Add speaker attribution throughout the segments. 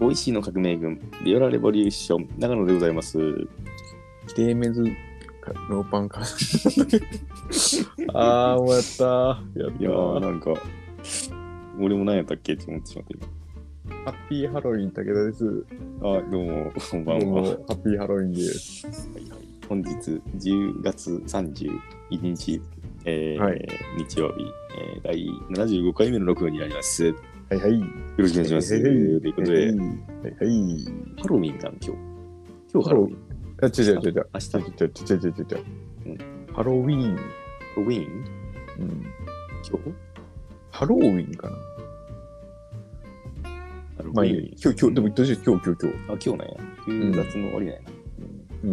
Speaker 1: 美味しいの革命軍、ビオラレボリューション、長野でございます。
Speaker 2: テーメズかノー パンか。ああ、終わった。やった
Speaker 1: いやー、なんか、俺も何やったっけって思ってしまって
Speaker 2: ハッピーハロウィン武田です。
Speaker 1: 今。あー、どうも、こんば
Speaker 2: どうんも
Speaker 1: は。
Speaker 2: ハッピーハロウィンです。
Speaker 1: はいはい本日10月31日、えー
Speaker 2: はい
Speaker 1: 日曜日、えー第75回目の録音になります。よ
Speaker 2: はいはい。よ
Speaker 1: ろしくお願いします。ということ
Speaker 2: はい
Speaker 1: で、
Speaker 2: はい。
Speaker 1: ハロウィンなん今日。今日ハロウィン。
Speaker 2: あ、違う違う違う違う。
Speaker 1: 明日
Speaker 2: ちょ
Speaker 1: ハ
Speaker 2: ちょちょちょちょちょ
Speaker 1: う。
Speaker 2: ハロウィン。
Speaker 1: ロウィン
Speaker 2: うん
Speaker 1: 今日
Speaker 2: ハロウィンかな。
Speaker 1: ハロウィン。
Speaker 2: まあいいよ。今日、今日、でも、どうしよう、今日、今日、今
Speaker 1: あ、今日なんや。10月の終わりなんやな。
Speaker 2: 日。うん。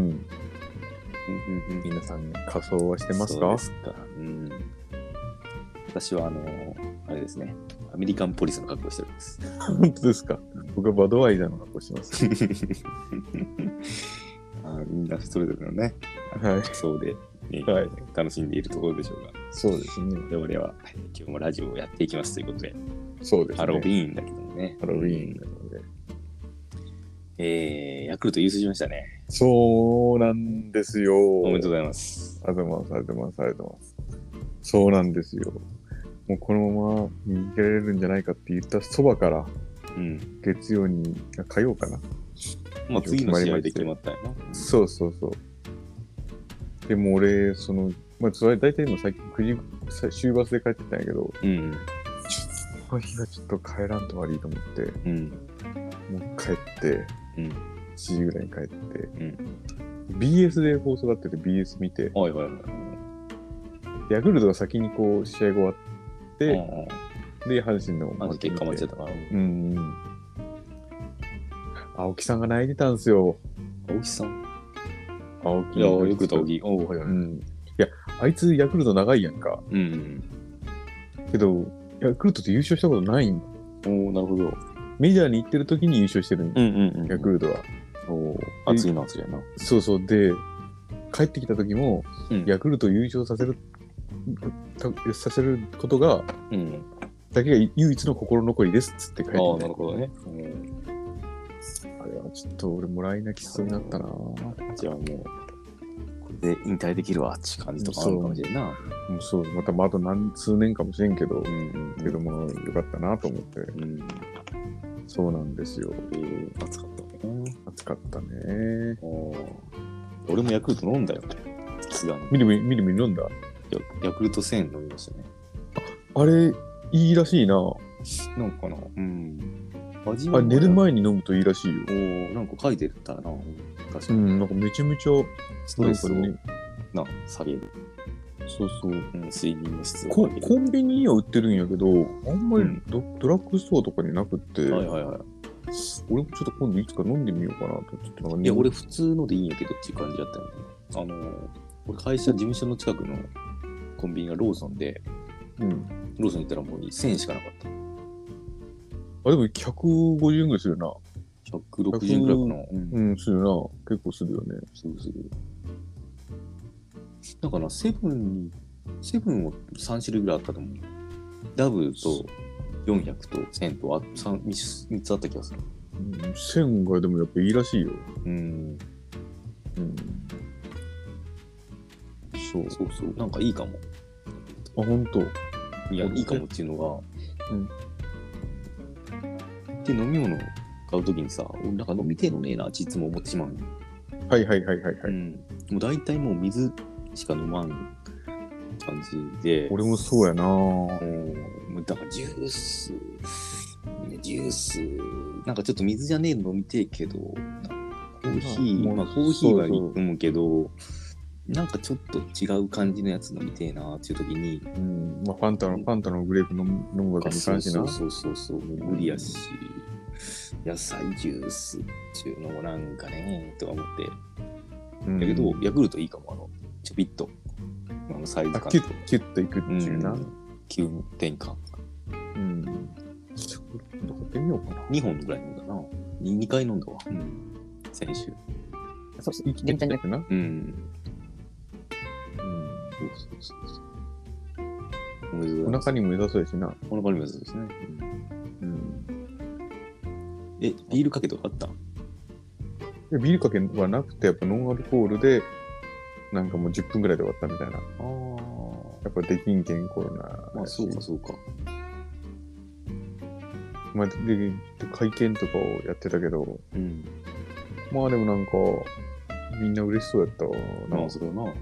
Speaker 1: うんうんうん
Speaker 2: 皆さん、仮装はしてます
Speaker 1: そう
Speaker 2: か
Speaker 1: ですか。うん。私は、あのあれですね。アメリカンポリスの格好をしております。
Speaker 2: 本当ですか僕はバドワイザーの格好してます。
Speaker 1: あみんなそれぞれのね、
Speaker 2: はい。
Speaker 1: 仮装で、ね
Speaker 2: はい
Speaker 1: 楽しんでいるところでしょうが、
Speaker 2: そうですね。
Speaker 1: 我々ははい今日もラジオをやっていきますということで、
Speaker 2: そうですね。
Speaker 1: ハロウィーンだけどもね。
Speaker 2: ハロウィーンなので。
Speaker 1: えー、ヤクルト優勝しましたね。
Speaker 2: そうなんですよ。
Speaker 1: おめでとう
Speaker 2: う
Speaker 1: ございます。
Speaker 2: ございます。ありがとうございます。ありがとうございます。そうなんですよ。もうこのまま逃げられるんじゃないかって言ったそばから、
Speaker 1: うん。
Speaker 2: 月曜に、あ火曜かな。
Speaker 1: まあ、次の試合で決まったよな。
Speaker 2: そうそうそう。でも俺、その、まあ、それ大体今最近9時、さ終バスで帰ってたんやけど、
Speaker 1: うん。
Speaker 2: この日はちょっと帰らんと悪いと思って、
Speaker 1: うん。
Speaker 2: もう帰って、
Speaker 1: うん。
Speaker 2: 7時ぐらいに帰って、
Speaker 1: う
Speaker 2: BS で放送だってて BS 見て、
Speaker 1: はいはいはい。
Speaker 2: ヤクルトが先にこう試合が終わって、
Speaker 1: で、
Speaker 2: で、阪神の
Speaker 1: あの
Speaker 2: 負け
Speaker 1: 結果
Speaker 2: 見て
Speaker 1: 待ちだったから、
Speaker 2: うんうん。青木さんが泣いてたんですよ。
Speaker 1: 青木さん。
Speaker 2: 青木
Speaker 1: いや、よく青木。おうはいは
Speaker 2: う
Speaker 1: い。
Speaker 2: ん。いや、あいつヤクルト長いやんか。
Speaker 1: うん。
Speaker 2: けど、ヤクルトって優勝したことないん
Speaker 1: おおなるほど。
Speaker 2: メジャーに行ってる時に優勝してるん
Speaker 1: うんうんうん。
Speaker 2: ヤクルトは。
Speaker 1: おお熱いな、それな。
Speaker 2: そうそう。で、帰ってきた時も、
Speaker 1: うん
Speaker 2: ヤクルトを優勝させる、たさせることが、
Speaker 1: うん。
Speaker 2: だけが唯一の心残りですっつって書い
Speaker 1: あ
Speaker 2: て
Speaker 1: あ、
Speaker 2: て
Speaker 1: なるほどね。
Speaker 2: あれはちょっと俺もらい泣きしそうになったな。も
Speaker 1: じゃあもう、これで引退できるわって感じとかあるかもしれんな。
Speaker 2: うそう、またまああと何数年かもしれんけど、
Speaker 1: うんうん
Speaker 2: けどもよかったなと思って。
Speaker 1: うん。うん。
Speaker 2: そうなんですよ。
Speaker 1: えー熱かったね。
Speaker 2: 暑かったね。
Speaker 1: おー俺もヤクルト飲んだよ。さすがに。
Speaker 2: みるみ、みるみる飲んだ
Speaker 1: ヤヤクルト1000飲みましたね。
Speaker 2: あれ、いいらしいな。
Speaker 1: なんかな。うん。味
Speaker 2: あれ寝る
Speaker 1: お
Speaker 2: 前に飲むといいらしいよ。
Speaker 1: ーなんか書いてたな。確
Speaker 2: う
Speaker 1: かに。
Speaker 2: ん、なんかめちゃめちゃ、
Speaker 1: スト
Speaker 2: な
Speaker 1: レ
Speaker 2: んか
Speaker 1: スを
Speaker 2: ね、
Speaker 1: な下げる。
Speaker 2: そうそう。
Speaker 1: うん、睡眠の質を
Speaker 2: コ
Speaker 1: 上げる
Speaker 2: コンビニには売ってるんやけど、あんま
Speaker 1: う
Speaker 2: り
Speaker 1: ん
Speaker 2: ド,、ドラッグストアとかになくって、
Speaker 1: はいはいはい。
Speaker 2: 俺もちょっと今度いつか飲んでみようかなと。ちょっとなんか
Speaker 1: いや、俺、普通のでいいんやけどっていう感じだったよね。あのー、俺会社、事務所の近くのコンビニがローソンで、
Speaker 2: うん。
Speaker 1: ローソン行ったらもう1000円しかなかった。
Speaker 2: あ、でも150円ぐらいするな。
Speaker 1: 160円くらいかな。うん
Speaker 2: うん、するな。結構するよね。
Speaker 1: すぐすぐ。だから、セブンに、セブンは3種類ぐらいあったと思う。ダブルと400と1000とあ 3, 3つあった気がする。
Speaker 2: うん、線がでもやっぱいいらしいよ。
Speaker 1: うん。
Speaker 2: うん。そう。
Speaker 1: そうそう。なんかいいかも。
Speaker 2: あ、ほんと。
Speaker 1: いや、
Speaker 2: そうですね
Speaker 1: いいかもっていうのが。
Speaker 2: うん
Speaker 1: で、飲み物買うときにさ、俺なんか飲みてえのねえなっていつも思ってしまうの、
Speaker 2: はいはいはいはいは
Speaker 1: う
Speaker 2: い。
Speaker 1: ん。もう大体もう水しか飲まん感じで。
Speaker 2: 俺もそうやな
Speaker 1: もうだからジュース、ねジュース、なんかちょっと水じゃねえの飲みてえけど、コーヒー、
Speaker 2: ま
Speaker 1: ま
Speaker 2: あ
Speaker 1: あコーヒーは
Speaker 2: そうそう
Speaker 1: 飲むけど、なんかちょっと違う感じのやつ飲みてえなっていう時に、
Speaker 2: うん。まあ、ファンタの、ファンタのグレープ飲む飲むわけにいか
Speaker 1: そ
Speaker 2: ん
Speaker 1: う
Speaker 2: しな。
Speaker 1: そうそうそうそう、もう無理やし、野菜ジュースっていうのもなんかね、とか思って、
Speaker 2: うん
Speaker 1: だけど、ヤクルトいいかも、あの、ちょびっと、あのサイズ
Speaker 2: あ
Speaker 1: 感
Speaker 2: キュッ、キュッといくって
Speaker 1: う
Speaker 2: いうな。
Speaker 1: ん、気分転換。
Speaker 2: うん。ちょっと買ってみようかな。
Speaker 1: 2本ぐらい飲んだな。2, 回飲んだわ。先週。
Speaker 2: そうそう、生きてみたいな。うん。
Speaker 1: うん。そうそうそうそう。おめでとうござい
Speaker 2: お
Speaker 1: ます。
Speaker 2: 腹にも良さそうやしな。
Speaker 1: お腹にもそうですね。
Speaker 2: うん。
Speaker 1: ええ、ビールかけとかあった
Speaker 2: でビールかけはなくて、やっぱノンアルコールで、なんかもう10分ぐらいで終わったみたいな。
Speaker 1: ああ。
Speaker 2: やっぱできんけんコロナやし。
Speaker 1: まあ、そうか、そうか。
Speaker 2: まあ、で、で会見とかをやってたけど、
Speaker 1: うん。
Speaker 2: まあでもなんか、みんな嬉しそうやったな。
Speaker 1: まあ、それはな。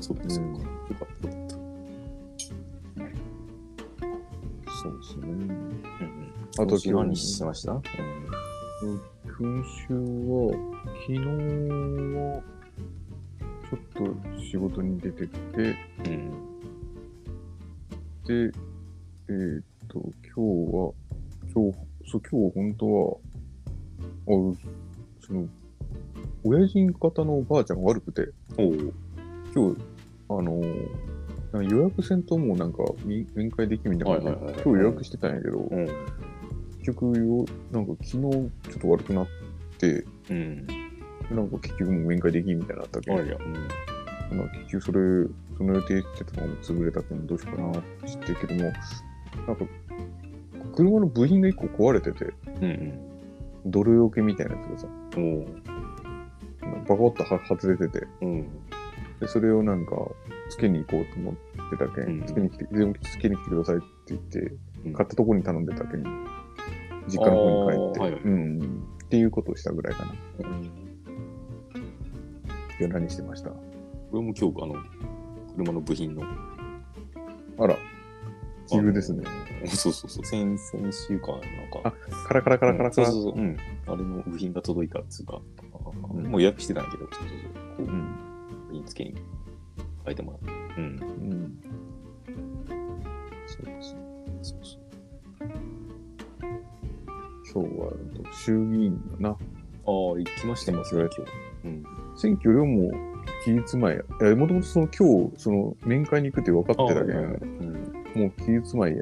Speaker 1: そうか、そうか。よかった、よかった。
Speaker 2: そうですね。
Speaker 1: うん。
Speaker 2: あと
Speaker 1: 今週何してましたうん。
Speaker 2: 今週は、昨日は、ちょっと仕事に出てて、
Speaker 1: うん。
Speaker 2: で、えーっと、今日は、今日、そう、今日本当は、あその、親父方のおばあちゃんが悪くて、
Speaker 1: おう。
Speaker 2: 今日、あのーなんか予約せんともうなんかみ面会できみたいな、
Speaker 1: はいはいはいはい
Speaker 2: 今日予約してたんやけど、
Speaker 1: うん。
Speaker 2: 結局よ、なんか昨日ちょっと悪くなって、
Speaker 1: うん。
Speaker 2: なんか結局もう面会できんみたいになったけど、
Speaker 1: ありゃ。うん。
Speaker 2: まあ結局それ、その予定してたのも潰れたけど、どうしようかなって知ってるけども、なんか、車の部品が一個壊れてて、
Speaker 1: うん。
Speaker 2: 泥よけみたいなやつがさ、
Speaker 1: うん。おう。
Speaker 2: バコッとは外れてて、
Speaker 1: うん。
Speaker 2: で、それをなんか、つけに行こうと思ってたけ
Speaker 1: うん
Speaker 2: ん、
Speaker 1: うん
Speaker 2: つけに来て、でもつけに来てくださいって言って、
Speaker 1: うん
Speaker 2: 買ったとこに頼んでたけん、実家の方に帰って、
Speaker 1: あーはいはい
Speaker 2: うんうん、っていうことをしたぐらいかな。今日何してました
Speaker 1: 俺も今日、あの、車の部品の。
Speaker 2: あら、急ですね。
Speaker 1: あの。そうそうそう。先々週間、なんか。
Speaker 2: カラカラカラカ
Speaker 1: う
Speaker 2: ラカラ。
Speaker 1: んそうそうそう、うん、あれの部品が届いたっつうか、
Speaker 2: うん
Speaker 1: もう予約してたんやけど、そうそうそうこ
Speaker 2: うん
Speaker 1: う、部品付けに変えてもらって。うん、
Speaker 2: うん
Speaker 1: そうですそうそう。
Speaker 2: 今日は衆議院のな、
Speaker 1: ああ、行きましたよ、
Speaker 2: それは
Speaker 1: 今日。うん。
Speaker 2: 選挙よりも期日前や。いや、もともとその今日、その面会に行くって分かってたけど、
Speaker 1: うん。
Speaker 2: もう期日前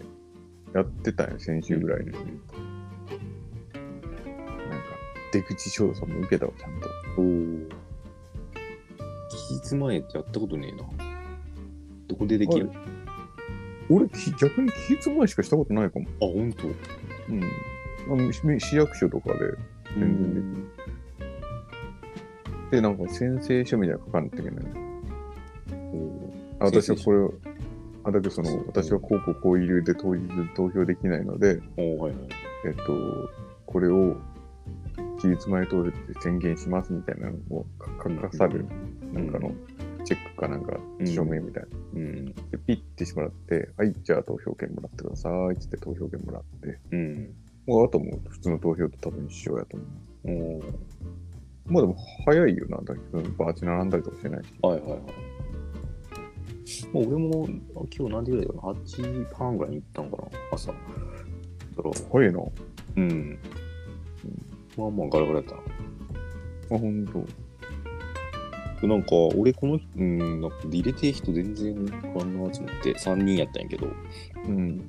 Speaker 2: やってたんや、先週ぐらいに。
Speaker 1: うん
Speaker 2: なんか、出口調査も受けたわ、ちゃんと。
Speaker 1: おお。期日前ってやったことねえな。どこでできるあ、
Speaker 2: 俺、き逆に期日前しかしたことないかも。
Speaker 1: ほんと。
Speaker 2: うん。あのし市役所とかで、全然で
Speaker 1: う
Speaker 2: き
Speaker 1: ん
Speaker 2: で、なんか宣誓書みたいなの書かないといけない。
Speaker 1: おお。
Speaker 2: あ
Speaker 1: 宣
Speaker 2: 私
Speaker 1: 誓書
Speaker 2: はこれを、あだけどそ
Speaker 1: そ
Speaker 2: の
Speaker 1: う、
Speaker 2: 私はこうこうこういう理由で当日投票できないので、
Speaker 1: おおはいはい。
Speaker 2: えっと、これを期日前投票って宣言しますみたいなのを書書かされる、なんかのチェックかなんか
Speaker 1: うん
Speaker 2: 証明みたいな。
Speaker 1: うん。
Speaker 2: で、ピッてしてもらって、はい、じゃあ投票券もらってくださいって投票券もらって、
Speaker 1: うん。
Speaker 2: もうあともう普通の投票と多分一緒やと思う。
Speaker 1: おお。
Speaker 2: まあでも早いよな、だけどバーチ並んだりとかしてないし。
Speaker 1: はいはいはい。もう俺もあ今日何時ぐらいだろう ?8 時半ぐらいに行ったんかな朝。だから、
Speaker 2: 早いな。あ、
Speaker 1: うん。まあまあガラガラやったな。
Speaker 2: ほんと。
Speaker 1: なんか、俺この人、うん、なんか入れてえ人全然不安なと思って、3人やったんやけど、
Speaker 2: うん。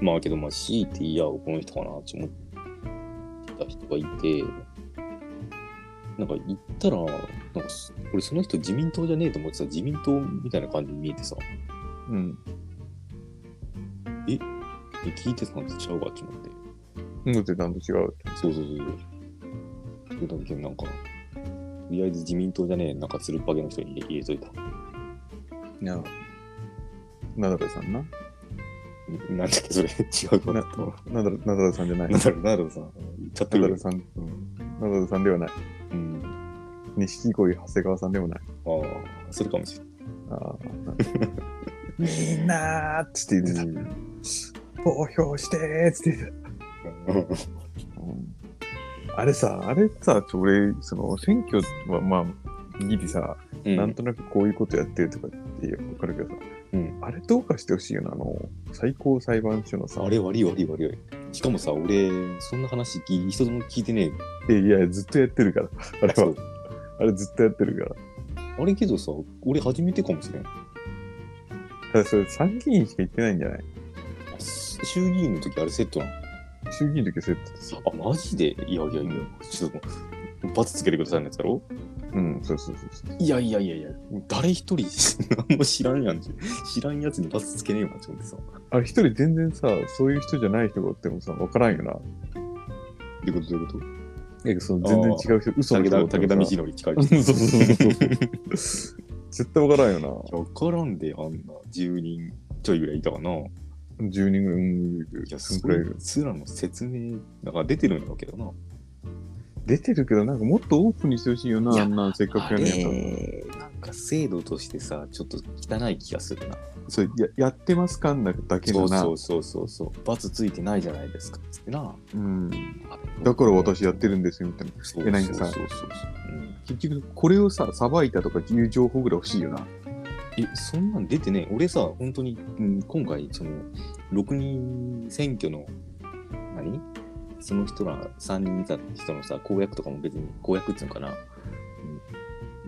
Speaker 1: まあけど、まあ C って言い合うこの人かなと思ってた人がいて、なんか行ったら、なんかす俺その人自民党じゃねえと思ってさ、自民党みたいな感じに見えてさ、
Speaker 2: うん。
Speaker 1: え聞いてたのとちゃうわって思って。
Speaker 2: うん、ってなんと違う。
Speaker 1: そうそうそうそう。だけどなんか、とりあえず自民党じゃねえ、なんかつるっぱげの人に入れといた。
Speaker 2: なあ。なだらさんな。
Speaker 1: んなんだっけ、それ、 違うか
Speaker 2: な
Speaker 1: なと。
Speaker 2: なだら、なだらさんじゃない。
Speaker 1: な
Speaker 2: なん
Speaker 1: だろう、なんだろうさ、言っちゃって
Speaker 2: だ
Speaker 1: る
Speaker 2: ら。さん、うんなだらさんではない。
Speaker 1: うん。
Speaker 2: 錦鯉長谷川さんでもない。
Speaker 1: ああ、それかもしれ
Speaker 2: あ あ。いいなーっつって言っ
Speaker 1: な
Speaker 2: て
Speaker 1: い。
Speaker 2: た。投票してーっつって言って
Speaker 1: うん
Speaker 2: た。あれさ、あれさ、ちょ俺、その、選挙は、まあ、ギリさ、
Speaker 1: うん
Speaker 2: なんとなくこういうことやってるとかって分かるけどさ、
Speaker 1: うん
Speaker 2: あれどうかしてほしいよな、あの、最高裁判所のさ、
Speaker 1: あれ悪い悪い悪い。しかもさ、俺、そんな話聞い一つも聞いてねえ。
Speaker 2: いやいや、ずっとやってるから、あれ
Speaker 1: そ
Speaker 2: は
Speaker 1: う。
Speaker 2: あれずっとやってるから。
Speaker 1: あれけどさ、俺初めてかもしれん。
Speaker 2: ただそれ参議院しか行ってないんじゃない
Speaker 1: 衆議院の時あれセットなの
Speaker 2: 衆議院の時はセットですよ。
Speaker 1: あ、マジでいやいやいや、ちょっと、罰つけてくださいのやつだろ
Speaker 2: うん、そうそうそうそう。
Speaker 1: いやいやいやいや、誰一人何も知らんやん。知らんやつにバスつけねえわって思ってさ。
Speaker 2: あれ、一人全然さ、そういう人じゃない人がおってもさ、わからんよな。
Speaker 1: どういうことどういうこと
Speaker 2: え、その全然違う人、嘘の
Speaker 1: 武
Speaker 2: 人
Speaker 1: 田
Speaker 2: がお
Speaker 1: 武
Speaker 2: って
Speaker 1: 田
Speaker 2: もさ
Speaker 1: 道則近い。
Speaker 2: そうそうそうそうそう。絶対わからんよ
Speaker 1: わからんで、あんな10人ちょいぐらいいたかな。い
Speaker 2: な。10人ぐらい、うん、
Speaker 1: や、
Speaker 2: そん
Speaker 1: そ
Speaker 2: くらいい
Speaker 1: れ
Speaker 2: る。
Speaker 1: すらの説明、なんか出てるんやろうけどな。
Speaker 2: 出てるけど、なんかもっとオープンにしてほしいよ
Speaker 1: い
Speaker 2: な、
Speaker 1: や
Speaker 2: あんなせっかくやねんやから
Speaker 1: あれなんか制度としてさ、ちょっと汚い気がするな。
Speaker 2: そうや、やってますかんだけ
Speaker 1: そ
Speaker 2: ど
Speaker 1: う
Speaker 2: な。
Speaker 1: そうそうそうそう。罰ついてないじゃないですか。つってな。
Speaker 2: うん。だから私やってるんですよ、みたいな。
Speaker 1: そう
Speaker 2: えなんかさ
Speaker 1: そうそうそうそううん
Speaker 2: 結局、これをさ、さばいたとかいう情報ぐらい欲しいよな。
Speaker 1: えそんなん出てね俺さ本当に、うん、今回その6人選挙の何その人ら3人いた人のさ公約とかも別に公約っつうのかな,、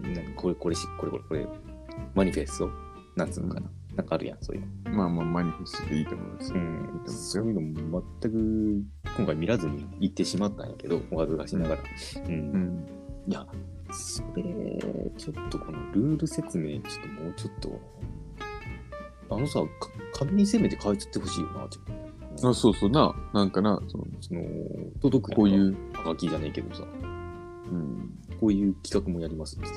Speaker 1: うん、なんかこれこれしこれこれこれマニフェストなんつうのかな、なんかあるやんそういうの、
Speaker 2: まあまあ、マニフェストでいいと思います。いいと思います
Speaker 1: そ
Speaker 2: よ
Speaker 1: ういうのも全く今回見らずに行ってしまったんやけどお恥ずかしながら、うん
Speaker 2: うん。
Speaker 1: いや、それ、ちょっとこのルール説明、ちょっともうちょっと、あのさ、か紙にせめて書いてってほしいよな、ちょっと。
Speaker 2: あそうそうな、なんかな、その
Speaker 1: その、届く、
Speaker 2: こういうう、
Speaker 1: はがきじゃねえけどさ、
Speaker 2: うん。
Speaker 1: こういう企画もやりますってさ。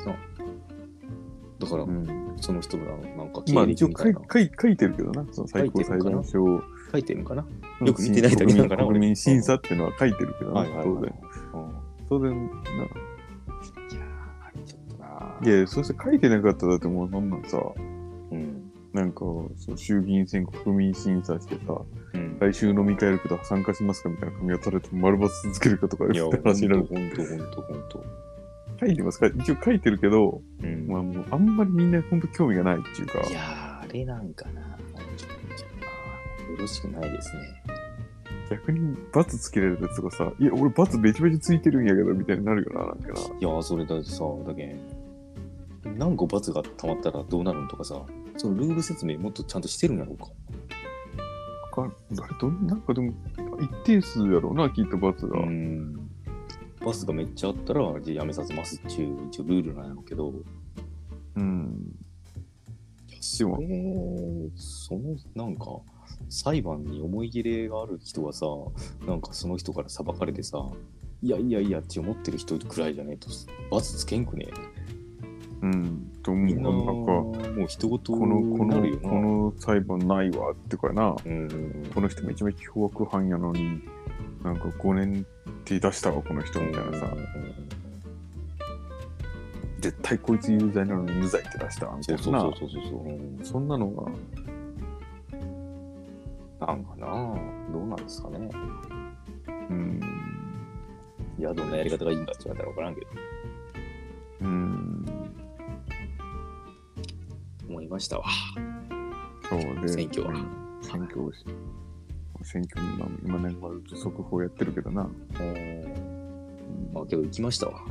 Speaker 1: だから、
Speaker 2: うん
Speaker 1: その人のなんか
Speaker 2: まあ、
Speaker 1: 経歴
Speaker 2: 一応
Speaker 1: み
Speaker 2: 書
Speaker 1: たい
Speaker 2: い
Speaker 1: な、
Speaker 2: 書い書いてるけどな、その最高裁判所を
Speaker 1: 書いてるのかな、
Speaker 2: うん
Speaker 1: よく見てないだけだから
Speaker 2: 国民
Speaker 1: 俺
Speaker 2: 国民審査っていうのは書いてるけどな、当然。
Speaker 1: う
Speaker 2: 当然な。
Speaker 1: んいやーあれちょっとない
Speaker 2: や、そして書いてなかったらだってもうそんなんさ、
Speaker 1: うん。
Speaker 2: なんか、そう衆議院選国民審査してさ、
Speaker 1: うん
Speaker 2: 来週飲み会やるけど参加しますかみたいな紙を取れて丸抜つけるかとか
Speaker 1: いや、ほんと、
Speaker 2: 話になる。
Speaker 1: ほんと、ほんと、ほんと。
Speaker 2: 書いてますか一応書いてるけど、
Speaker 1: うん
Speaker 2: まあもうあんまりみんな本当興味がないっていうか、
Speaker 1: いやー、あれなんかな。ちょっとよろしくないですね。
Speaker 2: 逆に罰つけられたやつとかさ、いや、俺罰べちべちついてるんやけど、みたいになるよな、なん
Speaker 1: い
Speaker 2: か
Speaker 1: やー、それだってさ、だけん何個罰が溜まったらどうなるんとかさ、そのルール説明もっとちゃんとしてるんやろうか。
Speaker 2: な。あれどんなんかでも、一定数やろうな、きっと罰が。
Speaker 1: ん。バスがめっちゃあったら、じゃあやめさせますっていう一応ルールなんやろうけど、
Speaker 2: うん。
Speaker 1: いや、それ、その、なんか、裁判に思い入れがある人がさ、なんかその人から裁かれてさ、いやいやいやって思ってる人くらいじゃねえと、罰つけんくね
Speaker 2: うん。と
Speaker 1: みんな、
Speaker 2: 思う。なんか、
Speaker 1: もう人事
Speaker 2: この、こ
Speaker 1: にな
Speaker 2: の、
Speaker 1: るよな。
Speaker 2: この裁判ないわってかな。
Speaker 1: うん
Speaker 2: この人めちゃめちゃ凶悪犯やのに、なんか5年手出したわ、この人みたいなさ。絶対こいつ有罪なのに無罪って出したわ、みた
Speaker 1: そ
Speaker 2: いうな。
Speaker 1: そうそうそうそうそう。
Speaker 2: そんなのが、
Speaker 1: なんかなどうなんですかね。
Speaker 2: うん。
Speaker 1: いや、どんなやり方がいいんだって言われたら分からんけど、
Speaker 2: うん。
Speaker 1: 思いましたわ。
Speaker 2: そうで、
Speaker 1: 選挙は
Speaker 2: うん選挙をし、選挙に今、今年はずっと速報やってるけどな。うん
Speaker 1: まあ、けど行きましたわ。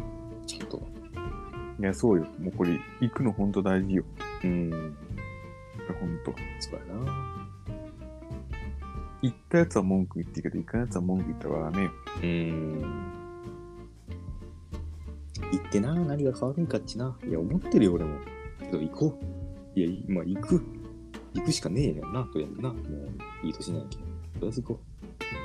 Speaker 1: ちゃんと。
Speaker 2: いや、そうよ。もうこれ、行くのほんと大事よ。
Speaker 1: うん。
Speaker 2: ほんと。
Speaker 1: そうやな。
Speaker 2: 行ったやつは文句言っていいけど、行かないやつは文句言ったらダメよ。
Speaker 1: うん。行ってな、何が変わるんかっちな。いや、思ってるよ、俺も。けど、行こう。いや、いまあ、行く。行くしかねえよな、とりあえずな。もう、いい年なんやけど。とりあえず行こ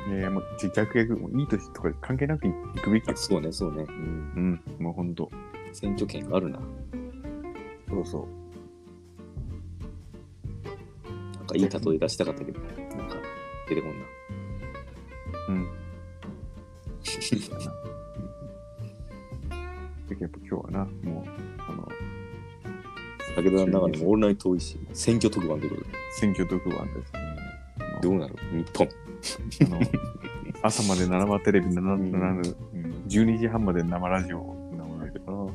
Speaker 2: いやいや、もうじゃ逆逆、もういい年とか関係なく行くべき
Speaker 1: う。
Speaker 2: よ
Speaker 1: あ。そうね、そうね。うん。
Speaker 2: うん、もうほんと。
Speaker 1: 選挙権があるな。
Speaker 2: そうそう。
Speaker 1: なんかいい例え出したかったけど、なんか出てこんな。
Speaker 2: うん。
Speaker 1: い
Speaker 2: だけどやっぱ今日はな、もう、あの、
Speaker 1: や武田の中でもオールナイト多いし、選挙特番ということで、
Speaker 2: 選挙特番です、ね。
Speaker 1: どうなる日本。
Speaker 2: あの、朝まで7話テレビ、7話、712時半まで生ラジオ、生ラジオか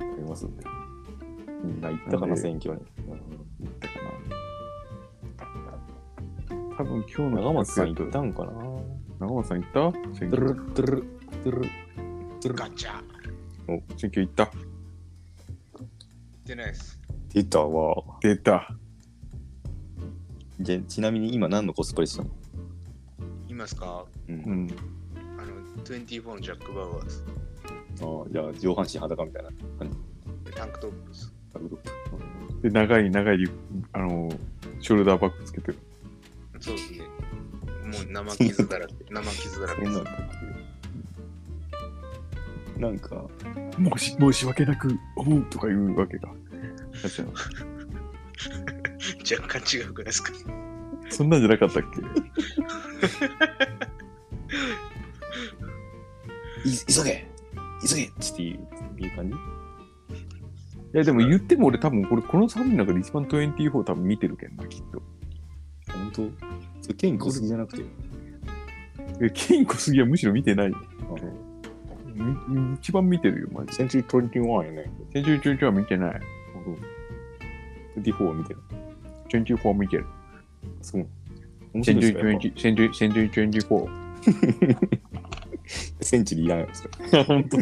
Speaker 1: ありますね。みんな行ったか
Speaker 2: なん
Speaker 1: な、
Speaker 2: で
Speaker 1: 選挙に。
Speaker 2: な、行ったかな。多分今日の
Speaker 1: 長松さん行
Speaker 2: 企
Speaker 1: っ
Speaker 2: 画
Speaker 1: たんかな
Speaker 2: 長松さん行った選
Speaker 1: ドゥルルドゥ
Speaker 2: 挙
Speaker 1: ルルドゥルルドゥルル
Speaker 3: ガチャ行
Speaker 2: 選挙行った
Speaker 3: ってないです。
Speaker 1: 出たわ。
Speaker 2: 出た。
Speaker 1: じゃちなみに今何のコスプレしたの
Speaker 3: いますか
Speaker 1: う。
Speaker 2: うんん。
Speaker 3: あの、24のジャック・バウアーです。
Speaker 1: ああ、じゃあ上半身裸みたいな感じ。
Speaker 3: タンクトップです。
Speaker 1: あうどん
Speaker 2: で、長い長いリュあの、ショルダーバッグつけてる。
Speaker 3: そうですね。もう生傷だらけ。生傷だら
Speaker 1: そ
Speaker 3: け
Speaker 1: ん
Speaker 3: で
Speaker 1: な
Speaker 3: す
Speaker 1: の。なんか、
Speaker 2: 申し申し訳なく思うとか言うわけだ。あちゃん
Speaker 3: 若干違うくらいですか。
Speaker 2: そんなんじゃなかったっ け
Speaker 1: い急げ急げっつっていういう感じ
Speaker 2: いや、でも言っても俺多分これ、この3人の中で一番24多分見てるけんな、きっと。
Speaker 1: 本当それ剣小杉じゃなくて、
Speaker 2: え、ケイン小杉はむしろ見てないよ。
Speaker 1: あの、
Speaker 2: み一番見てるよ、マジで。
Speaker 1: センチュリー21やね。
Speaker 2: 先週中々は見てない。
Speaker 1: 24は見てる。
Speaker 2: 24は見てる。
Speaker 1: すごい。面白
Speaker 2: 先
Speaker 1: いです
Speaker 2: 週
Speaker 1: かやっぱ
Speaker 2: 中々、先週24。
Speaker 1: センチュリーいらないですか
Speaker 2: 本当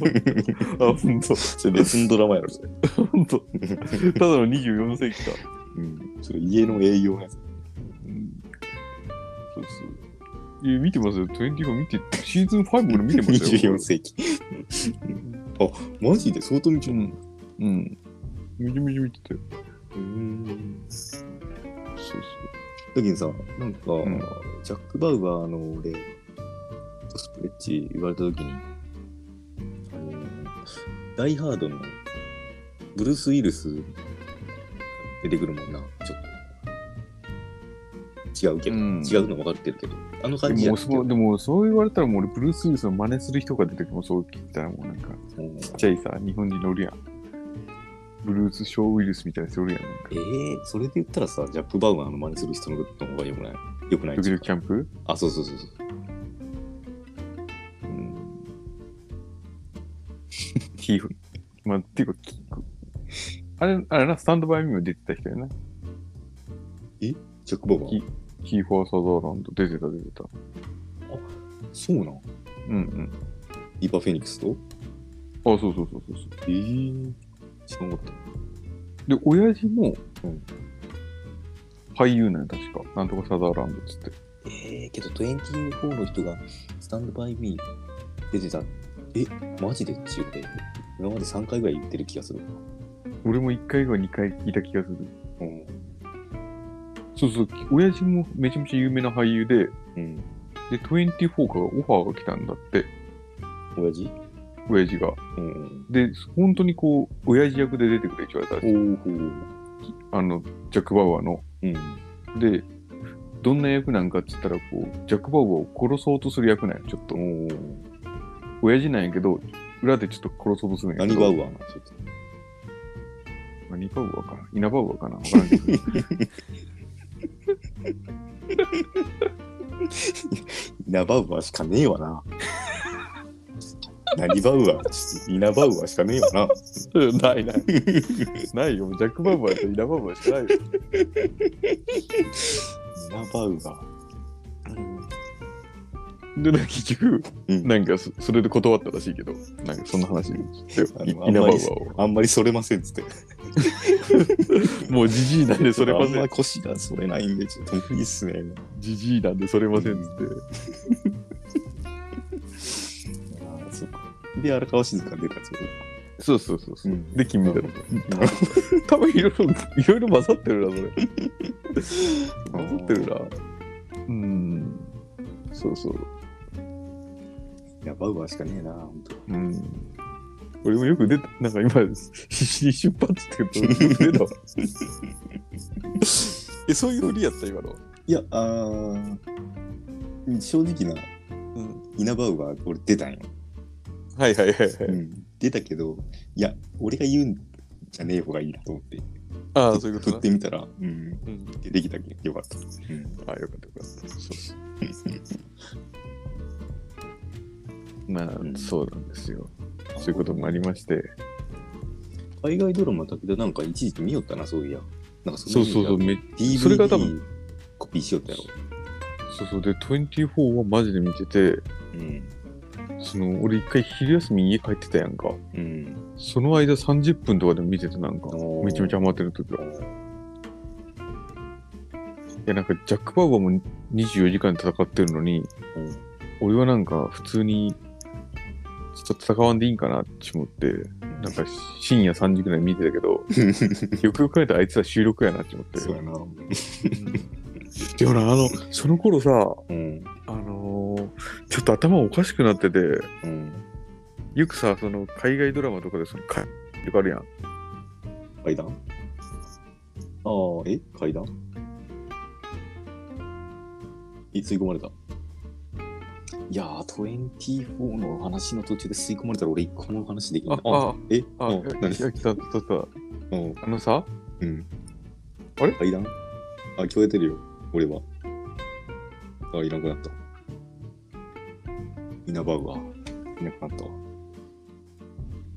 Speaker 2: あ、本当
Speaker 1: それ別のドラマやろ、それ。
Speaker 2: 本当ただの24世紀か。
Speaker 1: うん。それ家の営業のやつ。
Speaker 2: うんそうそう。いや、見てますよ。24見て、シーズン5俺見て ますよ。
Speaker 1: 24世紀。あ、マジで相当見ち
Speaker 2: う。
Speaker 1: ゃうん
Speaker 2: うん。めちゃめちゃ見てたよ。
Speaker 1: うん。
Speaker 2: そう
Speaker 1: 時にさ、なんか、
Speaker 2: ん
Speaker 1: ジャック・バウアーの俺、コスプレッチ言われた時に、あの、ダイ・ハードのブルース・ウィルス出てくるもんな、ちょっと。違うけど、
Speaker 2: うん
Speaker 1: 違うの分かってるけど、あの
Speaker 2: そう。
Speaker 1: 感じ
Speaker 2: で
Speaker 1: や
Speaker 2: も
Speaker 1: ったけど
Speaker 2: そう、でも、そう言われたらもう俺、ブルース・ウィルスの真似する人が出てきても、そう聞いたらもうなんか、
Speaker 1: うん
Speaker 2: ちっちゃいさ、日本人乗るやん。ブルース・ショー・ウィルスみたいな人おるやん。
Speaker 1: えー、それで言ったらさ、ジャック・バウアーの真似する人のことの方がよくないよくない
Speaker 2: ドキドキキャンプ
Speaker 1: あ、そうそうそうそう。
Speaker 2: うん。キーフ。まあ、ていうか、キーフ。あれ、あれな、スタンドバイミーも出てた人やな。
Speaker 1: ジャック・バウアー
Speaker 2: きキーファー・サザーランド出てた出てた。
Speaker 1: そうなん
Speaker 2: うん
Speaker 1: リバ・フェニックスと
Speaker 2: うん。あ、そうそうそうそうそう。
Speaker 1: えー、知らなかった。
Speaker 2: で、親父も、
Speaker 1: うん
Speaker 2: 俳優なんや確か。なんとかサザーランドっつって。
Speaker 1: えー、けど24の人がスタンドバイミー出てた。え、マジでっていうか今まで3回ぐらい言ってる気がする。
Speaker 2: 俺も1回か2回聞いた気がする。
Speaker 1: うん。
Speaker 2: そうそう、親父もめちゃめちゃ有名な俳優で、
Speaker 1: うん。
Speaker 2: で、24からオファーが来たんだって、
Speaker 1: 親父
Speaker 2: 親父が。
Speaker 1: うん。
Speaker 2: で、本当にこう、親父役で出てくれって言われたらしい
Speaker 1: おほう。
Speaker 2: あの、ジャック・バウアーの。
Speaker 1: うん。
Speaker 2: で、どんな役なんかって言ったら、こう、ジャック・バウアーを殺そうとする役なんや、ちょっと。
Speaker 1: お
Speaker 2: 親父なんやけど、裏でちょっと殺そうとするんやけ
Speaker 1: 何
Speaker 2: ど。
Speaker 1: バウアーなちょっと。
Speaker 2: 何バウアーかな稲バウアーかなわからんけど。
Speaker 1: 稲バウアーしかねえわな。 何バウアーちょっと稲バウアーしかねえわな。
Speaker 2: ないない。ないよ。ジャック・バウアーとイナ・バウアーしかないよ。
Speaker 1: 稲バウアー。うん
Speaker 2: で、なんか結局、
Speaker 1: うん
Speaker 2: なんかそそれで断ったらしいけど、なんかそんな話して
Speaker 1: あの
Speaker 2: イ
Speaker 1: あん
Speaker 2: ナ・
Speaker 1: ま
Speaker 2: バウア
Speaker 1: り
Speaker 2: ーを。
Speaker 1: あんまりそれませんっつって。
Speaker 2: もうじじいなんでそれま
Speaker 1: あん
Speaker 2: せ
Speaker 1: ま
Speaker 2: ん
Speaker 1: り。腰がそれないんで、ちょっと無理っすね。
Speaker 2: じじいなんでそれませんっつって。
Speaker 1: ああ、そうか。で、荒川静香出たやつ。
Speaker 2: そうそうそうそうう。
Speaker 1: ん
Speaker 2: で、金メダル。
Speaker 1: なる
Speaker 2: 多分いろいろ、いろいろ混ざってるな、そ れ。混ざってるな。うん。そうそう。
Speaker 1: いや、バウアーしかねえな、本当。
Speaker 2: うん。俺もよく出た、なんか今、必死に出発って言うと、よく出たわ え、そういうふりやった、今の。
Speaker 1: いや、あー正直な、
Speaker 2: うん。
Speaker 1: 稲バウアー、俺出たんよ。
Speaker 2: はいはいはいはい。
Speaker 1: うん出たけど、いや、俺が言うんじゃねえ方がいいなと思って、
Speaker 2: あ
Speaker 1: 振
Speaker 2: あ、そういうこと
Speaker 1: っ
Speaker 2: な。
Speaker 1: てみたら、うん、
Speaker 2: うん。
Speaker 1: 出てきたけどよかった。うん
Speaker 2: ああ、よかったよかった。そうそう。まあ、
Speaker 1: うん
Speaker 2: そうなんですよ。そういうこともありまして。
Speaker 1: 海外ドラマだけど、なんか一時期見よったな、そういや。なんか
Speaker 2: そうそうそ
Speaker 1: う。
Speaker 2: う。めそれが多
Speaker 1: DVD
Speaker 2: 分
Speaker 1: コピーしよったやろ。
Speaker 2: そうそう。で、24はマジで見てて、
Speaker 1: うん。
Speaker 2: その、俺一回昼休み家帰ってたやんか。
Speaker 1: うん。
Speaker 2: その間30分とかでも見ててなんか
Speaker 1: おー、
Speaker 2: めちゃめちゃハマってる時は。いや、なんかジャック・バウアーも24時間戦ってるのに、
Speaker 1: うん
Speaker 2: 俺はなんか普通にちょっと戦わんでいいんかなって思って、なんか深夜3時ぐらい見てたけど、よくよく考えたらあいつは収録やなって思って。
Speaker 1: そうやな。
Speaker 2: でもな、あの、その頃さ、
Speaker 1: うん。
Speaker 2: あのーちょっと頭おかしくなってて、
Speaker 1: うん。
Speaker 2: よくさ、その海外ドラマとかでそのかよくあるやん。
Speaker 1: 階段ああ、え階段え、吸い込まれた。いやー、24の話の途中で吸い込まれたら俺一個も話できない。
Speaker 2: ああ
Speaker 1: え
Speaker 2: あ、
Speaker 1: うん何
Speaker 2: いや来た来た来た。
Speaker 1: うん。
Speaker 2: あのさ、
Speaker 1: うん。
Speaker 2: あれ
Speaker 1: 階段あ、聞こえてるよ、俺は。あ、いなくなった。イナバウアー。いなくなったわ。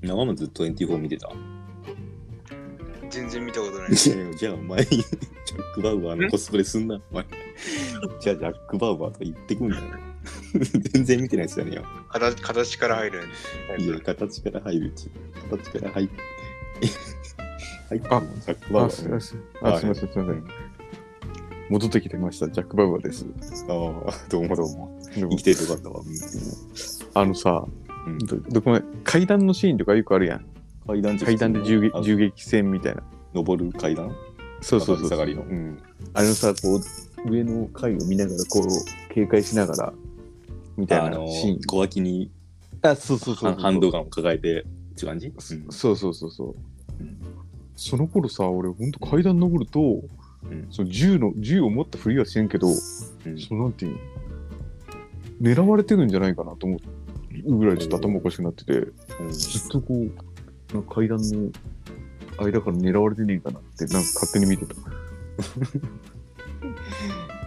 Speaker 1: 長もずっと24見てた。
Speaker 3: 全然見た ことない。
Speaker 1: いやいやじゃあお前、ジャック・バウアーのコスプレすんな、お前。じゃあジャック・バウアーとか言ってくんだよ。 全然見てないですよね。
Speaker 3: 形形から入るん
Speaker 1: いや、形から入るっていう。形から入って。 入ってもジャック・バウア
Speaker 2: あ、す
Speaker 1: ー
Speaker 2: いま
Speaker 1: ね。
Speaker 2: せん。
Speaker 1: は
Speaker 2: あ、
Speaker 1: い
Speaker 2: すいません、すいません。戻ってきてました、ジャック・バウアーです。
Speaker 1: ああ、どうもどうも。
Speaker 2: でも
Speaker 1: 生きててよかったわ。
Speaker 2: あのさ、
Speaker 1: うん
Speaker 2: どどこまで階段のシーンとかよくあるやん。
Speaker 1: 階段
Speaker 2: 階段で銃撃
Speaker 1: あ
Speaker 2: 銃撃戦みたいな。
Speaker 1: 登る階段
Speaker 2: そうそうそう。
Speaker 1: 上がり下がりの。うん。
Speaker 2: あのさ、こう、上の階を見ながら、こう、警戒しながら、みたい
Speaker 1: あ
Speaker 2: な
Speaker 1: の
Speaker 2: シーン、。
Speaker 1: 小脇に
Speaker 2: あ、そうそうそ
Speaker 1: ハ
Speaker 2: うそう。
Speaker 1: ンハンドガンを抱えて、って感じうん
Speaker 2: そうそうそうそう
Speaker 1: うん。
Speaker 2: その頃さ、俺、ほんと階段登ると、
Speaker 1: ん
Speaker 2: その銃の、銃を持ったふりはしてんけど、
Speaker 1: うん
Speaker 2: そのなんていうの狙われてるんじゃないかなと思うぐらいちょっと頭おかしくなってて、
Speaker 1: うん
Speaker 2: ずっとこう、なんか階段の間から狙われてねえかなって、なんか勝手に見てた。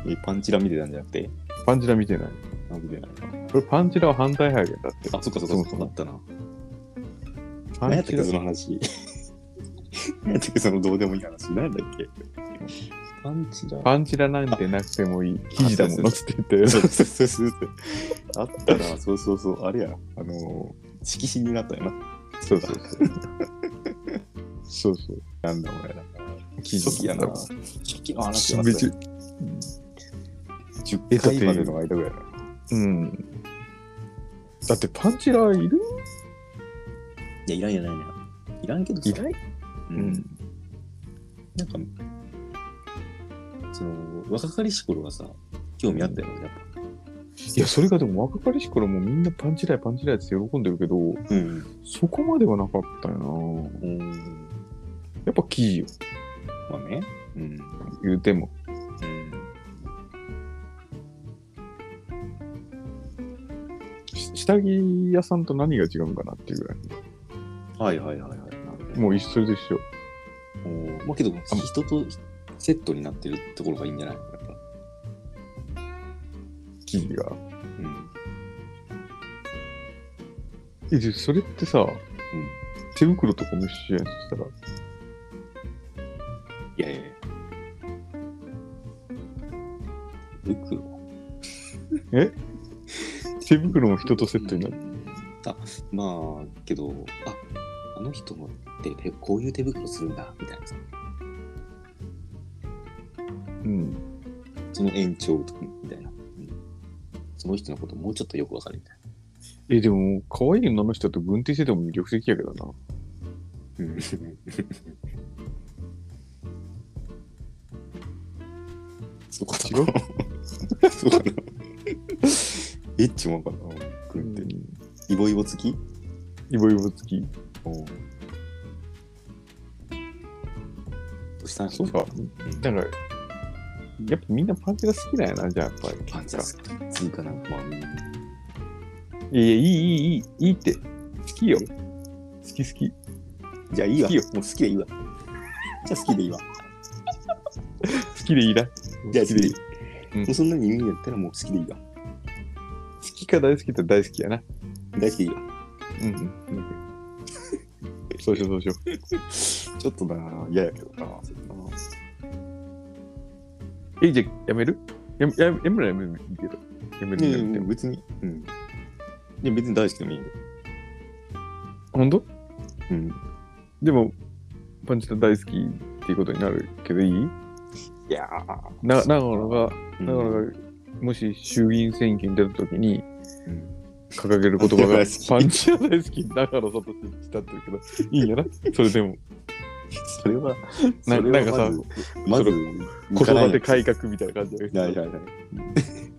Speaker 1: えパンチラ見てたんじゃなくて
Speaker 2: パンチラ見てない。
Speaker 1: あ見てないか
Speaker 2: これパンチラは反対派やけんだって。
Speaker 1: あ、そっかそっかそっ
Speaker 2: そ
Speaker 1: か、
Speaker 2: うそ
Speaker 1: だ
Speaker 2: う
Speaker 1: ったな。
Speaker 2: パ
Speaker 1: 何や
Speaker 2: ン
Speaker 1: った
Speaker 2: チ
Speaker 1: っ
Speaker 2: ラ
Speaker 1: け、その話。 何やったっけ、そのどうでもいい話。何やったっけパンチラ。
Speaker 2: パンチラなんてなくてもいい。記事だものって言って。
Speaker 1: そうそうそうそうそう。あったな、そうそうそう。あれや、あのー、色紙になったよな。
Speaker 2: そうそうそう。 そうそう。
Speaker 1: なんだお前ら。
Speaker 2: 記
Speaker 1: 初期やな。初期の話は
Speaker 2: めっちゃ
Speaker 1: 10回までの間ぐらいだな。
Speaker 2: うん。だってパンチラいる
Speaker 1: いや、いらんやないや。いらんけどさ。
Speaker 2: いら
Speaker 1: う。
Speaker 2: うん
Speaker 1: なんか、その、若かりし頃はさ、興味あったよ、やっ
Speaker 2: いや、それがでも若かりし頃もうみんなパンチラやパンチラやって喜んでるけど、
Speaker 1: ぱ。うん。
Speaker 2: そこまではなかったよな。
Speaker 1: うん。
Speaker 2: やっぱ記事よ、
Speaker 1: まあね。うん。
Speaker 2: 言うても。し下着屋さんと何が違うんかなっていうぐらい。
Speaker 1: はいはいはいはい。なるほど
Speaker 2: もう一緒で一緒。
Speaker 1: おーまあけど、人とセットになってるところがいいんじゃないやっぱ
Speaker 2: 記事が。
Speaker 1: うん。
Speaker 2: え、でそれってさ、手袋とかも一緒やん、そしたら。
Speaker 1: いやいやいや。袋
Speaker 2: 手袋も人とセットになる。
Speaker 1: あ、まあ、けど、あ、あの人もって手こういう手袋するんだ、みたいなさ。
Speaker 2: うん。
Speaker 1: その延長とかみたいな。うんその人のこともうちょっとよくわかるみたい
Speaker 2: え、でも、可愛い女の人だと軍手してても魅力的やけどな。
Speaker 1: な。そうかな。そうかな。エッチもんかな。
Speaker 2: う
Speaker 1: 軍手
Speaker 2: ん。
Speaker 1: イボイボ付き
Speaker 2: イボイボ付き。
Speaker 1: どうしたん
Speaker 2: そうか。なんか、やっぱみんなパンチが好きだよな、じゃあやっぱり。
Speaker 1: パンチが好き。つうかなんか、まあ、みんない
Speaker 2: やいや、いい、いい、いい、いいって。好きよ。好き好き。
Speaker 1: じゃあいいわ。
Speaker 2: 好きよ
Speaker 1: もう好きでいいわ。じゃあ好きでいいわ。
Speaker 2: 好きでいいな。
Speaker 1: じゃあ好きでいい。
Speaker 2: うん
Speaker 1: もうそんなに言うんやったらもう好きでいいわ。
Speaker 2: 好きか大好きって大好きやな。
Speaker 1: 大好きでいいわ。
Speaker 2: うん。そうしよう、そうしよ
Speaker 1: ちょっとな、嫌やけどな。
Speaker 2: う。え、じゃあやめるやめ、やめやめるやめるいいけど。やめ
Speaker 1: い
Speaker 2: る
Speaker 1: や
Speaker 2: や
Speaker 1: い
Speaker 2: め
Speaker 1: や
Speaker 2: ても。
Speaker 1: 別に。うん。いや、別に大好きでもいいよ。
Speaker 2: ほんと
Speaker 1: うん。
Speaker 2: でも、パンチと大好きっていうことになるけどいい
Speaker 1: いや
Speaker 2: な、長野が、
Speaker 1: ー。
Speaker 2: 長野が、もし衆議院選挙に出たときに、
Speaker 1: うん
Speaker 2: 掲げる言葉
Speaker 1: パンチ
Speaker 2: が
Speaker 1: は大好き
Speaker 2: パンチは大好きだから外にしたって言うけど、いいんやな、それでも。
Speaker 1: それは、
Speaker 2: な
Speaker 1: それは
Speaker 2: なんかさ
Speaker 1: まず、まず
Speaker 2: 子育て改
Speaker 1: い
Speaker 2: 革みたいな感じ
Speaker 1: や
Speaker 2: や
Speaker 1: い
Speaker 2: け
Speaker 1: や
Speaker 2: ど
Speaker 1: いや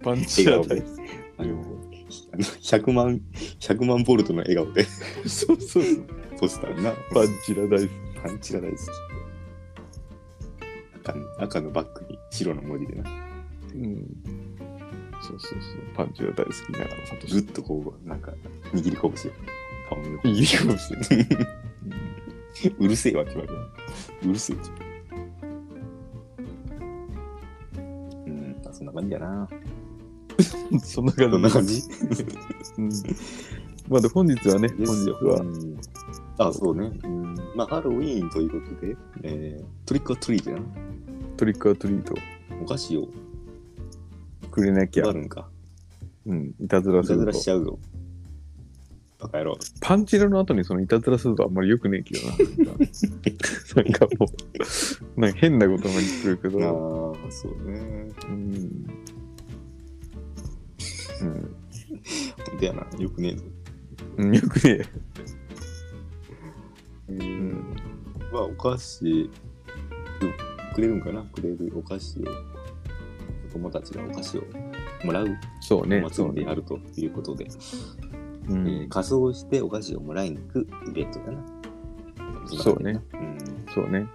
Speaker 2: パンチ
Speaker 1: 笑
Speaker 2: は
Speaker 1: 顔
Speaker 2: 大
Speaker 1: で
Speaker 2: 好。
Speaker 1: あの、あの100万、100万ボルトの笑顔で、
Speaker 2: き。そうそうそう。
Speaker 1: ポスターな。
Speaker 2: パンチは大好き。
Speaker 1: パンチが大好き。赤の赤のバッグに白の文字でな、
Speaker 2: うん。そうそうそう。パンチは大好きながらサト
Speaker 1: ずっ
Speaker 2: シ。
Speaker 1: とこう、なんか、握り拳を顔の横に。
Speaker 2: 握り
Speaker 1: うるせえわけわけわうるせえわうん、まあそんな感じやな。
Speaker 2: うんそんな感じ。
Speaker 1: そんな感じ
Speaker 2: うん。まあで、本日はね、本
Speaker 1: です
Speaker 2: 日
Speaker 1: よ
Speaker 2: は
Speaker 1: う、んあ、そうね。うんまあ、ハロウィーンということで、えー、トリックアトリートやな。
Speaker 2: トリックアトリート
Speaker 1: お菓子を
Speaker 2: くれなきゃ
Speaker 1: 配、るんか。
Speaker 2: うん、いたずら
Speaker 1: い
Speaker 2: す
Speaker 1: たず
Speaker 2: る
Speaker 1: ら
Speaker 2: と
Speaker 1: し。ちゃうぞ。バカ野郎。
Speaker 2: パンチラの後にそのいたずらするとあんまり良くねえけどな。なんかもう、なんか変なことまでくるけど、
Speaker 1: ああ、そうね。
Speaker 2: うん。
Speaker 1: 本当やな。よくねえぞ。
Speaker 2: うん。よくね
Speaker 1: う
Speaker 2: え。
Speaker 1: ん。まあ、お菓子、くれるんかなくれるお菓子を、子供たちがお菓子をもらう
Speaker 2: そう
Speaker 1: お
Speaker 2: ね、そ
Speaker 1: 祭
Speaker 2: う
Speaker 1: りで
Speaker 2: ね。
Speaker 1: あるということで、
Speaker 2: う
Speaker 1: えー
Speaker 2: ん。
Speaker 1: 仮装してお菓子をもらいに行くイベントだな。
Speaker 2: そうね。
Speaker 1: うん。
Speaker 2: そうね。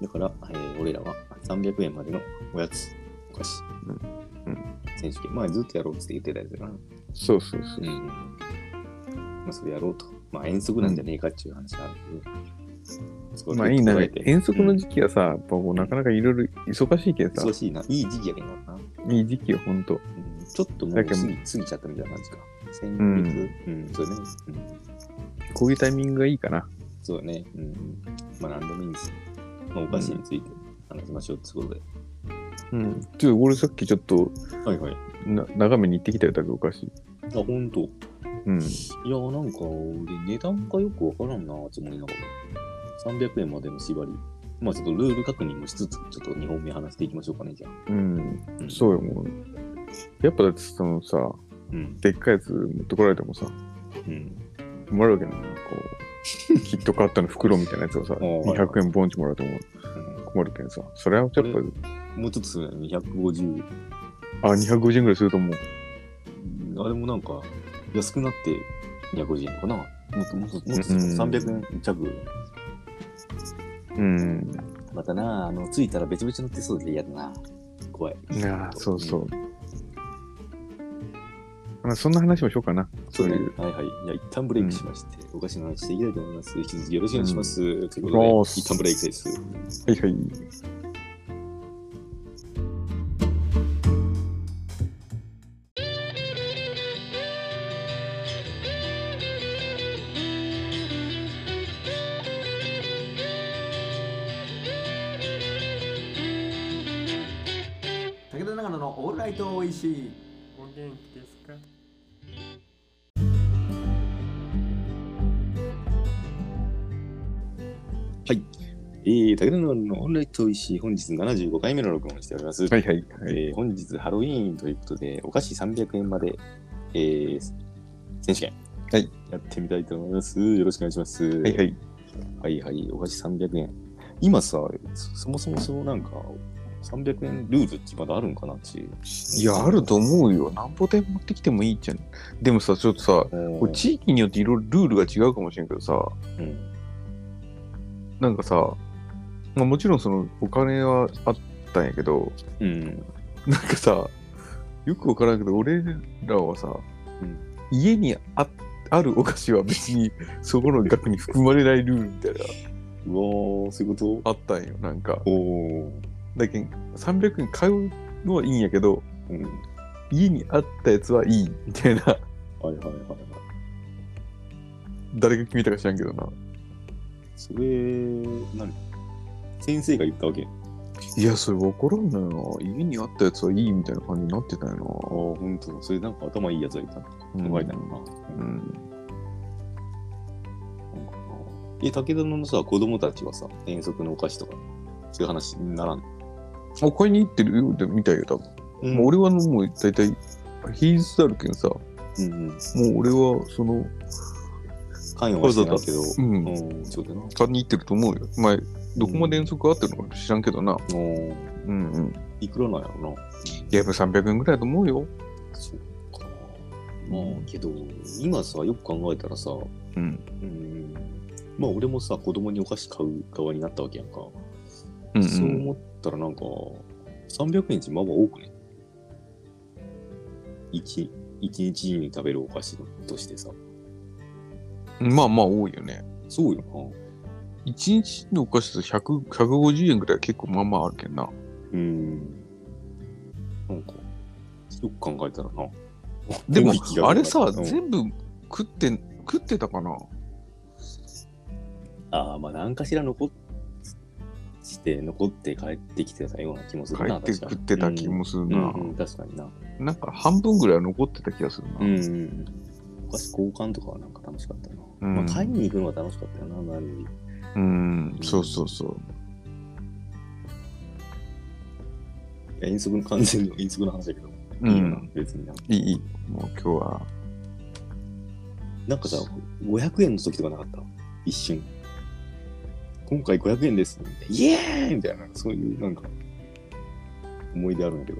Speaker 1: だから、えー俺らは300円までのおやつ、お菓子、
Speaker 2: うんう
Speaker 1: 選手権、まあずっとやろうって言ってたやつだな。
Speaker 2: そうそうそう。
Speaker 1: うん。まあそれやろうと。まあ遠足なんじゃねえかっていう話があるけど。
Speaker 2: まあいいな、遠足の
Speaker 1: 時
Speaker 2: 時期はさ、やっぱこうなかなかいろいろ忙しいけどさ
Speaker 1: 忙、しいな。いい時期やけどな。
Speaker 2: いい時期はほんと。
Speaker 1: うんちょっとも
Speaker 2: だ
Speaker 1: う
Speaker 2: けど
Speaker 1: 過ぎ過ぎちゃったみたいな感じか。先月、
Speaker 2: ん
Speaker 1: うん、そうね。うん、
Speaker 2: こういうタイミングがいいかな。
Speaker 1: そうね。うん、まあ何でもいいんですよ。まあお菓子について話しましょうってことで。
Speaker 2: うん。ちょっと俺さっきちょっと
Speaker 1: はいはい。
Speaker 2: な長めに行ってきたよ、だけどおかしい。
Speaker 1: あ、ほんと。
Speaker 2: う
Speaker 1: いや、
Speaker 2: ん。
Speaker 1: なんか俺値段がよくわからんなって思いながら。300円までの縛り。まあちょっとルール確認もしつつ、ちょっと2本目話していきましょうかね、じゃあ。
Speaker 2: うん。
Speaker 1: うん、
Speaker 2: そうよ、もう。やっぱだってそのさ、
Speaker 1: うん。
Speaker 2: でっかいやつ持ってこられてもさ、
Speaker 1: うん。
Speaker 2: もらうわけないな。こ う、キットカットの袋みたいなやつを さ、
Speaker 1: おー
Speaker 2: 200円ボンチもらうとも困るけんさ、それはやっぱ、
Speaker 1: うんもうちょっとするね。150。
Speaker 2: あ、250円ぐらいすると思う。
Speaker 1: うんあれもなんか、安くなって250円かな。もっともっともっと
Speaker 2: うん
Speaker 1: 300円弱。
Speaker 2: うん。
Speaker 1: またな、あの、着いたらべちょべちょになってそうで嫌だな。怖い。
Speaker 2: ああ、そうそう。まあ、そんな話もしようかな。
Speaker 1: そうね
Speaker 2: そうい。
Speaker 1: はいはい。じゃあ、一旦ブレイクしまして、おかしな話していきたいと思います。引き続きよろしくお願いします。ということで
Speaker 2: お、ー
Speaker 1: 一旦ブレイクです。
Speaker 2: はいはい。
Speaker 4: 武田長野のオールライトおいしい
Speaker 5: お元気ですか
Speaker 1: えー、竹田のオンライト石、本日75回目の録音をしております。
Speaker 2: はいはい。はい、
Speaker 1: えー本日ハロウィーンということで、お菓子300円まで、えー、選手権。
Speaker 2: はい。
Speaker 1: やってみたいと思います。よろしくお願いします。は
Speaker 2: はいはい。
Speaker 1: はいはい、お菓子300円。今さ、そそもそもそのなんか、300円ルールってまだあるんかなっていう。
Speaker 2: いや、あると思うよ。なんぼで持ってきてもいいじゃん。でもさ、ちょっとさ、
Speaker 1: うん。
Speaker 2: これ地域によっていろいろルールが違うかもしれんけどさ、
Speaker 1: うん
Speaker 2: なんかさ、まあ、もちろんそのお金はあったんやけど、
Speaker 1: うん。
Speaker 2: なんかさ、よくわからんけど、俺らはさ、
Speaker 1: うん
Speaker 2: 家にああるお菓子は別にそこの額に含まれないルールみたいなの
Speaker 1: うわー、そういうこ
Speaker 2: あったんよ、なんか
Speaker 1: と。おー。
Speaker 2: だけど300円買うのはいいんやけど、
Speaker 1: うん。
Speaker 2: 家にあったやつはいいみたいな、
Speaker 1: はいはいはいはい。
Speaker 2: 誰が決めたか知らんけどな。
Speaker 1: それ、何先生が言ったわけ。あ
Speaker 2: いや、それわからんのよな。家にあったやつはいいみたいな感じになってた
Speaker 1: あ、
Speaker 2: よ
Speaker 1: ほんと。それなんか頭いいやつが言った。
Speaker 2: な。
Speaker 1: 考えたのかな。
Speaker 2: うん。
Speaker 1: え、武田のさ、子供たちはさ、遠足のお菓子とか、そういう話にならん。
Speaker 2: あ、買いに行ってるよ、みたいよ、多分。
Speaker 1: うん
Speaker 2: もう俺はもう大体、平日あるけんさ、
Speaker 1: うんうん。
Speaker 2: もう俺は、その、
Speaker 1: 関与はしてないけど、
Speaker 2: う、
Speaker 1: うんん、そうだな。
Speaker 2: 買いに行ってると思うよ。前、どこまで遠足があってるのか知らんけどな。
Speaker 1: おー
Speaker 2: うんうん。
Speaker 1: いくらなんやろな。
Speaker 2: ゲーム300円ぐらいだと思うよ。
Speaker 1: そうかな。まあ、けど、今さ、よく考えたらさ、う
Speaker 2: うん。
Speaker 1: ん、まあ俺もさ、子供にお菓子買う側になったわけやんか。
Speaker 2: うん、う。
Speaker 1: そうん思ったらなんか、300円ってまあまあ多くね。一一日に食べるお菓子としてさ。
Speaker 2: まあまあ多いよね。
Speaker 1: そうよ
Speaker 2: 1日のお菓子と100 150円ぐらいは結構まあまああるけんな。
Speaker 1: な。うん。なんか、よく考えたらな。
Speaker 2: でも
Speaker 1: 多い気、が
Speaker 2: あれさ、
Speaker 1: うん
Speaker 2: 全部食って、食ってたかな
Speaker 1: ああ、まあ何かしら残っして、残って帰ってきてたような気もす
Speaker 2: 帰
Speaker 1: るな。
Speaker 2: って
Speaker 1: 確
Speaker 2: 食
Speaker 1: かに
Speaker 2: ってた気もする
Speaker 1: う
Speaker 2: な。
Speaker 1: ん、うんうん、確かにな。
Speaker 2: なんか半分ぐらいは残ってた気がするな。
Speaker 1: うん、うんうん。お菓子交換とかはなんか楽しかったな。
Speaker 2: うん
Speaker 1: まあ買いに行くのは楽しかったよな、なるより。
Speaker 2: うん、そうそうそう。
Speaker 1: いや、遠足の完全に 遠足の話だけど、
Speaker 2: う、、
Speaker 1: いいよなん別にな。
Speaker 2: いい、いい。もう今日は。
Speaker 1: なんかさ、500円の時とかなかった一瞬。今回500円です。イエーイみたいな、そういうなんか、思い出あるんだけど、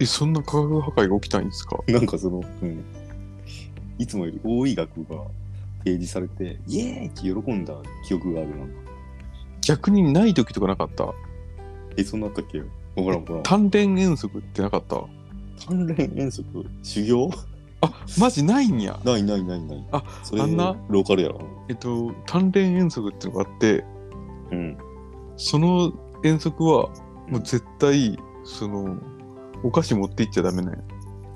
Speaker 2: え、そんな化学破壊が起きたんですか
Speaker 1: なんかその、うん、いつもより多い額が提示されて、イエーイって喜んだ記憶があるなんか。
Speaker 2: 逆にない時とかなかった
Speaker 1: え、そんなあったっけほらほらん。
Speaker 2: 単連遠足ってなかった
Speaker 1: 鍛錬遠足修行
Speaker 2: あ、マジないんや。
Speaker 1: ないないないない。
Speaker 2: あ、
Speaker 1: それ
Speaker 2: あんな
Speaker 1: ローカルやろ。
Speaker 2: えっと、単連遠足ってのがあって、
Speaker 1: うん。
Speaker 2: その遠足は、も
Speaker 1: う
Speaker 2: うん絶対、その、お菓子持って行っちゃダメね。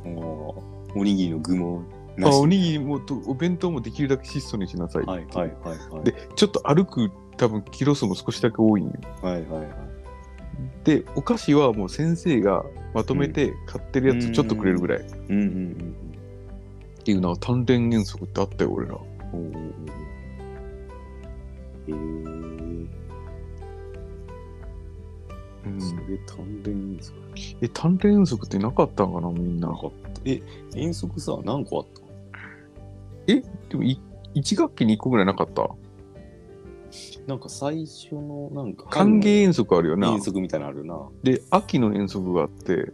Speaker 1: あーおにぎりの具もな
Speaker 2: あ
Speaker 1: し。
Speaker 2: おにぎりもとお弁当もできるだけ質素にしなさい。
Speaker 1: はいはいはいはい。
Speaker 2: で、ちょっと歩く多分キロ数も少しだけ多いんよ。
Speaker 1: はいはいはい。
Speaker 2: で、お菓子はもう先生がまとめて買ってるやつちょっとくれるぐらいっ
Speaker 1: うんうん
Speaker 2: ていうのは単連遠足ってあったよ、俺ら。
Speaker 1: うんうん。へえー、
Speaker 2: うん
Speaker 1: それ鍛錬遠足
Speaker 2: え、単連遠足ってなかったんかな、みんな
Speaker 1: な。かった。え、遠足さ、何個あった
Speaker 2: でもい、1学期に1個ぐらいなかった。
Speaker 1: なんか最初の、なんか、
Speaker 2: 歓迎遠足あるよな
Speaker 1: 遠。足みたいなのあるな。
Speaker 2: で、秋の遠足があって、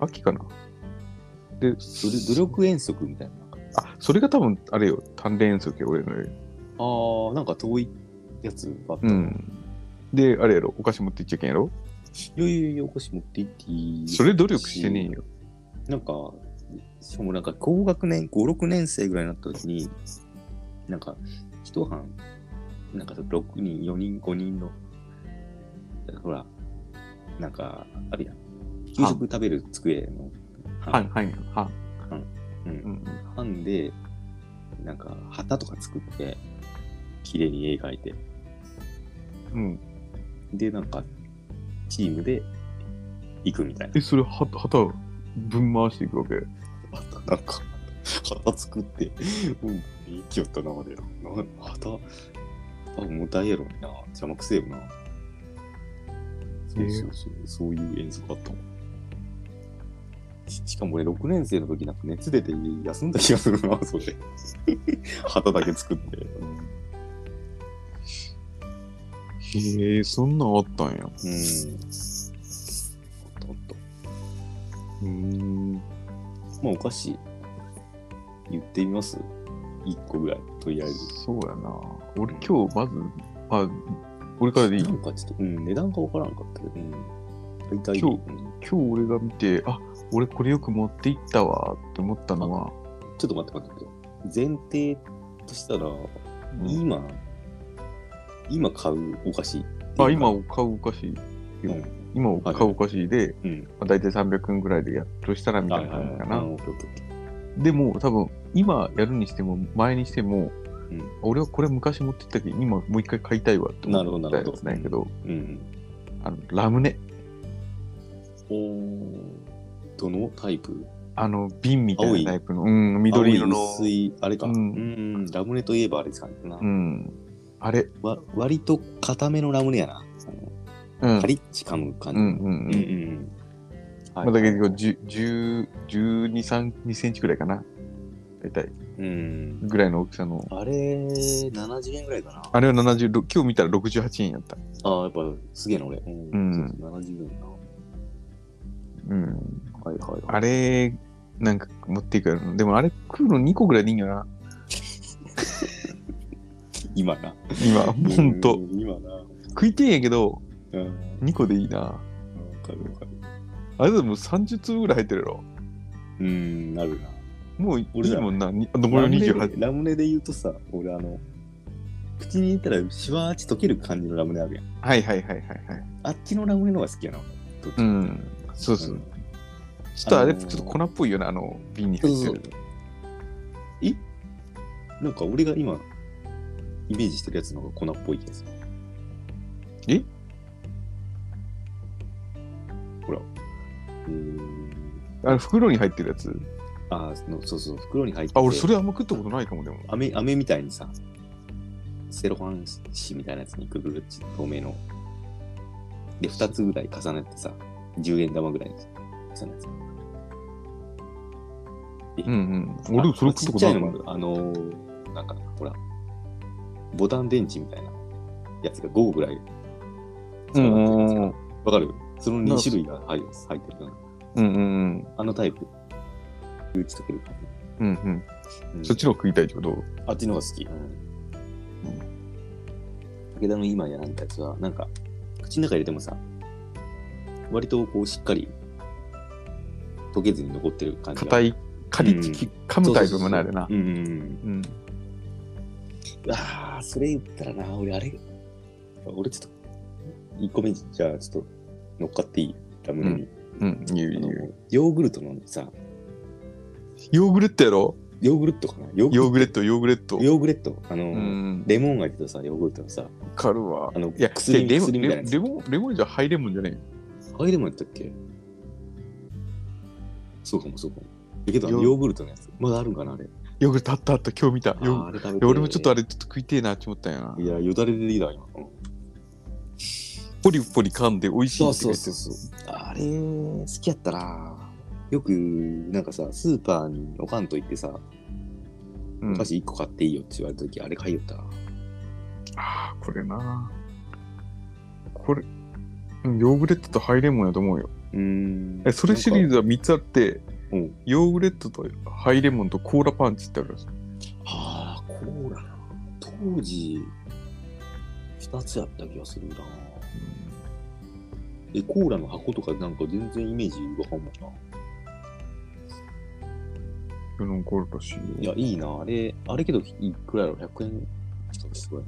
Speaker 2: 秋かな。で、
Speaker 1: 努努力遠足みたいな。
Speaker 2: あ、それが多分、あれよ、単連遠足よ、俺のより。
Speaker 1: あー、なんか遠いやつがあった。
Speaker 2: うん。で、あれやろ、お菓子持って行っちゃいけんやろ。
Speaker 1: いやいやいや、お菓子持って行っていい
Speaker 2: それ努力してねえよ。
Speaker 1: なんか、しかもなんか高学年、5、6年生ぐらいになった時に、なんか、一班、なんか6人、4人、5人の、ほら、なんか、あるやん。給食食べる机の
Speaker 2: はい、はい、は
Speaker 1: うん
Speaker 2: い。うんうん。
Speaker 1: 班で、なんか、旗とか作って、綺麗に絵描いて、
Speaker 2: うん、
Speaker 1: で、なんか、チームで行くみたいな
Speaker 2: え、。それ、は旗をぶん回していくわけ。
Speaker 1: なんか、旗作って、うん、生きよったな、俺ら。な旗、旗重たいやろにな。邪魔くせえよな。そうそうそう、そういう遠足あったもん。ししかも俺、6年生の時なんか熱出て休んだ気がするな、それ。 旗だけ作って。う
Speaker 2: へえ、そんなんあったんや。
Speaker 1: ん。あったあった。
Speaker 2: うーん。
Speaker 1: まあ、お菓子、言ってみます一個ぐらい、とりあえず。
Speaker 2: そうやな。俺、今日、まず、あ、俺からでいい
Speaker 1: なんかちょっと、うん、値段がわからんかったけど、うん、大体、
Speaker 2: 今日
Speaker 1: うん
Speaker 2: 今日俺が見て、あ俺これよく持って行ったわって思ったのは、
Speaker 1: ちょっと待って待って待って。前提としたら、
Speaker 2: うん
Speaker 1: 今、今買うお菓子っていうか。
Speaker 2: あ今買うお菓子、
Speaker 1: うん、
Speaker 2: 今を買うお菓子で、
Speaker 1: うん。
Speaker 2: まあ、大体300円ぐらいでやっとしたらみたいな感じかな。
Speaker 1: あオッケーオッケーオッケ
Speaker 2: でも多分、今やるにしても、前にしても、
Speaker 1: うん
Speaker 2: 俺はこれ昔持って行ったけど、今もう一回買いたいわって
Speaker 1: なるほど
Speaker 2: 思った
Speaker 1: なる
Speaker 2: や
Speaker 1: ほど
Speaker 2: つなんやけど、
Speaker 1: ーうん。
Speaker 2: あのラムネ、
Speaker 1: おーどのタイプ
Speaker 2: あの瓶みた
Speaker 1: 青
Speaker 2: い
Speaker 1: い
Speaker 2: なタイプの、うん、緑色の、
Speaker 1: 青い薄い、あれか。
Speaker 2: う
Speaker 1: うんん、ラムネといえばあれですかね。な
Speaker 2: うん、あれ、
Speaker 1: わ割と硬めのラムネやな。あの
Speaker 2: うん
Speaker 1: カリッチ噛む感
Speaker 2: う
Speaker 1: じ。
Speaker 2: んうんう
Speaker 1: うん
Speaker 2: ん、
Speaker 1: うんは
Speaker 2: まあ、だけど、10 10 12、3 2センチくらいかな。大体。
Speaker 1: うん。
Speaker 2: ぐらいの大きさの。
Speaker 1: あれ、70円ぐらいかな。
Speaker 2: あれは76、今日見たら68円やった。
Speaker 1: ああ、やっぱすげえな、俺。うん。
Speaker 2: うん
Speaker 1: そうそう70円な。
Speaker 2: うん。
Speaker 1: はいはいはい。
Speaker 2: あれ、なんか持っていくやろ。でもあれ食うの2個ぐらいでいいんよな。
Speaker 1: 今な。
Speaker 2: 今、ほんと
Speaker 1: う。ん今な。
Speaker 2: 食いてえんやけど、
Speaker 1: うん。わ
Speaker 2: 2個でいいな。
Speaker 1: かるわかる。
Speaker 2: あれでも30粒ぐらい入ってるやろ。
Speaker 1: うん、なるな。
Speaker 2: もうい
Speaker 1: 俺
Speaker 2: い
Speaker 1: ら
Speaker 2: もんな。にあ残りの
Speaker 1: ラムネ
Speaker 2: 28。
Speaker 1: ラムネで言うとさ、俺あの、口に入れたらシュワーチ溶ける感じのラムネあるやん。
Speaker 2: はいはいはいはいはい。
Speaker 1: あっちのラムネの方が好きやな。
Speaker 2: うん。そうそう。ちょっとあれ、ちょっと粉っぽいよな、あの、瓶に
Speaker 1: そう
Speaker 2: 入っ
Speaker 1: そ
Speaker 2: て
Speaker 1: う
Speaker 2: る。。
Speaker 1: えなんか俺が今、イメージしてるやつの方が粉っぽいやつ。
Speaker 2: え
Speaker 1: ほら。うーん。
Speaker 2: あれ、袋に入ってるやつ。
Speaker 1: あーそのそうそう、袋に入ってて。
Speaker 2: あ、俺、それあんま食ったことないかも、でも。
Speaker 1: 飴飴みたいにさ、セロハン紙みたいなやつにくぐるっち透明の。で、2つぐらい重ねてさ、10円玉ぐらいに重ねてさ。
Speaker 2: うんうん。俺、それ食った
Speaker 1: ち
Speaker 2: こ
Speaker 1: っち
Speaker 2: と
Speaker 1: ゃ
Speaker 2: ないい
Speaker 1: の
Speaker 2: か
Speaker 1: もあ
Speaker 2: も。
Speaker 1: る。あのー、なんか、ほら、ボタン電池みたいなやつが5個ぐらい。
Speaker 2: うんう
Speaker 1: わ、
Speaker 2: んうん
Speaker 1: かるその2種類が入る入ってるな。
Speaker 2: うんうん
Speaker 1: あのタイプ。打ち解ける感
Speaker 2: うんうんうん。
Speaker 1: じ。うん
Speaker 2: そっちの方が食いたいってこと
Speaker 1: あっちの方が好き。うん。武田の今やらんたやつは、なんか、口の中入れてもさ、割とこう、しっかり、溶けずに残ってる感じが。
Speaker 2: 硬
Speaker 1: い
Speaker 2: い、カリッキ、噛むタイプもなあれな
Speaker 1: う。んうんうん。
Speaker 2: うん。
Speaker 1: ああ、それ言ったらな、俺あれ、俺ちょっと、1個目、じゃあちょっと乗っかっていいラムネに、
Speaker 2: うん。いいよいい
Speaker 1: あの
Speaker 2: よ
Speaker 1: ヨーグルトのさ、
Speaker 2: ヨーグレットやろ
Speaker 1: ヨーグルトかなヨーグ
Speaker 2: ヨーグレット、ヨーグレット。
Speaker 1: ヨーグレット。あの、
Speaker 2: うん。
Speaker 1: レモン味とさ、ヨーグルトのさ、
Speaker 2: わかるわ
Speaker 1: あの。
Speaker 2: いや、
Speaker 1: 薬
Speaker 2: レモン、
Speaker 1: 薬みたいなやつ
Speaker 2: レモン、レモンじゃハイレモンじゃね
Speaker 1: ハイレモンやったっけそうかもそうかも。だけど、あの
Speaker 2: ヨー
Speaker 1: ヨーグルトのやつ、まだあるんかなあれ。
Speaker 2: え。ヨーグルトあったあった、今日見た。ヨー
Speaker 1: あーあれ食べ
Speaker 2: いや俺もちょっとあ
Speaker 1: れ。
Speaker 2: れ、ちょっと食いてえなって思ったんやな。
Speaker 1: いや、よだれ出てきたわ、今。うん
Speaker 2: ポリポリ噛んで美味しいって書いてる
Speaker 1: そう。あれ、好きやったな。よく、なんかさ、スーパーにおかんと行ってさ、
Speaker 2: うん
Speaker 1: お菓子1個買っていいよって言われた時、あれ買いよったな。
Speaker 2: ああ、これな。これ、うんヨーグレットとハイレモンやと思うよ。
Speaker 1: うーん
Speaker 2: え、それシリー
Speaker 1: ズ
Speaker 2: ズは3つあって、
Speaker 1: うん
Speaker 2: ヨーグレットとハイレモンとコーラパンチってあるらしい
Speaker 1: ああ、コーラな。当時、2つやった気がするな。え、コーラの箱とかなんか全然イメージわかんないな。
Speaker 2: 世のコーラらしいよ。
Speaker 1: いや、いいな。あれ、あれけど、いくらやろ ?100 円近くすごい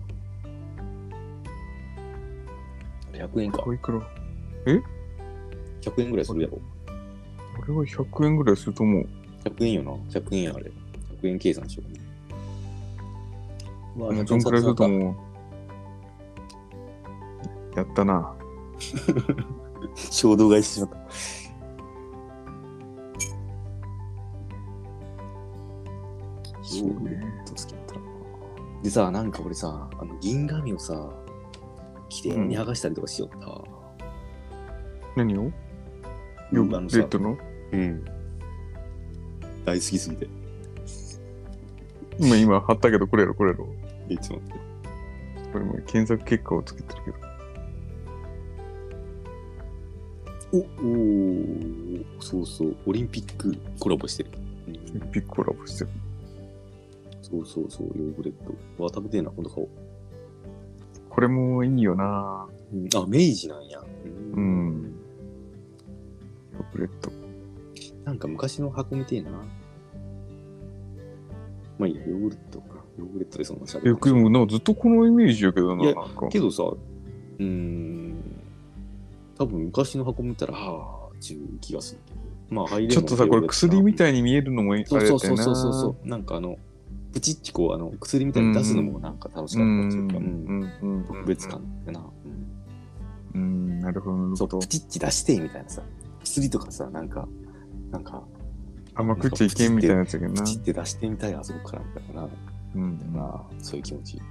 Speaker 1: な。100円か
Speaker 2: こ。れいくら
Speaker 1: 100円ぐらいするやろ。
Speaker 2: これは100円ぐらいすると思う。
Speaker 1: 100円よな。100円あれ。100円計算しよう。ま
Speaker 2: うんそんくらいすると思う。やったな。
Speaker 1: 衝動買いしてしまった。そうね。好きだったなでさ、なんか俺さ、あの銀紙をさ、綺麗に剥がしたりとかしよったわ。
Speaker 2: 何をヨーグ
Speaker 1: あ
Speaker 2: レ
Speaker 1: のさ
Speaker 2: ットの
Speaker 1: うん。大好きすぎて。
Speaker 2: 今、今貼ったけど、これやろ、これやろ。
Speaker 1: え、ちょっと待って。
Speaker 2: これも検索結果をつけてるけど。
Speaker 1: おおーそうそう、オリンピックコラボしてる。うん
Speaker 2: ビッグコラボしてる。
Speaker 1: そうそうそう、ヨーグレット。わ、食べてえな、今度買おう。
Speaker 2: これもいいよな。
Speaker 1: あ、明治なんや。
Speaker 2: う。ん。ヨーグレット。
Speaker 1: なんか昔の箱みてえな。まあいいや、ヨーグレットか。ヨーグレットでそんなしゃべ
Speaker 2: え、でもなんかずっとこのイメージやけど
Speaker 1: い
Speaker 2: な、な
Speaker 1: や
Speaker 2: んか。
Speaker 1: けどさ、うーん、多分昔の箱見たら、はあ、ちゅう気がするけど。まあ、ハイレモン
Speaker 2: ちょっとさ、これ薬み
Speaker 1: い
Speaker 2: たいに見えるのもあれだ
Speaker 1: そう
Speaker 2: よ
Speaker 1: そ
Speaker 2: な。
Speaker 1: うそうそうそうそう。なんかあの、プチッチこう、あの、薬みたいに出すのもなんか楽しか
Speaker 2: う
Speaker 1: った
Speaker 2: ん
Speaker 1: っていうか、
Speaker 2: う
Speaker 1: うん
Speaker 2: んうん
Speaker 1: 特別感だよな。うん
Speaker 2: うん、なるほどなる
Speaker 1: そう、
Speaker 2: ほど
Speaker 1: プ。チッチ出して、みたいなさ。薬とかさ、なんか、なんか、
Speaker 2: 甘くっちゃいけんみたいなやつやけど
Speaker 1: プ
Speaker 2: な。
Speaker 1: チって出してみたい、あそこから、みたいな。
Speaker 2: うん、な
Speaker 1: まあ、そういう気持ち。
Speaker 2: る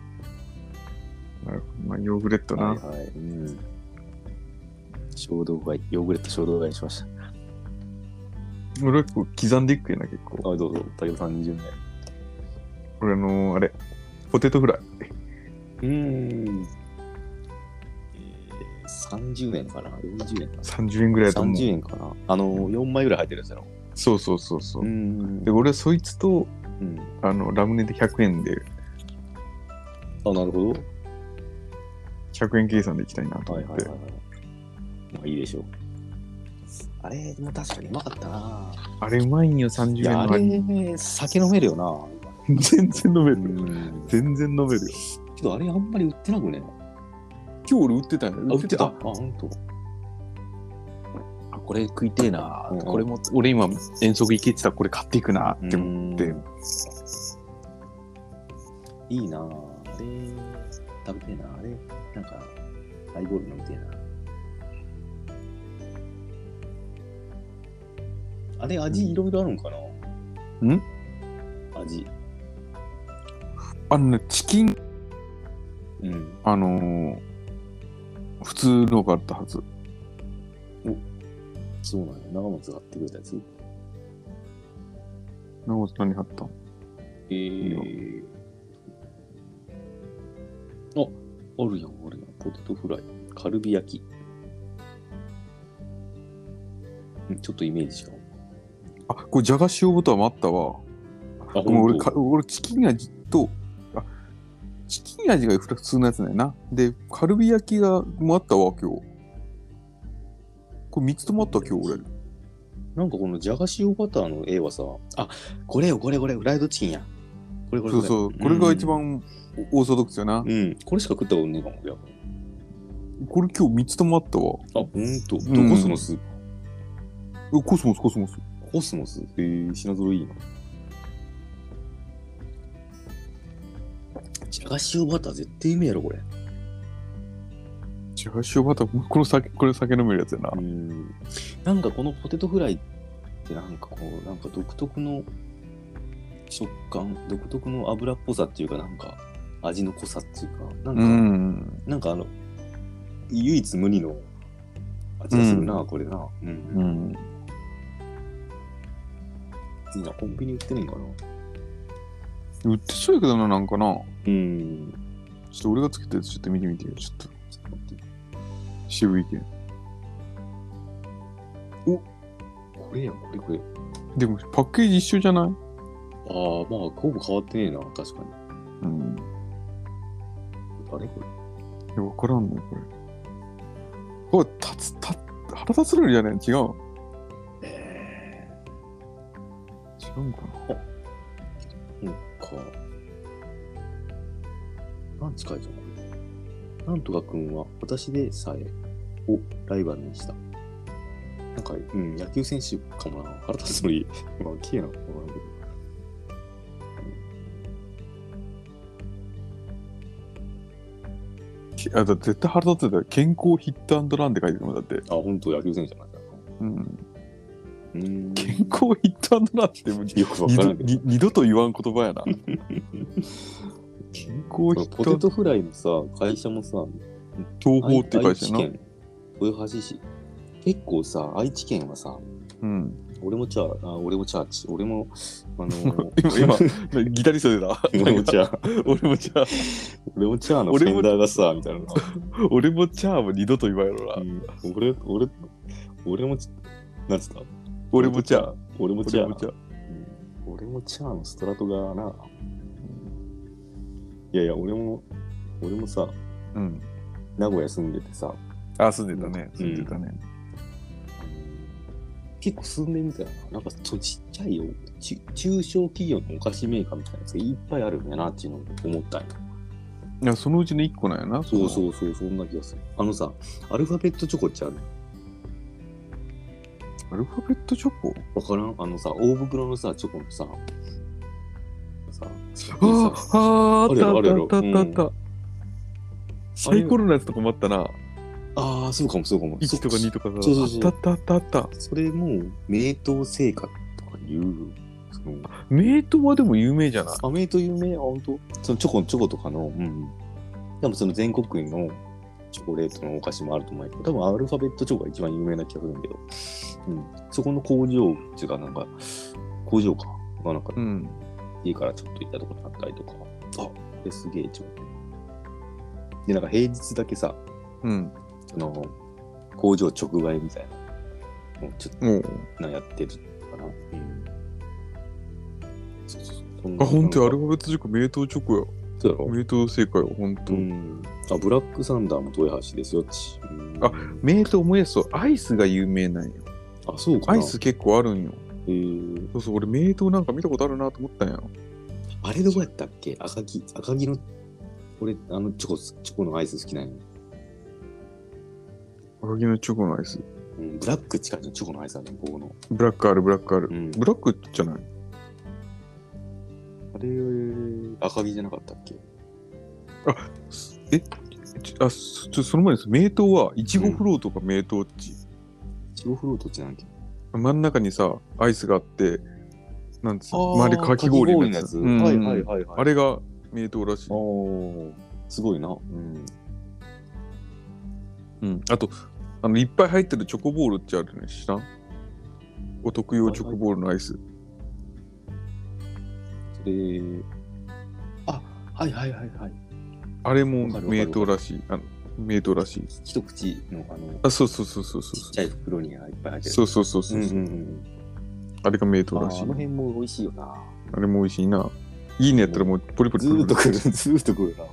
Speaker 2: ほど。まあ、ヨーグレットな。
Speaker 1: はいはい。うん。衝動買い、ヨーグレット衝動買いしました。
Speaker 2: 俺はこう刻んでいくけどな、結構。
Speaker 1: あ、どうぞ、武田さん20名。
Speaker 2: 俺あのーあれ、ポテトフライ。
Speaker 1: うーん。えー30円かな ?40 円かな
Speaker 2: 30円ぐらいだと思う。
Speaker 1: ?30 円かなあの、4枚ぐらい入ってるやつだろ。
Speaker 2: そうそうそうそう。
Speaker 1: ん
Speaker 2: で、俺はそいつと、
Speaker 1: うん。
Speaker 2: あの、ラムネで100円で、
Speaker 1: あ、なるほ
Speaker 2: 100円計算でいきたいな
Speaker 1: ど。
Speaker 2: と
Speaker 1: はい
Speaker 2: 思っ
Speaker 1: はいはい
Speaker 2: て
Speaker 1: は。い。まあいいでしょう。あれ、でも確かにうまかったな。
Speaker 2: あれうまいんよ、30
Speaker 1: い
Speaker 2: 円
Speaker 1: や、あ
Speaker 2: の割に。
Speaker 1: れ、酒飲めるよな。
Speaker 2: 全然飲め
Speaker 1: う
Speaker 2: るよ。
Speaker 1: ん。け
Speaker 2: 全然飲めるよ。
Speaker 1: どあれあんまり売ってなくね。
Speaker 2: 今日俺売ってたよ。
Speaker 1: あ、売ってた。あ、ほんと。
Speaker 2: あこれ食いてえな、
Speaker 1: うん
Speaker 2: これも俺今遠足行けてたらこれ買っていくなって思って、
Speaker 1: うんいいなぁ。あれ、食べてえなぁ。あれ、なんか、ハイボール飲みてえなあれ、味いろいろあるんかな
Speaker 2: うん
Speaker 1: 味。
Speaker 2: あのねチキン
Speaker 1: うん。
Speaker 2: あのー普通のがあったはず
Speaker 1: そうなのよ。長松が買ってくれたやつ。
Speaker 2: なお何買ったの
Speaker 1: えー。あ、あるやん、あるやん。ポテトフライ。カルビ焼き。うんちょっとイメージしか。
Speaker 2: あこれじゃが塩豚は待ったわ
Speaker 1: あ、
Speaker 2: ごめ
Speaker 1: ほ
Speaker 2: ん
Speaker 1: ん
Speaker 2: 俺
Speaker 1: と
Speaker 2: か俺チキン味とあチキン味が普通のやつだよなでカルビ焼きがもあったわ今日これ3つともあったわ今日俺
Speaker 1: なんかこのじゃが塩バターの絵はさ、あこれよ、これ、これ、フライドチキンや。これ、これ、
Speaker 2: そうそうこれが一。番オーソドックスよな
Speaker 1: う、ん、うんこれしか食ったことねえかも、俺は。
Speaker 2: これ今日3つともあったわ
Speaker 1: あ、ほんと。ど
Speaker 2: うん
Speaker 1: コスモス、
Speaker 2: えコスモスコスモス
Speaker 1: コスモスえー、品揃えいいな。じゃが塩バター絶対うめえやろ、これ。
Speaker 2: じゃが塩バター、この酒、これ酒飲めるやつやな。
Speaker 1: うん。なんかこのポテトフライってなんかこう、なんか独特の食感、独特の脂っぽさっていうか、なんか味の濃さっていうか、なんか、
Speaker 2: ん。
Speaker 1: なんかあの、唯一無二の味がするな、これな。うん。
Speaker 2: うん。
Speaker 1: いいな、コンビニ売ってないかな。
Speaker 2: 売ってそうやけどな、なんかな。
Speaker 1: うん。
Speaker 2: ちょっと俺がつけたやつちょっと見てみてよ。ちょっ
Speaker 1: ち
Speaker 2: と
Speaker 1: ょっと待って
Speaker 2: 渋いけん。
Speaker 1: これやん、これこれ。
Speaker 2: でもパッケージ一緒じゃない
Speaker 1: ああ、まあ、ほぼ変わってねえな、確かに。
Speaker 2: うん。
Speaker 1: あれこれ。
Speaker 2: いや、わからんね、これ。これ、たつ、た、腹立つのりじゃない違う。
Speaker 1: え
Speaker 2: 違うんかな。
Speaker 1: ー、なんか。なん近いじゃん、これ。なんとかくんは、私でさえ、をライバルにした。なんか、うん、野球選手かもな。腹立つのに、 まあ、綺麗なのかわからんけど。
Speaker 2: きあ、だって絶対腹立つだよ。健康ヒットアンドランって書いてるもんだって。
Speaker 1: あ、本当野球選手じゃないか。
Speaker 2: うん。
Speaker 1: うーん。
Speaker 2: 健康ヒットアンドランってもう
Speaker 1: よくわ
Speaker 2: 二
Speaker 1: か
Speaker 2: 度
Speaker 1: らんけど
Speaker 2: 二。二度と言わん言葉やな。健康ヒッ
Speaker 1: ポ
Speaker 2: トア
Speaker 1: テ
Speaker 2: ンド
Speaker 1: トフライのさ、会社もさ、
Speaker 2: 東宝って会社
Speaker 1: 愛
Speaker 2: な
Speaker 1: 知。県豊橋市。結構さ、愛知県はさ、
Speaker 2: うん。
Speaker 1: 俺もチャー、あ俺もチャーチ、俺も、あのー
Speaker 2: 今、今、ギタリスト出た。
Speaker 1: 俺 もチャー、
Speaker 2: 俺もチャー、
Speaker 1: 俺もチャーのフ
Speaker 2: 俺も
Speaker 1: ェンダーがさ、みたいな。
Speaker 2: 俺もチャーも二度と言わんやろな。
Speaker 1: うん俺、俺、俺もチ、なんつった
Speaker 2: 俺もチャー。。
Speaker 1: 俺もチャ
Speaker 2: 俺
Speaker 1: ー
Speaker 2: も。チャ
Speaker 1: う
Speaker 2: ー。
Speaker 1: ん俺もチャーのストラトがな。いやいや、俺も、俺もさ、
Speaker 2: うん。
Speaker 1: 名古屋住んでてさ、
Speaker 2: あ、住んでたね。住んでたね。
Speaker 1: 結構進んでみたいな、なんかちょちっちゃいよち中小企業のお菓子メーカーみたいなやつがいっぱいあるんだなっていうのを思ったんよ。
Speaker 2: いや、そのうちの一個なんやな。
Speaker 1: そう
Speaker 2: う。
Speaker 1: そうそう、そんな気がする。あのさ、アルファベットチョコってある
Speaker 2: アルファベットチョコ
Speaker 1: わからんあのさ、大袋のさ、チョコのさ、さ、さ
Speaker 2: ああ、あ
Speaker 1: あ
Speaker 2: っ
Speaker 1: るや
Speaker 2: た
Speaker 1: ろ
Speaker 2: あ
Speaker 1: あるやろ
Speaker 2: ったあったあったあった。サイコロのやつとかもあったな。
Speaker 1: ああ、そうかもそうかも。
Speaker 2: 1とか2とかさ。
Speaker 1: そうそうそう
Speaker 2: あったあったあったあっ
Speaker 1: そそれも、名刀製菓とかいう、その、
Speaker 2: た。メイトはでも有名じゃない
Speaker 1: アメと有名、あ、本当そのチョコ、チョコとかの、うん。でもその全国区のチョコレートのお菓子もあると思うけど、多分アルファベットチョコが一番有名な気がするんだけど、うん、そこの工場っていうか、なんか、工場か、まあ、なんか
Speaker 2: うん。
Speaker 1: 家からちょっと行ったとこにあったりとか、あですげえちょで、なんか平日だけさ、
Speaker 2: うん。
Speaker 1: その工場直売みたいな、もうちょっ
Speaker 2: もう。
Speaker 1: となやってるかな。うん、そうそうそうそん
Speaker 2: あ、
Speaker 1: な
Speaker 2: ほんとやアルファベット塾名刀チョコや。
Speaker 1: そうやろ
Speaker 2: 名刀正解はほんと
Speaker 1: う。ん、あブラックサンダーも豊橋ですよちうん
Speaker 2: あ名刀もやそう、アイスが有名なんよ。
Speaker 1: あそうか
Speaker 2: ア
Speaker 1: な
Speaker 2: イス結構あるんよ。
Speaker 1: えー、
Speaker 2: そうそう、俺名刀なんか見たことあるなと思ったんや。
Speaker 1: あれどこやったっけ赤木赤木の俺あのチョコチョコのアイス好きなんよ、
Speaker 2: 赤木のチョコのアイス。
Speaker 1: うん、ブラック近いのチョコのアイスあるのここの、
Speaker 2: ブラックある、ブラックある
Speaker 1: う。ん、
Speaker 2: ブラックじゃない
Speaker 1: あれ赤木じゃなかったっけ
Speaker 2: えちあそちょその前です名刀はいちごフロートが名刀っち、
Speaker 1: チゴフロートってなんだっけ
Speaker 2: 真ん中にさアイスがあってなんつうの
Speaker 1: あ
Speaker 2: 周
Speaker 1: れ
Speaker 2: りかき氷のやつうん
Speaker 1: はいはいはいはい
Speaker 2: あれが名刀らしい
Speaker 1: おおすごいなうん
Speaker 2: うん、あとあのいっぱい入ってるチョコボールってあるね知らんお得用チョコボールのアイス、
Speaker 1: それあはいはいはいはい
Speaker 2: あれも
Speaker 1: わかるわかる
Speaker 2: 名刀らしいあの名刀らしい
Speaker 1: 一口のあの
Speaker 2: あそうそうそうそうそう
Speaker 1: ちっちゃい袋にがいっぱい入ってる
Speaker 2: そうそうそうそう、
Speaker 1: うんうんうん
Speaker 2: あれが名
Speaker 1: あ
Speaker 2: 刀らしい
Speaker 1: ーあの辺も美味しいよな
Speaker 2: あれも美味しいないいねやったらもうポリポリ
Speaker 1: ず
Speaker 2: ポ
Speaker 1: ー
Speaker 2: リ
Speaker 1: っと
Speaker 2: ポ
Speaker 1: 来
Speaker 2: リ
Speaker 1: る、ずーっと来るな。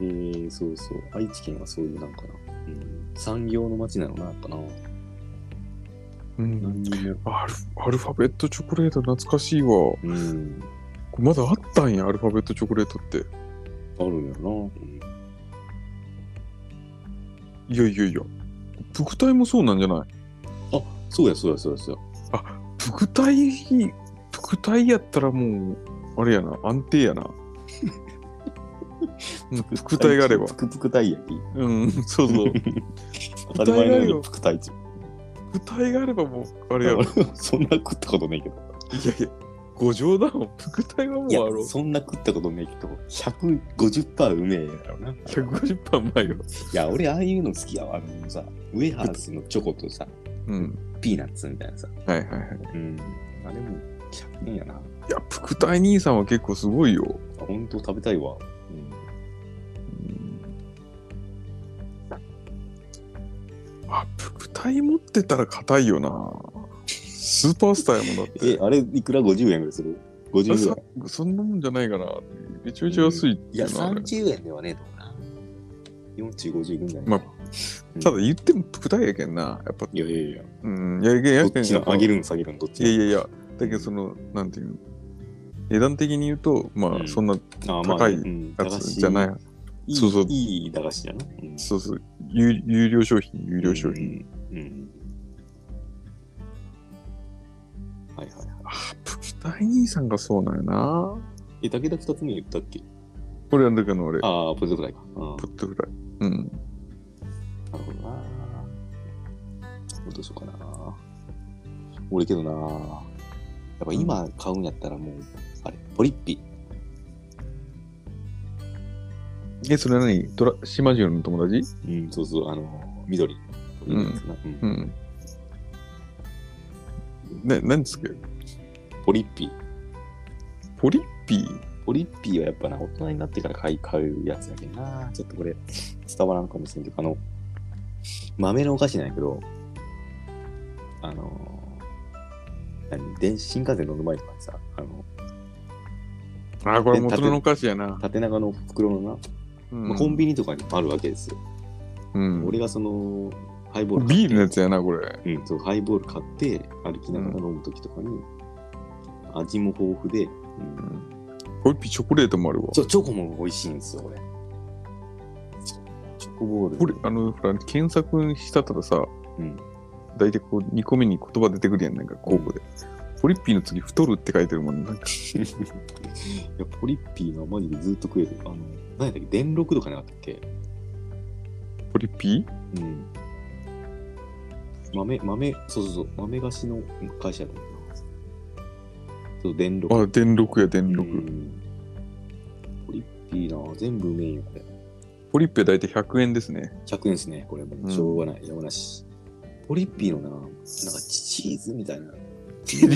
Speaker 1: えー、そうそう。愛知県はそういうなんかな。うん、産業の街なのなんかな。
Speaker 2: うん、アルフアルファベットチョコレート懐かしいわ
Speaker 1: うん。
Speaker 2: これまだあったんやアルファベットチョコレートって
Speaker 1: あるんやな。うん
Speaker 2: いやいやいやプクタイもそうなんじゃない
Speaker 1: あ、そうや、そうや、そうや、そうや。
Speaker 2: プクタイプクタイやったらもうあれやな安定やな うんプクタイがあれば
Speaker 1: ぷくぷくたい焼き。
Speaker 2: うんそう そうプ
Speaker 1: 当た
Speaker 2: ク
Speaker 1: り
Speaker 2: タ
Speaker 1: 前
Speaker 2: イが
Speaker 1: のよう
Speaker 2: あれ
Speaker 1: に
Speaker 2: ば
Speaker 1: ぷくたいち。
Speaker 2: プクタイがあればもうあれやろい
Speaker 1: そんな食ったことないけど。
Speaker 2: やいやご冗談をプクタイはもう
Speaker 1: い
Speaker 2: あ
Speaker 1: や
Speaker 2: ろ、
Speaker 1: そんな食ったことないけど、150%うめえやろな。い
Speaker 2: 150パー前よ、
Speaker 1: や、俺、ああいうの好きやわ。あのさ、ウェハースのチョコとさ、
Speaker 2: うん、
Speaker 1: ピーナッツみたいなさ。
Speaker 2: はいはいはい
Speaker 1: うん。あれも100円やな。
Speaker 2: いやプクタイ兄さんは結構すごいよ
Speaker 1: あ本当食べたいわ。
Speaker 2: あ、プクタイ持ってたら硬いよな。スーパースターやもんだっ
Speaker 1: え
Speaker 2: て、。
Speaker 1: あれ、いくら50円ぐらいする ?50 円
Speaker 2: さそんなもんじゃないかな。めちゃめちゃ安いって
Speaker 1: い
Speaker 2: い
Speaker 1: や、
Speaker 2: うのはあれ
Speaker 1: 30円ではねえとかな。40、50いくんじゃないかな
Speaker 2: まあ
Speaker 1: うん
Speaker 2: ただ言ってもプクタイやけんな。やっぱ、
Speaker 1: いやいやいや、
Speaker 2: うん、いやいやいや
Speaker 1: ど
Speaker 2: け
Speaker 1: っ
Speaker 2: ん
Speaker 1: ち
Speaker 2: や
Speaker 1: の
Speaker 2: っぱ
Speaker 1: 上げるの下げるのどっち
Speaker 2: い
Speaker 1: な
Speaker 2: や
Speaker 1: の
Speaker 2: いやいや、だけどその、なんていうの、値段的に言うと、まあ、
Speaker 1: うん
Speaker 2: そんな
Speaker 1: あー
Speaker 2: 高い
Speaker 1: うん
Speaker 2: やつじゃない。
Speaker 1: いい
Speaker 2: そうそう
Speaker 1: いい駄菓子だな。うん
Speaker 2: そうそう、有有料商品、有料商品。
Speaker 1: うん。うんはいはいはい。
Speaker 2: あ、プクタイ兄さんがそうなんやな。
Speaker 1: え、だけだ2つ目言ったっけ
Speaker 2: これなんだけど俺、ポ
Speaker 1: ああ、ポテトフライか。あ
Speaker 2: ットフライ。うん。
Speaker 1: なるほどな。どうしようかな。俺けどな。やっぱ今買うんやったらもう、あれ、ポリッピ。
Speaker 2: え、それは何トラ島中の友達
Speaker 1: うん、そうそう、あの、緑。
Speaker 2: うん
Speaker 1: 緑のやつなうん
Speaker 2: うん。な、何ですか
Speaker 1: ポリッピ。
Speaker 2: ポリッピー
Speaker 1: ポリッピはやっぱな、大人になってから買い買うやつやけんな。ちょっとこれ、伝わらんかもしれんけど、あの、豆のお菓子なんやけど、あの、何電新幹線乗る前とかにさ、あの、
Speaker 2: あー、これ元のお菓子やな。
Speaker 1: 縦長の袋のな、まあコンビニとかにもあるわけですよ。
Speaker 2: ニ、うん、
Speaker 1: 俺がその、ハイボール買って
Speaker 2: ビールのやつやな、これ。
Speaker 1: うん、そうハイボール買って歩きながら飲むときとかに、味も豊富で、うん
Speaker 2: ポリッピーチョコレートもあるわ。
Speaker 1: そうチョコも美味しいんですよ、これ。そうチョコボール。
Speaker 2: これ、あの、ほら、検索したったらさ、
Speaker 1: うん
Speaker 2: 大体こう、2個目に言葉出てくるやん、なんか候補で。ポリッピーの次、太るって書いてるもん、なんか。
Speaker 1: いやポリッピーがマジでずっと食える。あの、何やったっけ電録とかなかったっけ
Speaker 2: ポリッピ
Speaker 1: うん。豆、豆、そうそうそう、豆菓子の会社だったんだけど。そう、電録。
Speaker 2: ーあ、電力や、
Speaker 1: う
Speaker 2: 電力。
Speaker 1: んポリッいいな全部うめえよ、これ。
Speaker 2: ポリッペ大体100円です ね。
Speaker 1: 100円ですね、これ。もうしょうがない、山梨。ポリッピーのな、なんかチーズみたいな。
Speaker 2: い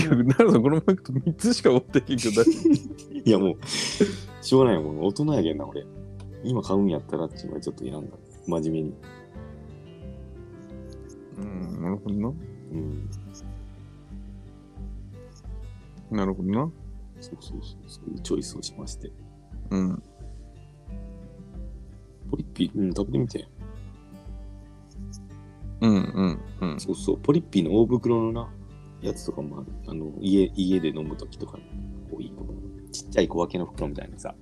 Speaker 2: や、なるほど、このマークと3つしか持ってへんけど、だ
Speaker 1: いや、もう、 しょうがないよ、もう大人やけんな、俺。今買うんやったらっていうのはちょっと選んだ。真面目に。
Speaker 2: うん、なるほどな。
Speaker 1: うん。
Speaker 2: なるほどな。
Speaker 1: そうそうそう、そういうチョイスをしまして。
Speaker 2: うん。
Speaker 1: ポリッピー、うん、食べてみて。
Speaker 2: うんうんうん。
Speaker 1: そうそう、ポリッピーの大袋のな、やつとかもある。あの、家、家で飲むときとか、こういいのちっちゃい小分けの袋みたいなさ、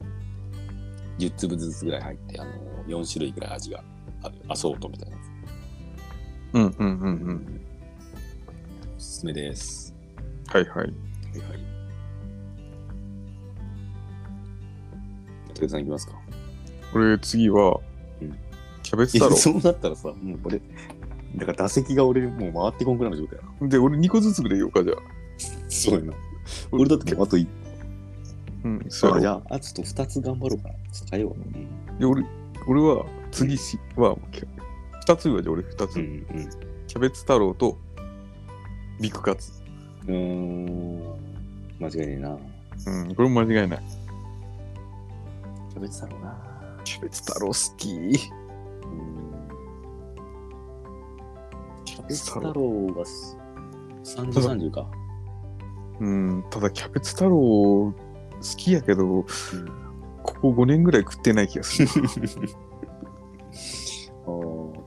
Speaker 1: 10粒ずつぐらい入って、あの、4種類ぐらい味がある、アソートみたいなやつ。
Speaker 2: うんうんうんうん。
Speaker 1: おすすめです。
Speaker 2: はいはい。
Speaker 1: はいはい。武田さんいきますか。
Speaker 2: これ次は
Speaker 1: うん、
Speaker 2: キャベツ太
Speaker 1: そうなったらさ、もうこれ、だから打席が俺、もう回ってこんくらいの状態やな。
Speaker 2: 郎。で、俺2個ずつぐらい言おうか、じゃあ。
Speaker 1: そうやな。俺だってもうあと1
Speaker 2: うん、そう
Speaker 1: 個。
Speaker 2: や
Speaker 1: じ
Speaker 2: ろ。
Speaker 1: ゃあ、あと2つ頑張ろうかな。ちょっと変えよう。
Speaker 2: で、俺、俺は次しは、2つ言うわ、じゃあ俺2つ。
Speaker 1: うんうん。
Speaker 2: キャベツ太郎と、ビッグカツ。
Speaker 1: うーん。間違いねえな。
Speaker 2: うん、これも間違いない。
Speaker 1: キャベツだろうな。
Speaker 2: キャベツ太郎好き。
Speaker 1: うん。キャベ
Speaker 2: ベ
Speaker 1: ツ
Speaker 2: ツ
Speaker 1: 太
Speaker 2: 太
Speaker 1: 郎
Speaker 2: 郎
Speaker 1: がす30、30か。
Speaker 2: うん、ただキャベツ太郎好きやけど、ここ5年ぐらい食ってない気がする。
Speaker 1: ああ、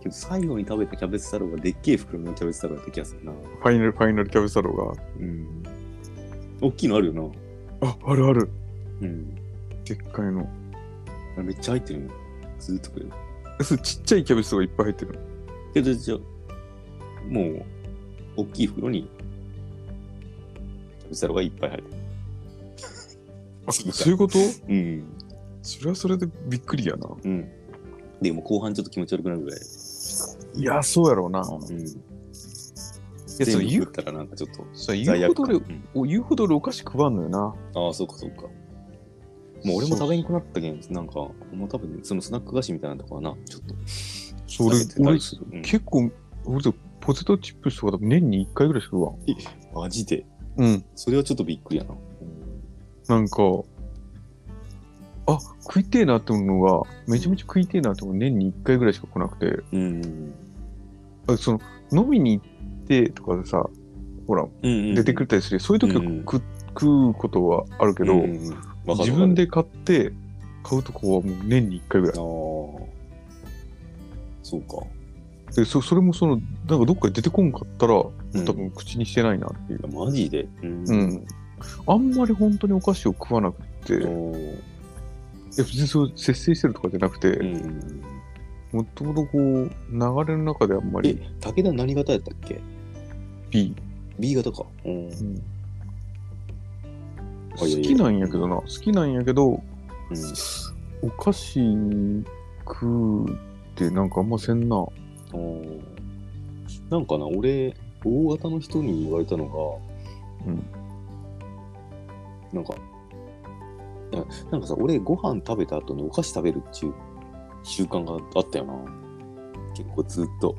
Speaker 1: けど最後に食べたキャベツ太郎がでっけえ袋のキャベツ太郎だった気がするな。
Speaker 2: ファイナルファイナルキャベツ太郎
Speaker 1: うん。大きいのあるよな。
Speaker 2: が。あ、あるある。
Speaker 1: うん。
Speaker 2: でっかいの。
Speaker 1: あれめっちゃ入ってるよ。ずーっとくれる。
Speaker 2: そうちっちゃいキャベツとかいっぱい入ってるの。
Speaker 1: けどじゃあもう、大きい袋に、キャベツ太郎がいっぱい入ってる。
Speaker 2: あ、
Speaker 1: ちっちゃい
Speaker 2: そういうこと
Speaker 1: うん。
Speaker 2: それはそれでびっくりやな。
Speaker 1: うん。でも後半ちょっと気持ち悪くなるぐらい。
Speaker 2: いや、そうやろうな。
Speaker 1: うん。い
Speaker 2: やそう言う
Speaker 1: ったらなんかちょっと
Speaker 2: そう
Speaker 1: 罪
Speaker 2: 言う
Speaker 1: 悪
Speaker 2: ほど
Speaker 1: 感。
Speaker 2: 俺、お言うほど俺お菓子食わんのよな。
Speaker 1: うんああ、そうかそうか。もう俺も食べにくなったけん、なんか、もう多分そのスナック菓子みたいなとこはな、ちょっと。
Speaker 2: そう俺
Speaker 1: 食べてたりするうん
Speaker 2: 結構、俺とポテトチップスとか年に1回ぐらいしか食わん。
Speaker 1: マジで。
Speaker 2: うん。
Speaker 1: それはちょっとびっくりやな。
Speaker 2: なんか、あ、食いてえなって思うのが、めちゃめちゃ食いてえなって思う年に1回ぐらいしか来なくて、
Speaker 1: うん。
Speaker 2: あその、飲みに行ってとかでさ、ほら、
Speaker 1: うん
Speaker 2: 出てくれたりする、そういう時は
Speaker 1: うん
Speaker 2: 食,、食うことはあるけど、
Speaker 1: うんわかるわかる
Speaker 2: 自分。で買って、買うとこはもう年に1回ぐら
Speaker 1: ああ。そうか。
Speaker 2: い。で、そそれもその、なんかどっかで出てこんかったら、多
Speaker 1: うん
Speaker 2: 分口にしてないなっていう。
Speaker 1: マジで。うん
Speaker 2: うん。あんまり本当にお菓子を食わなくて、い
Speaker 1: お
Speaker 2: や
Speaker 1: ー
Speaker 2: 別にそう節制してるとかじゃなくて、
Speaker 1: うん。
Speaker 2: もともとこう、流れの中であんま
Speaker 1: え
Speaker 2: り、
Speaker 1: 武田何型やったっけ
Speaker 2: B、
Speaker 1: ?B 型か。うん。
Speaker 2: うん
Speaker 1: あ
Speaker 2: 好
Speaker 1: いやいや
Speaker 2: きなんやけどな、好きなんやけど、
Speaker 1: うん
Speaker 2: お菓子食うってなんかあんませんな。
Speaker 1: うんなんかな、俺、大型の人に言われたのが、
Speaker 2: うん
Speaker 1: なんか、いやなんかさ、俺、ご飯食べた後にお菓子食べるっていう習慣があったよな。結構ずっと。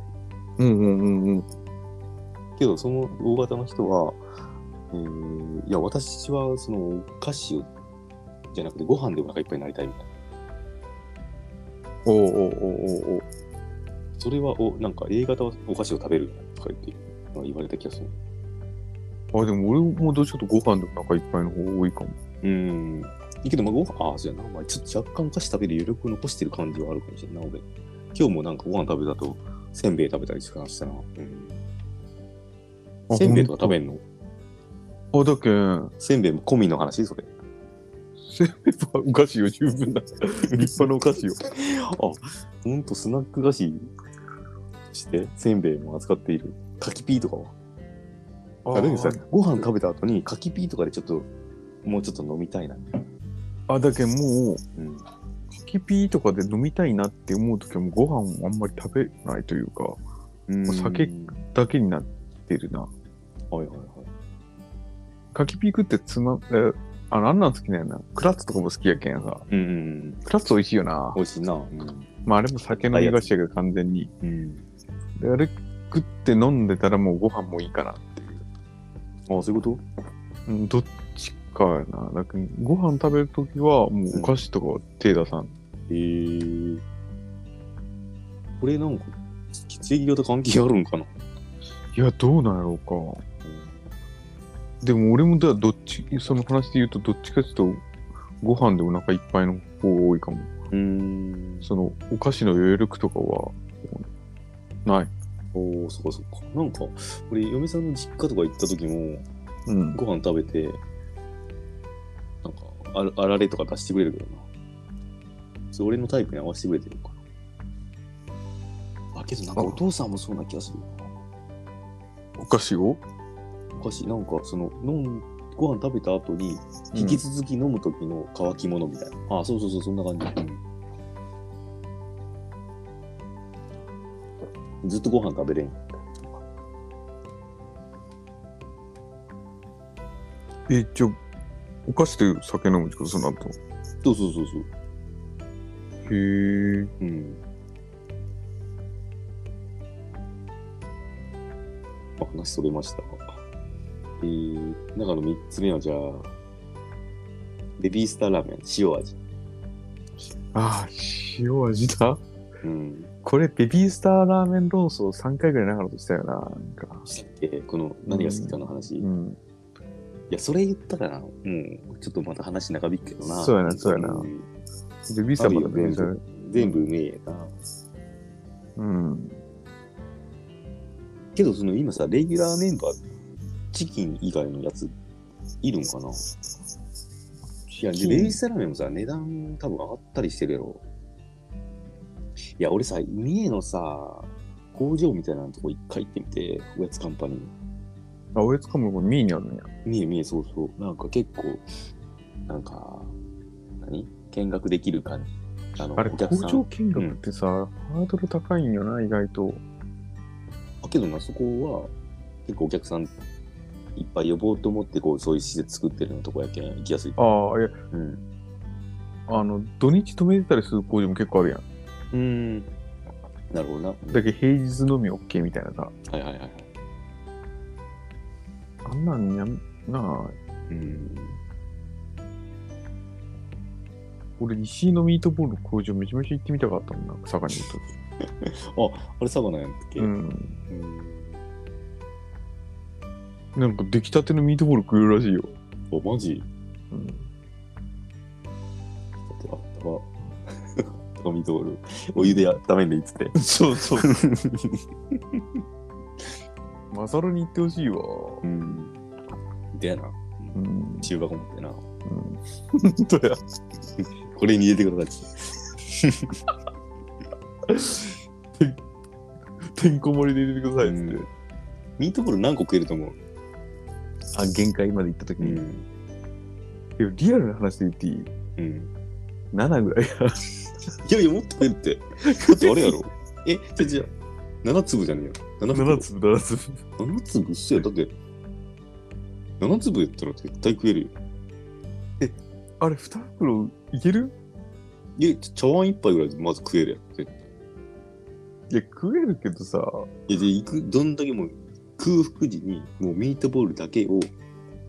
Speaker 2: うんうんうんうん。
Speaker 1: けど、その大型の人は、えーいや、私は、その、お菓子を、じゃなくて、ご飯でお腹いっぱいになりたいみたいな。
Speaker 2: おうおうおうおうおう
Speaker 1: それは、お、なんか、A 型はお菓子を食べるとか言って、なんか言われた気がする。
Speaker 2: あ、でも俺もどっちかというとご飯でもお腹いっぱいの方多いかも。
Speaker 1: うん。いいけど、まあ、ご飯、ああ、そうやな。まあ、ちょっと若干お菓子食べる余力を残してる感じはあるかもしれんないな、俺。今日もなんかご飯食べたと、せんべい食べたりしてましたな。うん。
Speaker 2: あ
Speaker 1: せんべいとか食べんの
Speaker 2: あ、だけん、
Speaker 1: せんべいも込みの話それ。
Speaker 2: せんべいはお菓子よ、十 分な。立派なお菓子よ。
Speaker 1: あ、ほんとスナック菓子として、せんべいも扱っている。柿ピーとかは。あ、だけどさ、ご飯食べた後に柿ピーとかでちょっと、もうちょっと飲みたいな。
Speaker 2: あ、だけんもう、
Speaker 1: うん。
Speaker 2: カキピーとかで飲みたいなって思うときはもうご飯をあんまり食べないというか、
Speaker 1: うん
Speaker 2: 酒だけになってるな。
Speaker 1: はいはいはい。
Speaker 2: カキピー食ってつま、えあ、なんなん好きなんやな。クラッツとかも好きやけんさ。
Speaker 1: うんうん。
Speaker 2: クラッツ美味しいよな
Speaker 1: 美。味しいな。うん。
Speaker 2: まああれも酒飲みがちやけど完全に。
Speaker 1: うん、
Speaker 2: で、あれ食って飲んでたらもうご飯もいいかな。
Speaker 1: ああ、そういうこと
Speaker 2: うんどっちかやな。だけどご飯食べるときはもうお菓子とかは手出さん。
Speaker 1: へえ。これなんか、血液型関係あるんかな、
Speaker 2: いや、どうなんやろうか。でも俺もだどっち、その話で言うとどっちかっていうとご飯でお腹いっぱいの方が多いかも。
Speaker 1: うん。
Speaker 2: そのお菓子の余力とかはない。
Speaker 1: おお、そっかそっか。なんか、俺、嫁さんの実家とか行った時も、
Speaker 2: うん。
Speaker 1: ご飯食べて、なんか、あらあられとか出してくれるけどな。それ俺のタイプに合わせてくれてるのかな。あ、けどなんかお父さんもそうな気がする
Speaker 2: お菓子を
Speaker 1: な。おかしい。なんか、その、飲ん、ご飯食べた後に、引き続き飲む時の乾き物みたいな。あ、そうそうそう、そんな感じ。ずっとご飯食べれん。
Speaker 2: え、じゃあお菓子で酒飲むってことその
Speaker 1: そ
Speaker 2: 後。
Speaker 1: うそうそうそう。
Speaker 2: へえ。
Speaker 1: うん。あ話それました。えー、中の3つ目はじゃあ、ベビースターラーメン、塩味。
Speaker 2: ああ、塩味だ。
Speaker 1: うん。
Speaker 2: これ、ベビースターラーメン論争3回ぐらい長野としたよな。なんか。
Speaker 1: したっけこの何が好きかの話。い
Speaker 2: ん。
Speaker 1: や、それ言ったらな、もう、ちょっとまた話長引くけどな。
Speaker 2: そうやなそうやなんベビースターもだ
Speaker 1: あるよ全部うめえな。
Speaker 2: うん。
Speaker 1: けど、その今さ、レギュラーメンバー、チキン以外のやつ、いるんかないや、でベビースターラーメンもさ、値段多分上がったりしてるやろ。いや、俺さ、三重のさ、工場みたいなとこ一回行ってみて、おやつカンパニー。
Speaker 2: あ、おやつかもこれミーにあるんや。
Speaker 1: 三重三重、そうそう。なんか結構、なんか、何見学できる感じ。あの、
Speaker 2: あれ、
Speaker 1: お
Speaker 2: 工
Speaker 1: 客さ
Speaker 2: 場
Speaker 1: ん。
Speaker 2: 見学ってさ、ハードル高いんよな、意外と。
Speaker 1: あけどな、そこは、結構お客さんいっぱい呼ぼうと思って、こう、そういう施設作ってるようなとこやけん、行きやすい。
Speaker 2: ああ、いや、
Speaker 1: うん。
Speaker 2: あの、土日止めてたりする工場も結構あるやん。
Speaker 1: うん。なるほどな。
Speaker 2: だけど平日のみ OK みたいなさ。
Speaker 1: はいはいはいはい。
Speaker 2: あんなんやん、なあ、
Speaker 1: うん。
Speaker 2: 俺、西のミートボールの工場めちゃめちゃ行ってみたかったもんな、佐賀にいると
Speaker 1: あれ、佐賀なんやったっけ
Speaker 2: き。うん。
Speaker 1: うん
Speaker 2: なんか出来たてのミートボール食えるらしいよ。
Speaker 1: あ、マジ
Speaker 2: うん。
Speaker 1: だってあったわ。 トミドール。お湯で温めんでいいっつって。
Speaker 2: そうそう。マサルに行ってほしいわ。
Speaker 1: うん。でやな。
Speaker 2: うん。
Speaker 1: 中箱持ってな。
Speaker 2: うん、本当や。
Speaker 1: これに入れてくださいっつっ
Speaker 2: てんこ盛りで入れてくだ
Speaker 1: て。
Speaker 2: さいっつって。
Speaker 1: うんミートボール何個食えると思う
Speaker 2: あ、限界まで行った時に。い
Speaker 1: ん。
Speaker 2: や、リアルな話で言っていい
Speaker 1: うん。
Speaker 2: ?7 ぐらい。
Speaker 1: いやいや、もっと食えるって。だってあれやろ。え、じゃじゃ7粒じゃねえよ。7粒。
Speaker 2: 7粒、7粒。
Speaker 1: 7粒っすよ。だって、7粒やったら絶対食えるよ。
Speaker 2: あれ、2袋いける
Speaker 1: いや、茶碗一杯ぐらいでまず食えるやん。絶対
Speaker 2: いや、食えるけどさ、
Speaker 1: いや、で、行く、どんだけもう空腹時に、もうミートボールだけを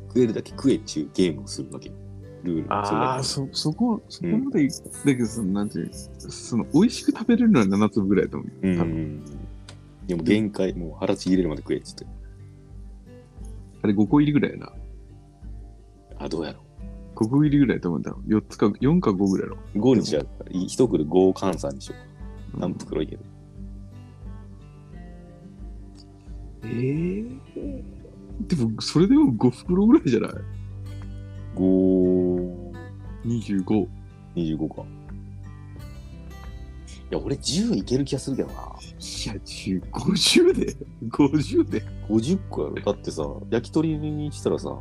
Speaker 1: 食えるだけ食えっちゅうゲームをするわけよ。ルールをそれだ
Speaker 2: あ
Speaker 1: け
Speaker 2: あ、そ、そこ、そこ
Speaker 1: こま
Speaker 2: まで、だけど、その、なんていう、その、美味しく食べれるのは7粒ぐらいだと思う。
Speaker 1: うんうん。でもう限界、もう腹ちぎれるまで食えっつって。
Speaker 2: あれ5個入りぐらいやな。
Speaker 1: あ、どうやろ
Speaker 2: 5個入りぐらいだと思うんだろ。4つか、4か5ぐらいだろ。
Speaker 1: う。5にしちゃうから、い一袋5換算にしよう。何袋いける。
Speaker 2: ええでも、それでも5袋ぐらいじゃない
Speaker 1: 5、
Speaker 2: ?25。
Speaker 1: 25か。いや、俺10いける気がするけどな。
Speaker 2: いや、10、50で ?50 で
Speaker 1: 50個やろ。だってさ、焼き鳥にしたらさ、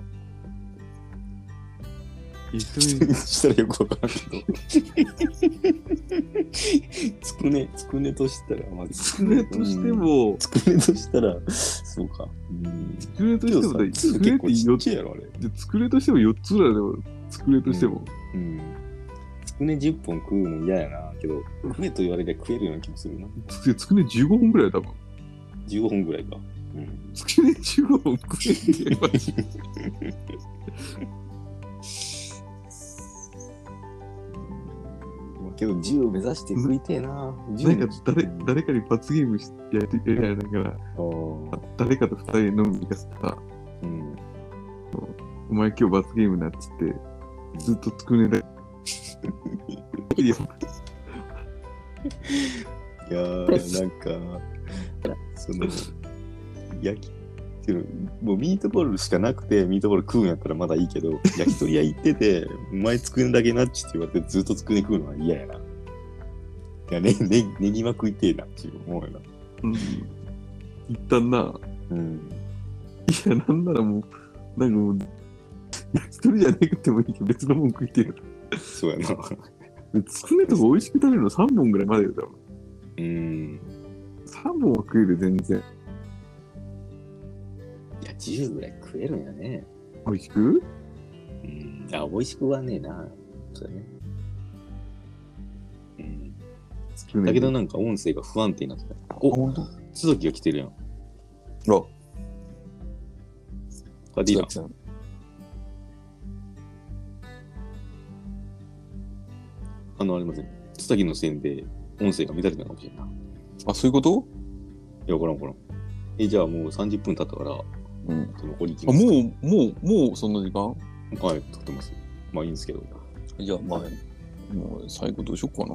Speaker 1: したらよくわからんけど。 つくね、つくねとしたら、まあ、
Speaker 2: つくねとして
Speaker 1: うん、
Speaker 2: も、
Speaker 1: つくねとしたら、そうか。うん。
Speaker 2: つくねと
Speaker 1: け
Speaker 2: して
Speaker 1: ど
Speaker 2: も
Speaker 1: さ
Speaker 2: だ、、
Speaker 1: つ
Speaker 2: つ
Speaker 1: く
Speaker 2: く
Speaker 1: 結
Speaker 2: ねって
Speaker 1: 構ちっ
Speaker 2: 4
Speaker 1: ちゃいやろ、あれ。
Speaker 2: つ、つくねとしても4つぐらいでも机としても。
Speaker 1: うん。つくね10本食うの嫌やな、けど、食えと言われて食えるような気もするな。
Speaker 2: つつくね15本ぐらい多分。
Speaker 1: 15本ぐらいか。 うん。
Speaker 2: つくね15本食えって言えばいい
Speaker 1: まあけど、10目指して食いてえな。10
Speaker 2: なんか誰 誰かに罰ゲームしやりてやりながら、
Speaker 1: あー
Speaker 2: 誰かと二人で飲みに行かせたら、
Speaker 1: うん。
Speaker 2: お前今日罰ゲームなっつって、ずっとつくねだ。
Speaker 1: い
Speaker 2: いや
Speaker 1: やー、なんか、その、焼き、ていうのもうミートボールしかなくて、ミートボール食うんやったらまだいいけど、焼き鳥屋行ってて、 お前つくねだけなっちって言われて、ずっとつくね食うのは嫌やな。いや、ね、ね、ねぎま食いてえなっていう思うよな。
Speaker 2: うん一旦な、
Speaker 1: うん。
Speaker 2: いや、なんならもう、なんかもう、焼き鳥じゃなくてもいいけど、別のもん食いてる。
Speaker 1: そうやな。
Speaker 2: つくねとか美味しく食べるの3本ぐらいまでよ、多分。
Speaker 1: うん。
Speaker 2: 3本は食える、全然。
Speaker 1: いや、10ぐらい食えるんやね。
Speaker 2: 美味しく
Speaker 1: うん。あ、美味しくはねえな。そうやね。うん。
Speaker 2: つくね。
Speaker 1: だけど、なんか音声が不安定になってた。お、
Speaker 2: ほんと
Speaker 1: 津崎が来てるやん。
Speaker 2: あ、
Speaker 1: これでいいな。
Speaker 2: さん。
Speaker 1: あの、ありません。津崎のせいで音声が乱れたのかもしれんない。い
Speaker 2: あ、そういうこと
Speaker 1: や、わからんわからん。え、じゃあもう30分経ったから、
Speaker 2: うん。
Speaker 1: その折り切
Speaker 2: あ、
Speaker 1: り
Speaker 2: も
Speaker 1: ま
Speaker 2: う
Speaker 1: す、
Speaker 2: もう、もうそんな時間
Speaker 1: はい、撮ってます。まあいいんですけど。
Speaker 2: じゃあ、まあ、もう最後どうしよっかな。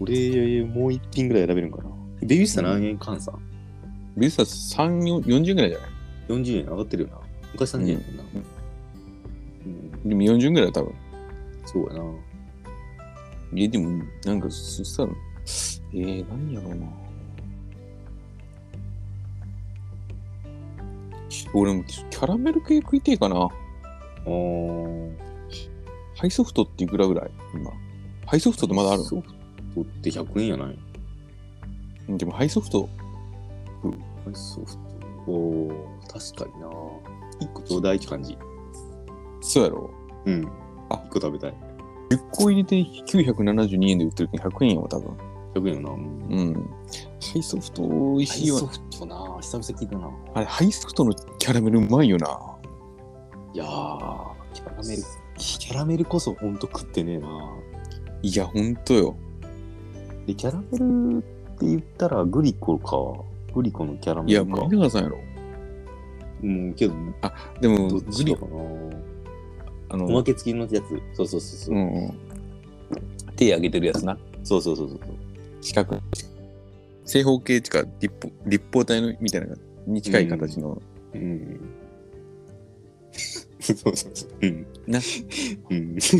Speaker 1: 俺、もう一品ぐらい選べるんかな。デビューした何円換算
Speaker 2: ビザ3、4 40ぐらいじゃない
Speaker 1: ?40 円上がってるよな。昔30円やったな。うん、
Speaker 2: でも40ぐらい多分。
Speaker 1: そうやな。
Speaker 2: いや、でも、なんか、そしたら、えー、何やろうな。俺もキャラメル系食いてえかな。
Speaker 1: あー。
Speaker 2: ハイソフトっていくらぐらい今。ハイソフトってまだある
Speaker 1: ソフトって100円やない
Speaker 2: のでもハイソフト、
Speaker 1: はいソフト。おー、確かにな。1個ちょうだいって感じ。
Speaker 2: そうやろ。
Speaker 1: うん。
Speaker 2: あ
Speaker 1: 1個食べたい。
Speaker 2: 10個入れて972円で売ってるけど100円やわ、多分。
Speaker 1: 100円やな。うん
Speaker 2: うん。ハイソフト美味
Speaker 1: ハ
Speaker 2: し
Speaker 1: イ
Speaker 2: いわ
Speaker 1: ソ。フトな久々聞いたな。
Speaker 2: あれ、ハイソフトのキャラメルうまいよな。
Speaker 1: いやー、キャラメル、キャラメルこそほんと食ってねえな。
Speaker 2: いや、ほんとよ。
Speaker 1: で、キャラメルって言ったらグリコか。グリコのキャラ
Speaker 2: い
Speaker 1: メ
Speaker 2: や、
Speaker 1: ルか。
Speaker 2: 森永さんやろ。
Speaker 1: うん、けど、
Speaker 2: でも、
Speaker 1: どっ
Speaker 2: グ
Speaker 1: ち
Speaker 2: リ
Speaker 1: かかな。
Speaker 2: あ
Speaker 1: おま
Speaker 2: の、
Speaker 1: け付きのやつ。そうそうそうそう。
Speaker 2: うんうん。手上げてるやつな。
Speaker 1: そうそうそうそう。
Speaker 2: 四角正方形っていうか立方立方体のみたいなに近い形の、
Speaker 1: うん。 そうそうそう。 うん。
Speaker 2: な
Speaker 1: うん。 立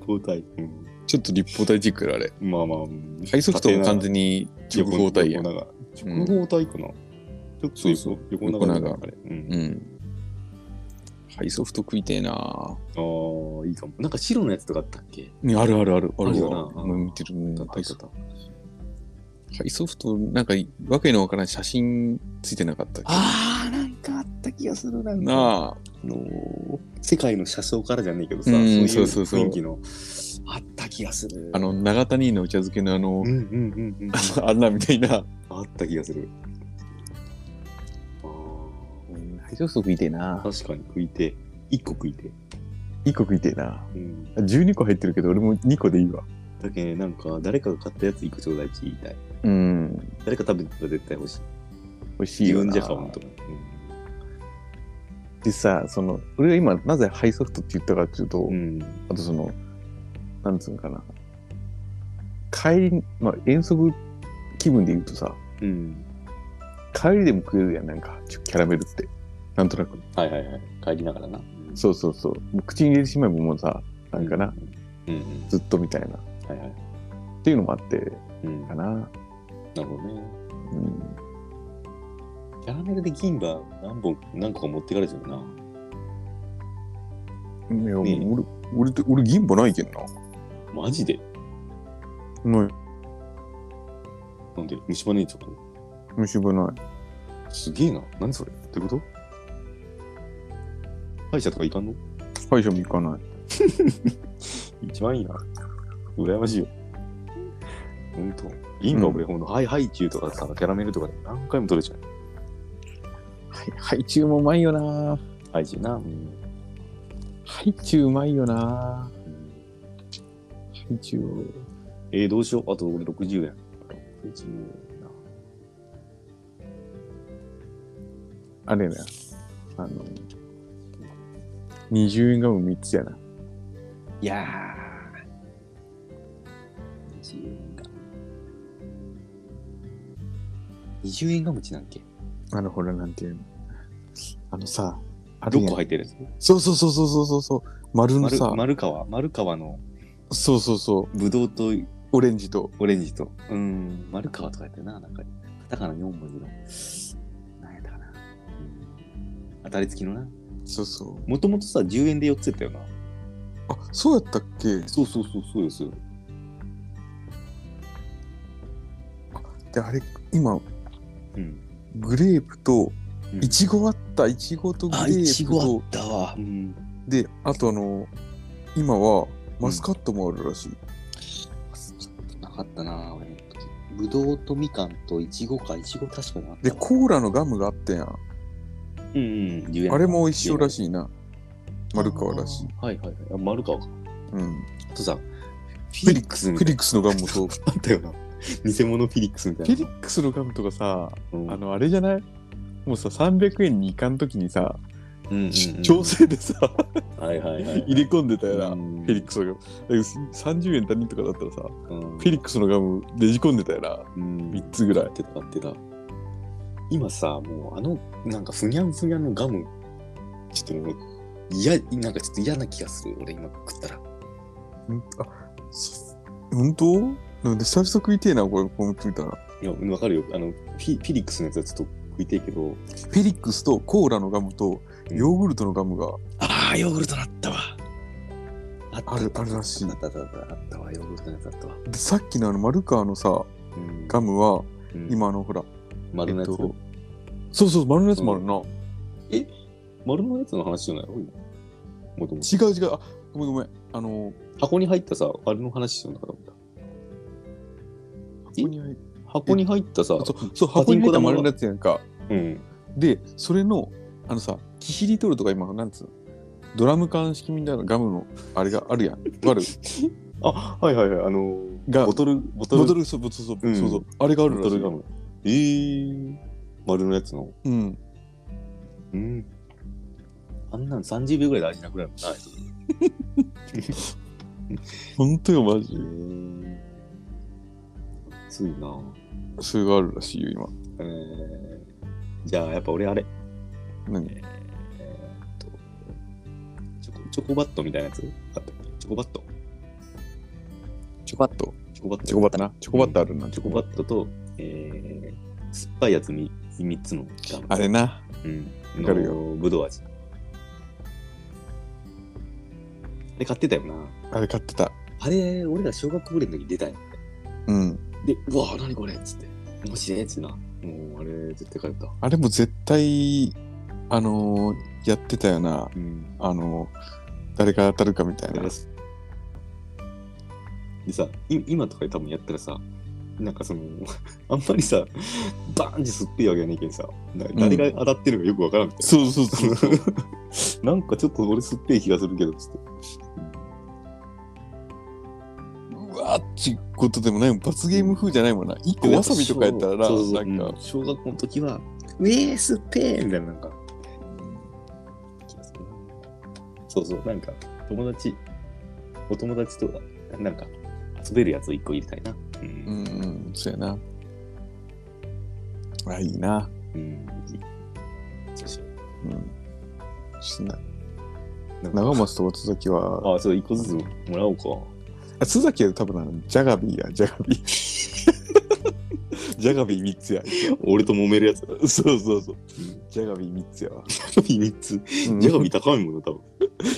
Speaker 1: 方体。うん。
Speaker 2: ちょっと立方体チックだあれ
Speaker 1: まあまあ。うん
Speaker 2: ハイソフトは完全に直方体やん
Speaker 1: 横長直方体かな。ちょっと
Speaker 2: そう
Speaker 1: 横
Speaker 2: そう
Speaker 1: 横長だな
Speaker 2: 横
Speaker 1: あれ。う。
Speaker 2: うんんハイソフト食いてえな
Speaker 1: ああ、いいかも。なんか白のやつとかあったっけ
Speaker 2: ねあるあるあるあ
Speaker 1: ある
Speaker 2: る
Speaker 1: よな
Speaker 2: わうん見てるうん
Speaker 1: だっ
Speaker 2: ハ
Speaker 1: た
Speaker 2: イソ
Speaker 1: だっ
Speaker 2: フト
Speaker 1: た
Speaker 2: ハイソフトなんかわけのわからない写真ついてなかったっけ
Speaker 1: ああ、なんかあった気がするな。なんか
Speaker 2: なあ
Speaker 1: あのー世界の車窓からじゃねえけどさ、
Speaker 2: うん
Speaker 1: そう
Speaker 2: そうそう
Speaker 1: い
Speaker 2: そう
Speaker 1: う雰囲気のあった気がする。
Speaker 2: あの長谷のお茶漬けのあの、
Speaker 1: うんうんうん うん。
Speaker 2: あんなみたいな
Speaker 1: あった気がする。あ
Speaker 2: ハイソフト食いてえ
Speaker 1: あ、
Speaker 2: な
Speaker 1: 確かに食いて、一個食いて。
Speaker 2: 1個食いてえな
Speaker 1: うん。
Speaker 2: 12個入ってるけど俺も2個でいいわ
Speaker 1: だけどねなんか誰かが買ったやつ一個ちょうだいって言いたい。
Speaker 2: うん
Speaker 1: 誰か食べてたら絶対欲しい。
Speaker 2: 美味しい
Speaker 1: 自
Speaker 2: よ
Speaker 1: 分
Speaker 2: な
Speaker 1: じゃ買わんと。
Speaker 2: でさその俺が今なぜハイソフトって言ったかっていうと、
Speaker 1: うん。
Speaker 2: あとそのなんつうんかな帰り、まあ、遠足気分で言うとさ
Speaker 1: うん。
Speaker 2: 帰りでも食えるやんなんかちょキャラメルってなんとなく
Speaker 1: はいはいはい。帰りながらな。
Speaker 2: そうそうそうもう口に入れてしまえばもうさなんかな、。
Speaker 1: うんうん。
Speaker 2: ずっとみたいなっ
Speaker 1: はいはい。
Speaker 2: ていうのもあって
Speaker 1: うん。な
Speaker 2: かな、
Speaker 1: るほどね。
Speaker 2: うん、
Speaker 1: キャラメルで銀歯何本、何個か持ってかれてるな。
Speaker 2: いや、
Speaker 1: ねえ
Speaker 2: 俺俺って俺銀歯ないけんな
Speaker 1: マジで
Speaker 2: ない
Speaker 1: なんで虫歯ねえとか
Speaker 2: 虫歯ない
Speaker 1: すげえな。何それってこと歯医者とか行かんの
Speaker 2: 歯医者も行かない。
Speaker 1: 一番いいな。羨ましいよ。ほんと。いいんか、
Speaker 2: うん
Speaker 1: 俺、ほんと。ハイハイチュウとかさ、キャラメルとかで何回も取れちゃう。
Speaker 2: はい、ハイチュウもうまいよな。
Speaker 1: ハイチュウな。うん。
Speaker 2: ハイチュウうまいよな。ハイチュウ。
Speaker 1: えー、どうしよう。あと俺60円。60円な。
Speaker 2: あれやな。あの、20円ガム3つやな。
Speaker 1: いやー。20円が。20円がムちなんっけ
Speaker 2: あの、ほら、なんていうの。あのさ、あれや
Speaker 1: ?6
Speaker 2: ん
Speaker 1: 個入ってるやつ。
Speaker 2: そうそうそうそうそうそう。丸の
Speaker 1: 丸
Speaker 2: さ、
Speaker 1: 丸川。丸川の
Speaker 2: そうそうそう。
Speaker 1: ブドウと
Speaker 2: オレンジと。
Speaker 1: オレンジと。うーん。丸川とかやってるな。なんか、カタカナ4文字の。なんやったかな。当たり付きのな。
Speaker 2: そうそう。
Speaker 1: もともとさ、10円で4つやったよな。
Speaker 2: あ、そうやったっけ
Speaker 1: そうそうそう、そうですよ。
Speaker 2: で、あれ、今、
Speaker 1: うん。
Speaker 2: グレープと
Speaker 1: う、ん
Speaker 2: いちごあった、いちごとグレ
Speaker 1: あ、いち
Speaker 2: ープ
Speaker 1: ごあ
Speaker 2: と
Speaker 1: っ、たわ。うん。
Speaker 2: で、あとあの、今はマスカットもあるらしい。
Speaker 1: なかったな俺の時。ぶどうとみかんといちごか、いちご確かにあった
Speaker 2: で、
Speaker 1: わ
Speaker 2: コーラのガムがあったやん。
Speaker 1: うんうん、10円
Speaker 2: あれも一緒ら
Speaker 1: い。
Speaker 2: しいな。丸川らしい。
Speaker 1: あー。はいはいはい。あ丸川か。
Speaker 2: うん。
Speaker 1: あとさ、フ
Speaker 2: フ
Speaker 1: ィ
Speaker 2: ィ
Speaker 1: リ
Speaker 2: リ
Speaker 1: ックスみ
Speaker 2: フ
Speaker 1: たい
Speaker 2: ェリックスのガムもそ う。フ
Speaker 1: な。あったよな。偽物フィリックスみたいな。
Speaker 2: ェリックスのガムとかさ、
Speaker 1: うん
Speaker 2: あの、あれじゃないもうさ、300円にいかんときにさ、
Speaker 1: うんうんうん
Speaker 2: 調整でさ、
Speaker 1: はいはいはい。
Speaker 2: 入れ込んでたよな。
Speaker 1: う
Speaker 2: フ
Speaker 1: ん
Speaker 2: ェリックスのガム。だけど30円足りんとかだったらさ、
Speaker 1: うん
Speaker 2: フェリックスのガムねじ込んでたよな。
Speaker 1: うん
Speaker 2: 3つぐらい
Speaker 1: やっ。てたやってた。今さ、もうあの、なんかふにゃんふにゃんのガム、ちょっともう、嫌、なんかちょっと嫌な気がする。俺今食ったら。
Speaker 2: うんあ、そ本当なんで久々食いてえな、これ、この食いたら。
Speaker 1: いや、わかるよ。あの、フィフィリックスのやつはちょっと食いてえけど。
Speaker 2: フェリックスとコーラのガムと
Speaker 1: うん
Speaker 2: ヨーグルトのガムが、
Speaker 1: ああ、ヨーグルトだったわ。あった
Speaker 2: あるあるらしい
Speaker 1: あったあったあったあったわ、ヨーグルトのやつあったわ。
Speaker 2: でさっきのあの丸川のさ
Speaker 1: うん
Speaker 2: ガムは、
Speaker 1: うん、
Speaker 2: 今あのほら、
Speaker 1: 丸のやつ、
Speaker 2: えっとそうそう丸のやつもあるな、
Speaker 1: 丸のやつの話じゃないの今もともと
Speaker 2: 違う違うあごめんごめんあの
Speaker 1: 箱に入ったさ、あれの話しようのかと思った。え
Speaker 2: 箱に入っ
Speaker 1: 箱に入ったさ、
Speaker 2: そうそう箱に入った丸のやつやんか
Speaker 1: うん。
Speaker 2: でそれのあのさキシリトルとか今なんつうのドラム缶式みたいなガムのあれがあ るやんわかる
Speaker 1: あ、はいはいはい、あのー
Speaker 2: が
Speaker 1: ボトル、ボトル、
Speaker 2: ボトルそうそうそう、
Speaker 1: うん
Speaker 2: そうそうあれがある
Speaker 1: ボ
Speaker 2: ら
Speaker 1: ト
Speaker 2: しい
Speaker 1: ルガム。えー、丸のやつの。
Speaker 2: うん
Speaker 1: うん。あんなん30秒ぐらいで味なくなるもんな。あいつ
Speaker 2: ほんとよマ
Speaker 1: え
Speaker 2: ジ
Speaker 1: ー、ついな。
Speaker 2: それがあるらしいよ今
Speaker 1: えー、じゃあ、やっぱ俺あれ、
Speaker 2: 何
Speaker 1: えーっと、チョコ、チョコバットみたいなやつあったっけチョコバット。
Speaker 2: チョコバット
Speaker 1: チョコバット。
Speaker 2: チョコバットなチョコバットあるな、
Speaker 1: チョコバットと、えー、酸っぱいやつ 3, 三つのガム。
Speaker 2: あれな
Speaker 1: うん。
Speaker 2: わかるよ
Speaker 1: のぶどう味。あれ買ってたよな。
Speaker 2: あれ買ってた
Speaker 1: あれ、俺ら小学校ぐらいの時出たよ。
Speaker 2: うん
Speaker 1: で、うわ何これっつって。面白いやつな。もう、あれ、絶対買った。
Speaker 2: あれも絶対、あのーやってたよな。
Speaker 1: うん。
Speaker 2: あのー誰が当たるかみたいな。
Speaker 1: でさ、い今とかで多分やったらさ、なんかその、 あんまりさ、バーンって吸っていいわけじゃねえけどさ、な誰が当たってるのかよくわからんみたいな。
Speaker 2: そうそうそう。
Speaker 1: なんかちょっと俺すっぺえ気がするけど、つって。
Speaker 2: うわーっちゅうことでもないもん。罰ゲーム風じゃないもんな。一個わさびとかやったらな、
Speaker 1: そうそうそう
Speaker 2: なん
Speaker 1: うん
Speaker 2: か、
Speaker 1: 小学校の時は、うえー、すっぺえみたいな、なんか。気がするなそうそう、なんか、友達、お友達と、なんか、遊べるやつを一個入れたいな。う。
Speaker 2: うんんうん、そうやな。あ、いいな。
Speaker 1: うん。そうしよ
Speaker 2: うん。しな
Speaker 1: うなんか
Speaker 2: 長松と津崎は、
Speaker 1: あ、そう、一個ずつもら おうか。
Speaker 2: あ津崎は多分あのジャガビーや、ジャガビー。 ジャガビー3つや。
Speaker 1: 俺と揉めるやつだ。
Speaker 2: そうそうそう。ジャガビー3つやわ。
Speaker 1: ジャガビ3つ。
Speaker 2: ジ
Speaker 1: ジャガビ高いもんな、多分。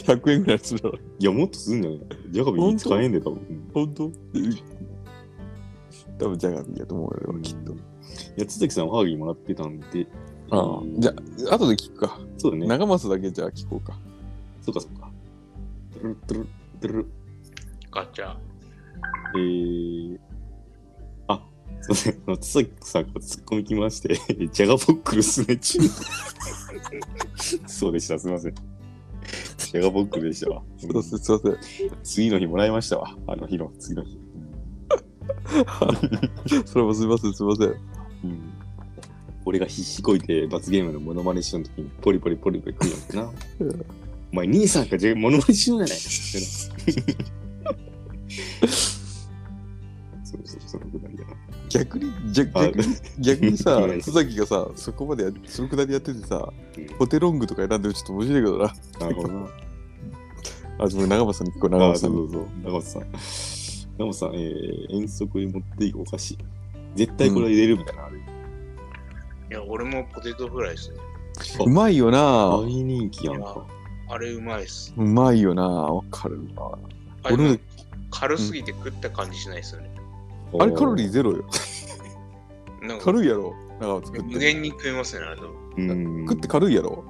Speaker 2: 100円ぐらいするだろ。
Speaker 1: いや、もっとするんじゃないジャガビ3つ買えんで、多分。
Speaker 2: 本当多分ジャガビーやと思うよ、きっと。
Speaker 1: いや、津崎さんはハーギーもらってたんで。
Speaker 2: ああじゃあ、後で聞くか。
Speaker 1: そうだね。
Speaker 2: 長松だけじゃあ聞こうか。
Speaker 1: そうか、そうか。ドゥルドゥルドゥル
Speaker 3: ガチャ。
Speaker 1: えー、あ、す いません、つさんから突っ込みきまして、 ジャガボックルすねちゅそうでした、すいません。ジャガボックルでしたわ。
Speaker 2: すいません、すいません。
Speaker 1: 次の日もらいましたわ、あの日の、次の日。
Speaker 2: それもすいません、すいません。
Speaker 1: うん、俺が必死こいて罰ゲームのモノマネしようときに、ポリポリポリポリ来るやんな。お前、兄さんがジャモノマネしようじゃないそうそう、そのぐらいだな。
Speaker 2: 逆に、じゃ
Speaker 1: あ
Speaker 2: 逆に、逆に さ
Speaker 1: ごめん、
Speaker 2: 須崎がさ、そこまでや、そのくだりやっててさ
Speaker 1: うん、
Speaker 2: ポテロングとか選んでるちょっと面白いけどな。
Speaker 1: なるほどな。
Speaker 2: あ、すごい、長松さんに聞こえ、長
Speaker 1: ああ、
Speaker 2: 松
Speaker 1: そ
Speaker 2: さ
Speaker 1: うんそ
Speaker 2: に。
Speaker 1: うそう。長松さん。長松さん、えー、遠足に持っていくお菓子。絶対これ入れるみたいな、あれ。
Speaker 3: いや、俺もポテトフライですね。
Speaker 1: う
Speaker 2: うまいよな
Speaker 1: 大人気やん
Speaker 3: いや
Speaker 1: か。
Speaker 3: あれうまいっす。
Speaker 2: うまいよなわかるな
Speaker 3: あ
Speaker 2: 俺
Speaker 3: れ
Speaker 2: も
Speaker 3: 軽すぎて食った感じしないですよね。
Speaker 2: あれカロリ
Speaker 1: ー
Speaker 2: ーゼロよ。
Speaker 3: なんか
Speaker 2: 軽いやろ。長松作って。
Speaker 3: 無限に食えますね、あれでも。
Speaker 1: うん
Speaker 2: 食って軽いやろ。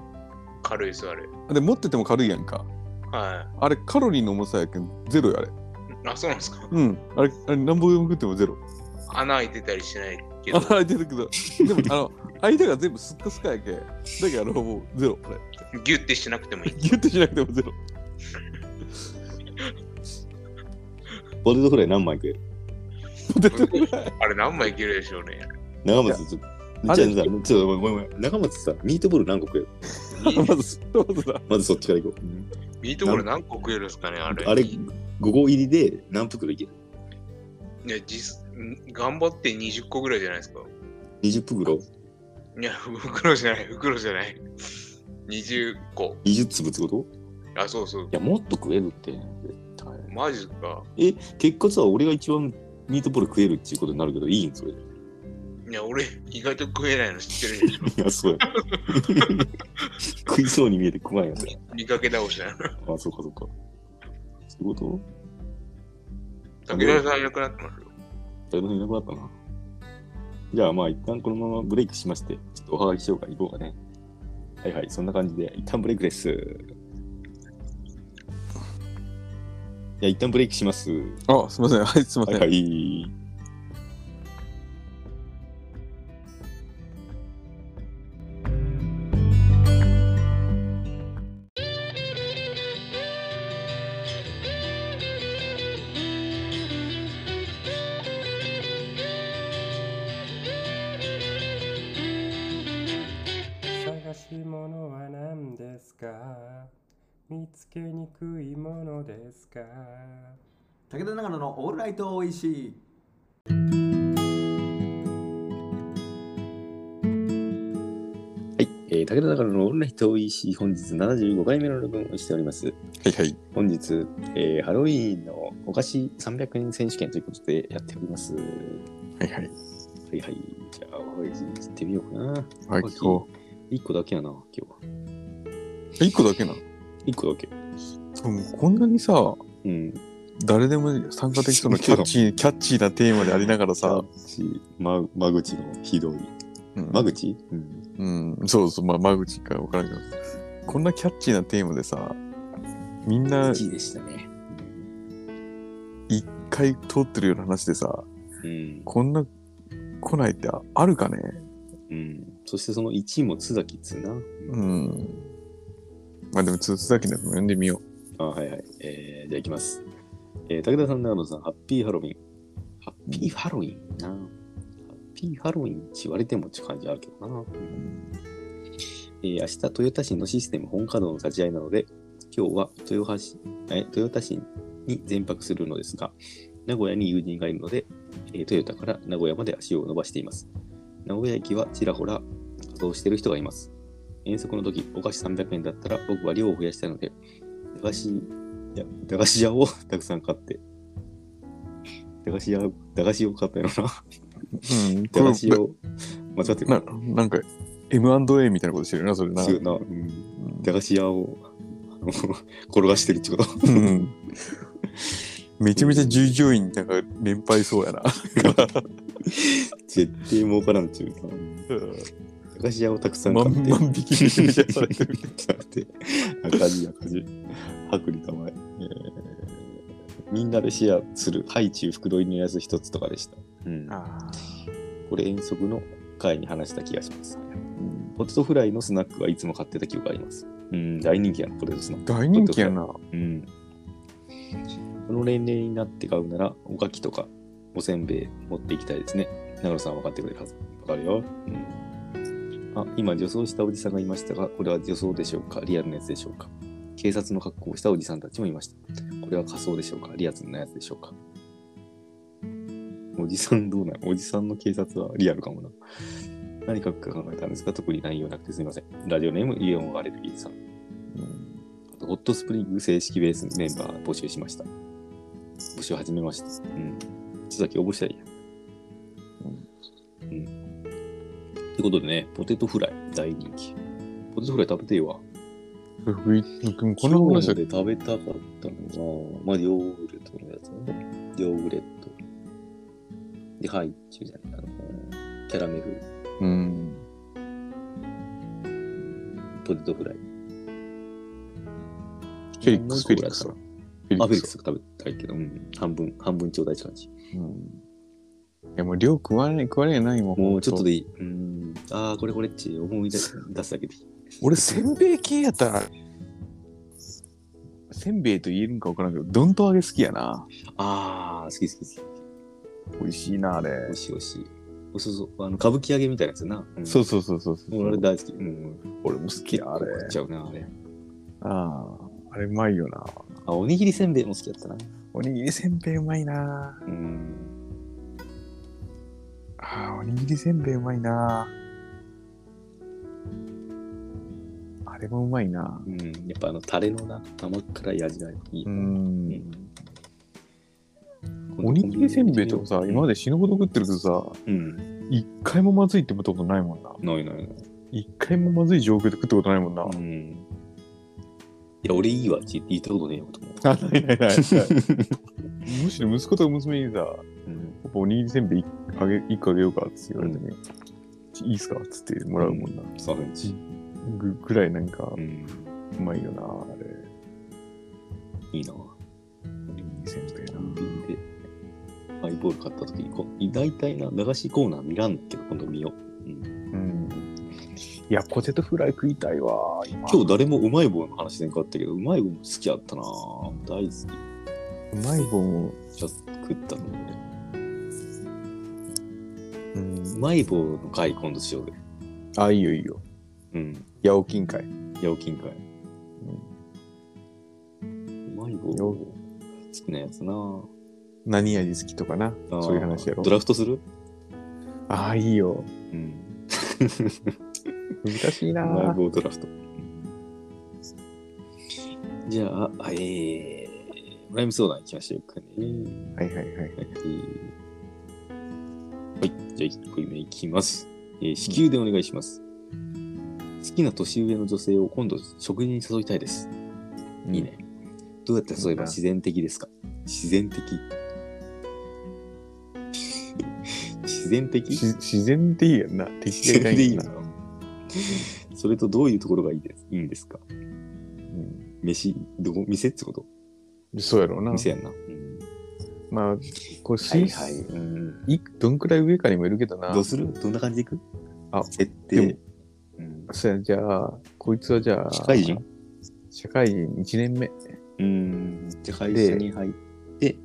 Speaker 3: 軽いです、あれ。
Speaker 2: で、持ってても軽いやんか。
Speaker 3: は
Speaker 2: あれカロリーの重さやけん、ゼロやあれ。
Speaker 3: い。あ、そうなんですか。
Speaker 2: うん。あれ、あれ何本でも食ってもゼロ。
Speaker 3: 穴開いてたりしないけど。
Speaker 2: あれ出てくるけど。でも、あ の、間が全部すっかすかやけん。だからもうゼロ。あれ
Speaker 3: ギュッてしなくてもいい。
Speaker 2: ギュッとしなくても ゼロ。
Speaker 1: ポテトフライ何枚食える
Speaker 2: ポテトフライ。
Speaker 3: あれ何枚いけるでしょ うね。
Speaker 1: 長松ちょっと。
Speaker 2: あ
Speaker 1: じゃ
Speaker 2: れ
Speaker 1: あさ、ちょっとごめんごめん。長松さ、ミートボール何個食える
Speaker 2: まず、まずだ。
Speaker 1: まずそっちから行こう。
Speaker 3: ミートボール何個食えるんですかね、あれ。
Speaker 1: あれ、
Speaker 3: い
Speaker 1: 5個入りで何袋いける
Speaker 3: や、実、頑張って20個ぐらいじゃないですか。
Speaker 1: ?20 袋
Speaker 3: いや、袋じゃない、袋じゃない。20個。
Speaker 1: ?20 粒ってこと
Speaker 3: あ、そうそう
Speaker 1: い。や、もっと食えるって。絶対
Speaker 3: マジか。
Speaker 1: え、結果さ、俺が一番ミートボール食えるっていうことになるけど、いいんそれ。い
Speaker 3: いや、俺、意外と食えないの知ってる でしょ。
Speaker 1: や、そうや。食いそうに見えて食わんやつや。
Speaker 3: 見かけ倒しだ よ。
Speaker 1: あ、そうかそうか。そういうこと
Speaker 3: 武田さんいなくなってますよ。
Speaker 1: 誰もいなくなったな。じゃあまあ一旦このままブレイクしまして、ちょっとおはがき紹介いこうかね。はいはい、そんな感じで、一旦ブレイクです。いや、一旦ブレイクします。
Speaker 2: あ、すみません。はい、すみま
Speaker 1: は
Speaker 2: せ
Speaker 1: い
Speaker 2: ん。
Speaker 1: はい。
Speaker 5: 探し物は何ですか見つけにくいものですか
Speaker 4: 武田長野のオールライトおいしい。
Speaker 1: はい、えー、武田中野のオンライト EC 本日75回目の録音をしております。
Speaker 2: はいはい。
Speaker 1: 本日、えーハロウィーンのお菓子300円選手権ということでやっております。は
Speaker 2: はいはい。
Speaker 1: いはい、じゃあおはがき行ってみようかな。
Speaker 2: はい、
Speaker 1: 大きい
Speaker 2: こう。
Speaker 1: 1個だけやな、今日は。
Speaker 2: え一個だけなの
Speaker 1: 1個だけ。
Speaker 2: でもこんなにさ、
Speaker 1: うん。
Speaker 2: 誰でも参加できそうなキャッチー、キャッチーなテーマでありながらさ、
Speaker 1: ま、間口のひどい。
Speaker 2: うん
Speaker 1: 間口うん。
Speaker 2: うん、そうそう、まあ、間口か分からんけど、こんなキャッチーなテーマでさ、みんな一
Speaker 1: 1位でしたね。
Speaker 2: 回通ってるような話でさ、
Speaker 1: うん。
Speaker 2: こんな来ないってああるかね
Speaker 1: うん。そしてその1位も津崎つな。う
Speaker 2: う。ん。まあでも、つつだけでも読んでみよ
Speaker 1: あ、はいはい。えー、じゃあいきます。えー、武田さん、長野さん、ハッピーハロウィン。ハッピーハロウィンな。ハッピーハロウィンって言われてもって感じあるけどな。えー、明日、豊田市のシステム本稼働の立ち会いなので、今日は豊橋えー豊田市に全泊するのですが、名古屋に友人がいるので、えー、豊田から名古屋まで足を伸ばしています。名古屋駅はちらほら稼働している人がいます。遠足の時、お菓子300円だったら僕は量を増やしたいので、駄菓子や駄菓子屋を たくさん買って駄菓子屋駄菓子を買ったよな
Speaker 2: う。うん、
Speaker 1: 駄
Speaker 2: こ
Speaker 1: 菓子
Speaker 2: れ
Speaker 1: を間違ってる
Speaker 2: ななんか、M&A みたいなことしてるな、それな。
Speaker 1: 違うな、うん駄菓子屋をあの 転がしてる ってこと
Speaker 2: うんめちゃめちゃ従業員なんか連敗そうやな。
Speaker 1: 絶対儲からんっちゅうな駄菓子屋をたくさん買
Speaker 2: 万
Speaker 1: って
Speaker 2: 万引きめちゃめちゃされてる。
Speaker 1: ちょっと待って赤字赤字薄利多売、うみんなでシェアするハイチュウ袋入りのやつ一つとかでした。うん、
Speaker 2: あ
Speaker 1: これ遠足の回に話した気がします。
Speaker 2: うん
Speaker 1: ポテトフライのスナックはいつも買ってた記憶があります。うん、大人気やな、ポテトスナック。
Speaker 2: 大人気やな。
Speaker 1: うん。この年齢になって買うなら、おかきとかおせんべい持っていきたいですね。長野さん分かってくれるはず。分かるよ。うん。あ、今、女装したおじさんがいましたが、これは女装でしょうかリアルなやつでしょうか警察の格好をしたおじさんたちもいました。これは仮装でしょうかリアルなやつでしょうかおじさんどうなのおじさんの警察はリアルかもな。何書くか考えたんですが、特に内容なくてすみません。ラジオネーム、イオンアレルギーさん。ホットスプリング正式ベースメンバー募集しました。募集始めました。うん。ちょっとだけ応募したらいいや。うん。ってことでね、ポテトフライ大人気。ポテトフライ食べていいわ。
Speaker 2: ふいでもこ
Speaker 1: この
Speaker 2: の話
Speaker 1: 話
Speaker 2: だ
Speaker 1: で食べたかったのが、まあ、ヨーグルトのやつね。ヨーグレット。で、ハイチュウじゃないかな。キャラメル、
Speaker 2: うん。
Speaker 1: ポテトフライ。
Speaker 2: フェリックス、フェリックス。
Speaker 1: あ、
Speaker 2: フ
Speaker 1: フ
Speaker 2: ェ
Speaker 1: ェ
Speaker 2: リ
Speaker 1: リックス。食べたいけど、うん。半分、半分ちょうだいって感じ。
Speaker 2: うん。いや、もう量食わねえ、食わねえないもん。
Speaker 1: もうちょっと
Speaker 2: で。
Speaker 1: でいい。うん。ああ、これこれっち思い出す出すだけでいい。
Speaker 2: 俺、せんべい系やったら、せんべいと言えるんか分からんけど、どんと揚げ好きやな。
Speaker 1: ああ、好き好き好き。
Speaker 2: 美味しいな、あ
Speaker 1: 美
Speaker 2: れ。
Speaker 1: 味しい美味しい。そうそう、あの歌舞伎揚げみたいなやつな。うん
Speaker 2: そうそうそうそうそう。
Speaker 1: もう俺大好き。うん。
Speaker 2: 俺も好き
Speaker 1: 結
Speaker 2: や、
Speaker 1: 構
Speaker 2: あれ。
Speaker 1: 食っちゃうな、あれ。
Speaker 2: ああ、あれうまいよな。
Speaker 1: あ、おにぎりせんべいも好きだったな。
Speaker 2: おにぎりせんべいうまいな。
Speaker 1: うん。
Speaker 2: ああ、おにぎりせんべいうまいな。あれもうまいな。
Speaker 1: うん。やっぱあの、タレのな、甘辛い味がいい。
Speaker 2: う。
Speaker 1: うんん
Speaker 2: おにぎりせんべいとかさ、今ま
Speaker 1: で。
Speaker 2: で死ぬほど食ってるけどさ、
Speaker 1: うん。
Speaker 2: 一回もまずいって思ったことないもんな。
Speaker 1: ないないない。
Speaker 2: 一回もまずい状況で食ったことないもんな。
Speaker 1: うん。いや、俺いいわって言ったことねえよと思う。
Speaker 2: あ、ないないない。 むしろ息子と娘にさ、
Speaker 1: うん。
Speaker 2: パパおにぎりせんべいあげ一個あげようかって言われてね、いいっすかっつってもらうもんな。
Speaker 1: サフェンチ。
Speaker 2: ぐぐらいなんか
Speaker 1: う、ん。
Speaker 2: うまいよな、あれ。
Speaker 1: いいな。
Speaker 2: おにぎりせんべいな
Speaker 1: コ。ンビニでハイボール買った時にこ大体な駄菓子コーナー見らんけど今度見よう
Speaker 2: うん。いや、ポテトフライ食いたいわ、今。
Speaker 1: 今日誰もうまい棒の話せんかったけどうまい棒も好きやったな大好
Speaker 2: うまい棒も、
Speaker 1: きちょっと食ったの俺
Speaker 2: う。
Speaker 1: うんまい棒の回今度しようで
Speaker 2: あ、いいよいいよ。
Speaker 1: うん
Speaker 2: 八百金会。
Speaker 1: 八百金会うまい棒
Speaker 2: よ
Speaker 1: 好きなやつな
Speaker 2: 何味好きとかな。
Speaker 1: あー
Speaker 2: そういう話やろ
Speaker 1: ド。ラフトする
Speaker 2: ああ、いいよ。
Speaker 1: うん
Speaker 2: 難しいうな。
Speaker 1: まい棒ドラフトじゃああえー、ライム相談いきましょうかね
Speaker 2: はいはいはい。
Speaker 1: はい。はい。じゃあ、1個目いきます。えー子宮でお願いします。好きな年上の女性を今度食事に誘いたいです。いいね。どうやって誘えば自然的ですか自然的。自然的
Speaker 2: し。自然でいいやんな。適
Speaker 1: 自
Speaker 2: 正が
Speaker 1: 然でいい
Speaker 2: や
Speaker 1: なん
Speaker 2: な。。
Speaker 1: それとどういうところがいいですいいんですか
Speaker 2: うん
Speaker 1: 飯、どこ、店ってこと
Speaker 2: そうやろうな。
Speaker 1: 店やんな。うん、
Speaker 2: まあ、これ、
Speaker 1: はい
Speaker 2: し
Speaker 1: はい。うん、
Speaker 2: いどんくらい上かにもいるけどな
Speaker 1: どう。するどんな感じでいく
Speaker 2: あ
Speaker 1: 設
Speaker 2: で
Speaker 1: 定う
Speaker 2: も。
Speaker 1: ん
Speaker 2: そうや、じゃあ、こいつはじゃあ、
Speaker 1: 社会人
Speaker 2: 社会人1年目。
Speaker 1: うん。じゃあ会
Speaker 2: で
Speaker 1: 社に入って、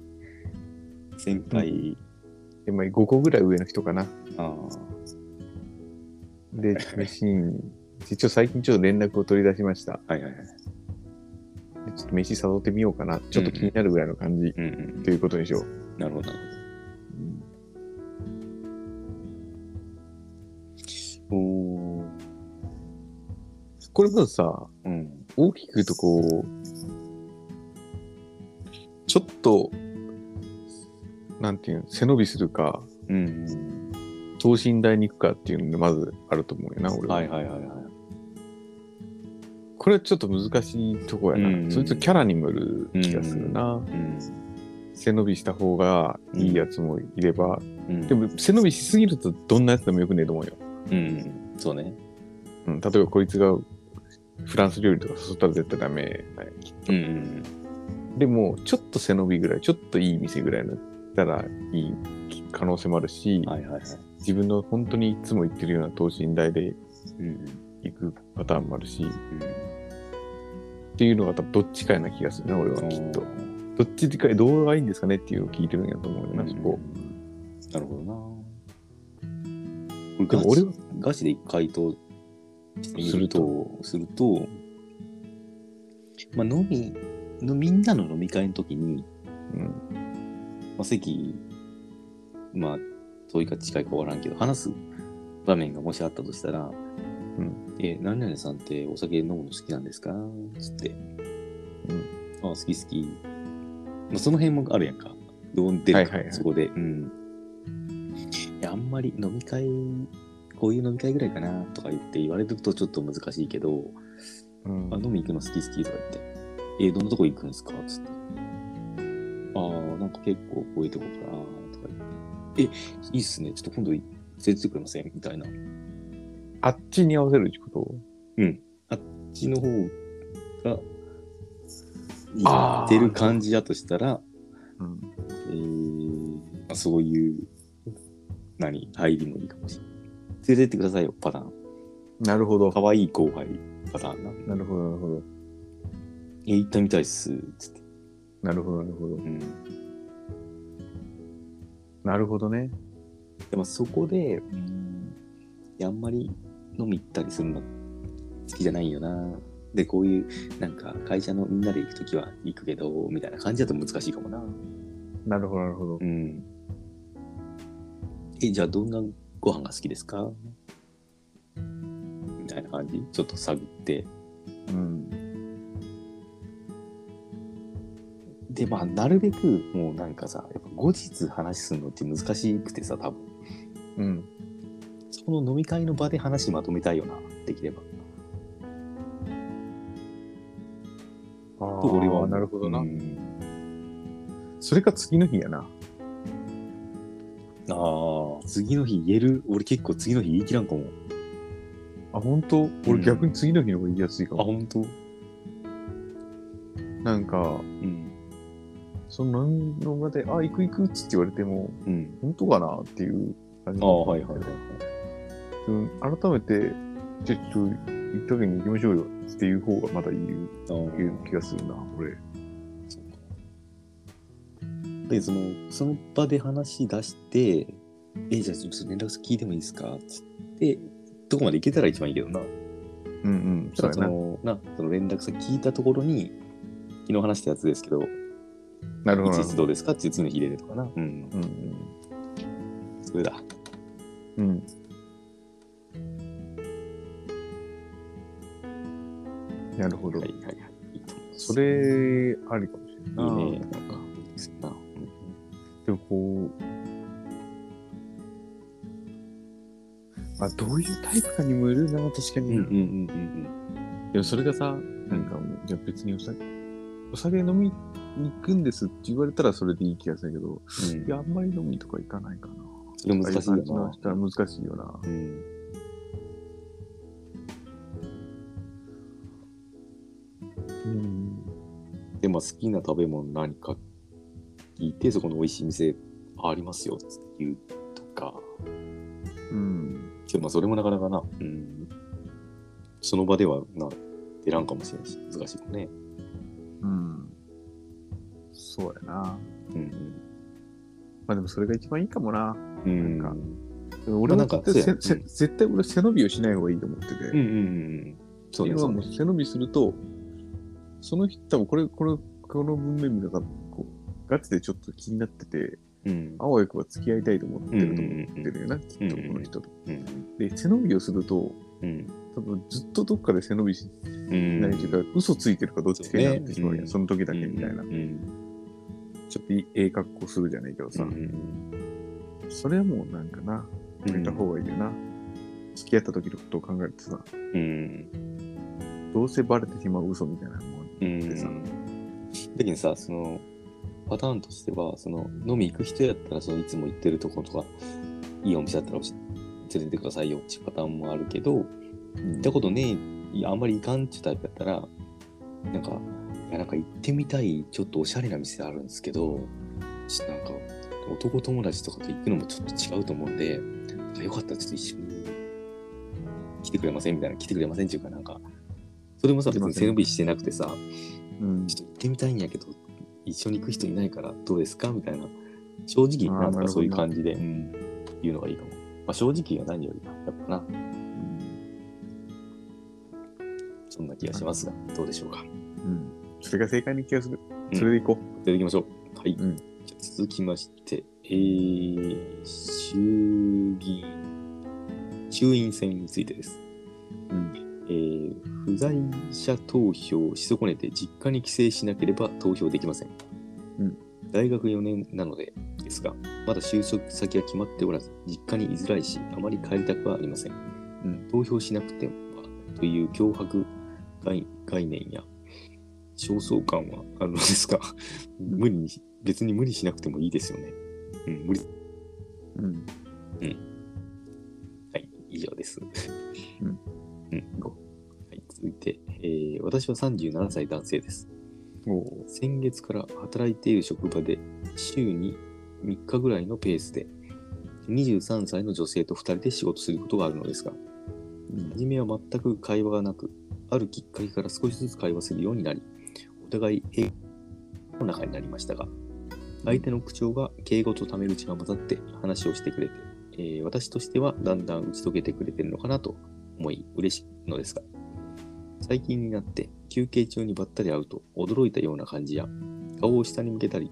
Speaker 1: 先輩、
Speaker 2: で、まあ、5個ぐらい上の人かな。
Speaker 1: あ
Speaker 2: で、飯に、一応最近ちょっと連絡を取り出しました。
Speaker 1: あ、はいはいはい。
Speaker 2: でちょっと飯誘ってみようかな。ちょっと気になるぐらいの感じ。
Speaker 1: うんうん
Speaker 2: ということでしょう。
Speaker 1: なるほどなるほど。おー
Speaker 2: これもさ、
Speaker 1: うん。
Speaker 2: 大きく言うとこう、ちょっと、なんていうの、背伸びするか、
Speaker 1: うん。
Speaker 2: 等身大に行くかっていうので、まずあると思うよな、俺は。
Speaker 1: はいはいはいはい。
Speaker 2: これはちょっと難しいとこやな。
Speaker 1: うん
Speaker 2: そいつキャラにもよる気がするな。
Speaker 1: うん。
Speaker 2: 背伸びした方がいいやつもいれば、
Speaker 1: うん、
Speaker 2: で、も背伸びしすぎるとどんなやつでもよくねえと思うよ。
Speaker 1: うん。そうね。
Speaker 2: うん、例えばこいつがフランス料理とか誘ったら絶対ダメ。
Speaker 1: うんうん
Speaker 2: でも、ちょっと背伸びぐらい、ちょっといい店ぐらいだったらいい可能性もあるし、
Speaker 1: はいはいはい。
Speaker 2: 自分の本当にいつも行ってるような等身大で
Speaker 1: うん。
Speaker 2: 行くパターンもあるし、っていうのが多分どっちかやな気がするね、俺はきっと。どっちか、どうがいいんですかねっていうのを聞いてるんやと思うよ
Speaker 1: な
Speaker 2: な、そこ。
Speaker 1: なるほどな。俺
Speaker 2: でも俺は、
Speaker 1: ガチで回答す
Speaker 2: す
Speaker 1: る
Speaker 2: る
Speaker 1: と、すると、まあ、飲み、のみんなの飲み会の時に、
Speaker 2: うん、
Speaker 1: まあ、席、まあ、遠いか近いかわからんけど、話す場面がもしあったとしたら、
Speaker 2: ん
Speaker 1: え、何々さんってお酒飲むの好きなんですかつって。あ、好き好き。まあ、その辺もあるやんか。どう出るか、
Speaker 2: はいはいはい
Speaker 1: そこで。うん。いや、あんまり飲み会、こういう飲み会ぐらいかなとか言って言われるとちょっと難しいけど、
Speaker 2: うん
Speaker 1: あ、飲み行くの好き好きとか言って、えどんなとこ行くんすかつって。ああ、なんか結構こういうとこかなとか言って、え、いいっすね。ちょっと今度連れてってくれませんみたいな。
Speaker 2: あっちに合わせるってこと
Speaker 1: こっちの方が、
Speaker 2: あー
Speaker 1: 似てる感じだとしたら、
Speaker 2: うん
Speaker 1: えーまあ、そういう、何、入りもいいかもしれない。連れてってくださいよ、パターン。
Speaker 2: なるほど。
Speaker 1: 可愛い後輩パターンな。
Speaker 2: なるほど、なるほど。
Speaker 1: え、行ったみたいっす、つって。
Speaker 2: なるほど、なるほど
Speaker 1: う。ん。で、
Speaker 2: なるほどね。
Speaker 1: まあ、そこで、うん、いや、あんまり飲み行ったりするの好きじゃないよな。で、こういう、なんか、会社のみんなで行くときは行くけど、みたいな感じだと難しいかもな。
Speaker 2: なるほど、なるほど
Speaker 1: う。ん。え、じゃあどんなご飯が好きですかみたいな感じちょっと探って。
Speaker 2: うん。
Speaker 1: で、まあ、なるべくもうなんかさ、やっぱ後日話すのって難しくてさ、多分。
Speaker 2: うん。
Speaker 1: そこの飲み会の場で話まとめたいよな、できれば。
Speaker 2: あ
Speaker 1: と俺は。
Speaker 2: なるほどな。
Speaker 1: うん
Speaker 2: それか次の日やな。
Speaker 1: ああ、次の日言える俺結構次の日言い切らんかも。
Speaker 2: あ、本当
Speaker 1: うん
Speaker 2: 俺逆に次の日の方が言いやすいか
Speaker 1: あ、
Speaker 2: も。
Speaker 1: 本当
Speaker 2: なんか、
Speaker 1: うん。
Speaker 2: その飲みの場で、あ、行く行くっつって言われても、
Speaker 1: うん。
Speaker 2: 本当かなっていう感じ。
Speaker 1: ああ、はいはいはい。
Speaker 2: うん改めて、ちょっと、行った時に行きましょうよっていう方がまだ言
Speaker 1: あ
Speaker 2: う言
Speaker 1: ー
Speaker 2: う気がするな、俺。
Speaker 1: そうかでそのその場で話し出して「えじゃあちょっと連絡先聞いてもいいですか?」っつってどこまで行けたら一番いいけどな
Speaker 2: うんうん。
Speaker 1: そしたらそ
Speaker 2: うや
Speaker 1: のなその連絡先聞いたところに昨日話したやつですけど「
Speaker 2: な。なるほど
Speaker 1: い
Speaker 2: なる
Speaker 1: ついつ
Speaker 2: ほ
Speaker 1: ど
Speaker 2: ど。
Speaker 1: うですか?」っていう次の日入れるとかなうん
Speaker 2: うん
Speaker 1: それだ
Speaker 2: うん。うん。なるほど
Speaker 1: はい。はいはいいいと思います
Speaker 2: それ、ありかもしれない
Speaker 1: い
Speaker 2: な。
Speaker 1: ねなんかいいですなうん
Speaker 2: でもこう、まあ、どういうタイプかにもよるな、確かに。
Speaker 1: うんうんうん
Speaker 2: でもそれがさ、なんかもう、いや別にお酒、お酒飲みに行くんですって言われたらそれでいい気がするけど、
Speaker 1: うんうん
Speaker 2: いや、あんまり飲みとか行かないかな。
Speaker 1: それ難しいよ
Speaker 2: ああう感じの
Speaker 1: な
Speaker 2: 人は難しいよな。
Speaker 1: うん
Speaker 2: うん。
Speaker 1: でまあ好きな食べ物何か聞いてそこの美味しい店ありますよっていうとか
Speaker 2: うん。
Speaker 1: けどまあそれもなかなかな、うん、その場ではな出らんかもしれないし難しいもんね。
Speaker 2: うん。そうやな。ま
Speaker 1: うん
Speaker 2: あでもそれが一番いいかもな。
Speaker 1: うんうんか
Speaker 2: なんでも俺
Speaker 1: まあな
Speaker 2: は
Speaker 1: んか
Speaker 2: 絶対
Speaker 1: そうや
Speaker 2: せせ
Speaker 1: うん
Speaker 2: 絶対俺背伸びをしない方がいいと思ってて。
Speaker 1: うんうんうんそうね
Speaker 2: 今
Speaker 1: そう
Speaker 2: もう
Speaker 1: ね
Speaker 2: 背伸びすると、その人、多分これ、これ、この文面見たから、こう、ガチでちょっと気になってて、
Speaker 1: うん
Speaker 2: あわよくば付き合いたいと思ってると思ってるよな、きっとこの人と。
Speaker 1: うん
Speaker 2: で、背伸びをすると、
Speaker 1: うん
Speaker 2: 多分ずっとどっかで背伸びし
Speaker 1: うん
Speaker 2: ないというか、嘘ついてるかどっちかになってしまうやん、
Speaker 1: そ
Speaker 2: その時だけみたいな。
Speaker 1: うんうん
Speaker 2: ちょっといいええ格好するじゃないけど
Speaker 1: う
Speaker 2: さ、
Speaker 1: ん
Speaker 2: それはもうなんかな、
Speaker 1: う
Speaker 2: やめ
Speaker 1: ん
Speaker 2: た方がいいよな。付き合った時のことを考えてさ、
Speaker 1: うん
Speaker 2: どうせバレてしまう嘘みたいなもん。
Speaker 1: うん
Speaker 2: でさ
Speaker 1: だけどさそのパターンとしてはその飲み行く人やったらそのいつも行ってるとことかいいお店だったら教え連れてってくださいよっていうパターンもあるけど、行ったことねえいやあんまりいかんっていうタイプやったらなんかいややなんか行ってみたい、ちょっとおしゃれな店あるんですけど、ちょっとなんか、男友達とかと行くのもちょっと違うと思うんで、なんかよかったらちょっと一緒に来てくれませんみたいな、来てくれませんっていうか、なんか、それもさ、別に背伸びしてなくてさ、
Speaker 2: うん。
Speaker 1: ちょっと行ってみたいんやけど、一緒に行く人いないからどうですかみたいな、正直、
Speaker 2: あー
Speaker 1: なん
Speaker 2: な
Speaker 1: か
Speaker 2: るほどな
Speaker 1: そういう感じで、うん、言うのがいいかも。まあ、正直が何よりな、やっぱな、そんな気がしますが、どうでしょうか。
Speaker 2: うん。それが正解な気がする。
Speaker 1: うん
Speaker 2: それでいこ
Speaker 1: いただきましょう。はい。
Speaker 2: うん
Speaker 1: じゃあ続きまして、えー、衆議院、衆院選についてです。
Speaker 2: うん。
Speaker 1: えー、不在者投票をし損ねて実家に帰省しなければ投票できません。
Speaker 2: うん
Speaker 1: 大学4年なのでですが、まだ就職先は決まっておらず、実家に居づらいし、あまり帰りたくはありません。
Speaker 2: うん
Speaker 1: 投票しなくてはという脅迫概概念や焦燥感はあるのですが、 無理に、別に無理しなくてもいいですよね。うん、無理。
Speaker 2: うん。
Speaker 1: はい、以上です。
Speaker 2: ん
Speaker 1: うん、はい、続いて、えー私は37歳男性です。
Speaker 2: おう
Speaker 1: 先月から働いている職場で週に3日ぐらいのペースで23歳の女性と2人で仕事することがあるのですが
Speaker 2: うん。
Speaker 1: 初めは全く会話がなくあるきっかけから少しずつ会話するようになりお互い英語の中になりましたが相手の口調が敬語とタメ口が混ざって話をしてくれて、えー私としてはだんだん打ち解けてくれてるのかなと思い嬉しいのですが最近になって休憩中にばったり会うと驚いたような感じや顔を下に向けたり、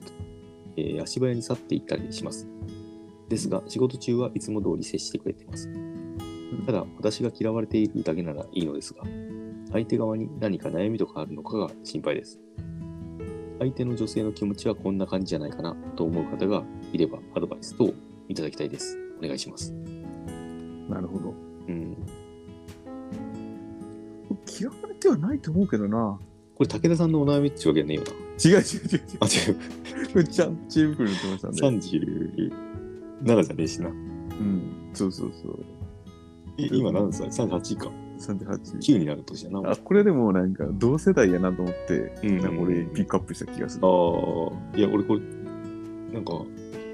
Speaker 1: えー足早に去っていったりしますですが仕事中はいつも通り接してくれていますただ私が嫌われているだけならいいのですが相手側に何か悩みとかあるのかが心配です相手の女性の気持ちはこんな感じじゃないかなと思う方がいればアドバイス等いただきたいですお願いします
Speaker 2: なるほど。
Speaker 1: うん
Speaker 2: 嫌われてはないと思うけどな。
Speaker 1: これ武田さんのお悩みっていうわけじゃねえよな
Speaker 2: 違う違う違う
Speaker 1: あ違う
Speaker 2: 違う。ちゃんチームクルーってましたね。
Speaker 1: 37じゃねえしな
Speaker 2: うん。そうそうそう。
Speaker 1: え今何歳 ?38 か
Speaker 2: 38。
Speaker 1: 9になる年やな
Speaker 2: あ、これでもなんか同世代やなと思って、
Speaker 1: うん
Speaker 2: なんか俺ピックアップした気がする。
Speaker 1: ああ、いや、俺これ、なんか、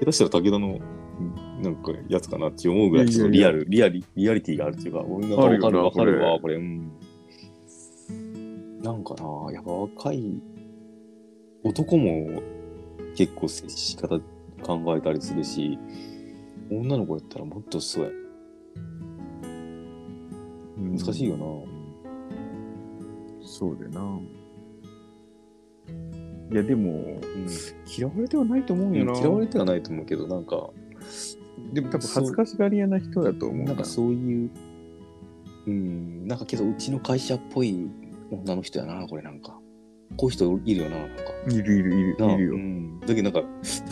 Speaker 1: 下手したら武田の、なんか、やつかなって思うぐらい、
Speaker 2: い
Speaker 1: ちょ
Speaker 2: や
Speaker 1: っと
Speaker 2: い
Speaker 1: リ
Speaker 2: や
Speaker 1: ア
Speaker 2: い
Speaker 1: ル、リアリ、リアリティがあるっていうか、俺なんか
Speaker 2: ある
Speaker 1: わ
Speaker 2: よ
Speaker 1: かる
Speaker 2: な
Speaker 1: わかるわ、
Speaker 2: こ
Speaker 1: これ、うん。なんかな、やっぱ若い男も結構接し方考えたりするし、女の子やったらもっとそうや。
Speaker 2: うん
Speaker 1: 難しいよな。
Speaker 2: そうだよないやでも
Speaker 1: うん
Speaker 2: 嫌われてはないと思う
Speaker 1: 嫌
Speaker 2: よな、
Speaker 1: われてはないと思うけど、なんか、
Speaker 2: でも多分恥ずかしがり屋な人だと思う
Speaker 1: なんかそういう、うん、なんかけど、うちの会社っぽい女の人やな、これなんか。こういう人いるよな、なんか。
Speaker 2: いるいるいる
Speaker 1: なあ
Speaker 2: いるよ、
Speaker 1: うんだけどなんか、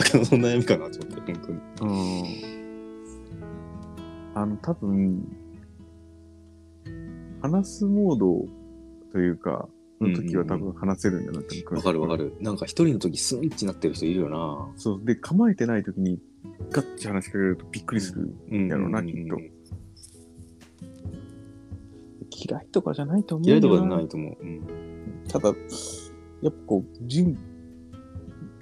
Speaker 1: だからその悩みかな、ちょっと、本当に。
Speaker 2: うんあの多分話すモードというかの時は多分話せるんだなって
Speaker 1: わかるわかる。なんか一人の時スンッチなってる人いるよな。
Speaker 2: そうで構えてない時にガッて話しかけるとびっくりする、
Speaker 1: うん
Speaker 2: やろうなきっと嫌いとかじゃないと思
Speaker 1: 嫌いとかじゃないと思う。うん
Speaker 2: ただ、やっぱこう、人、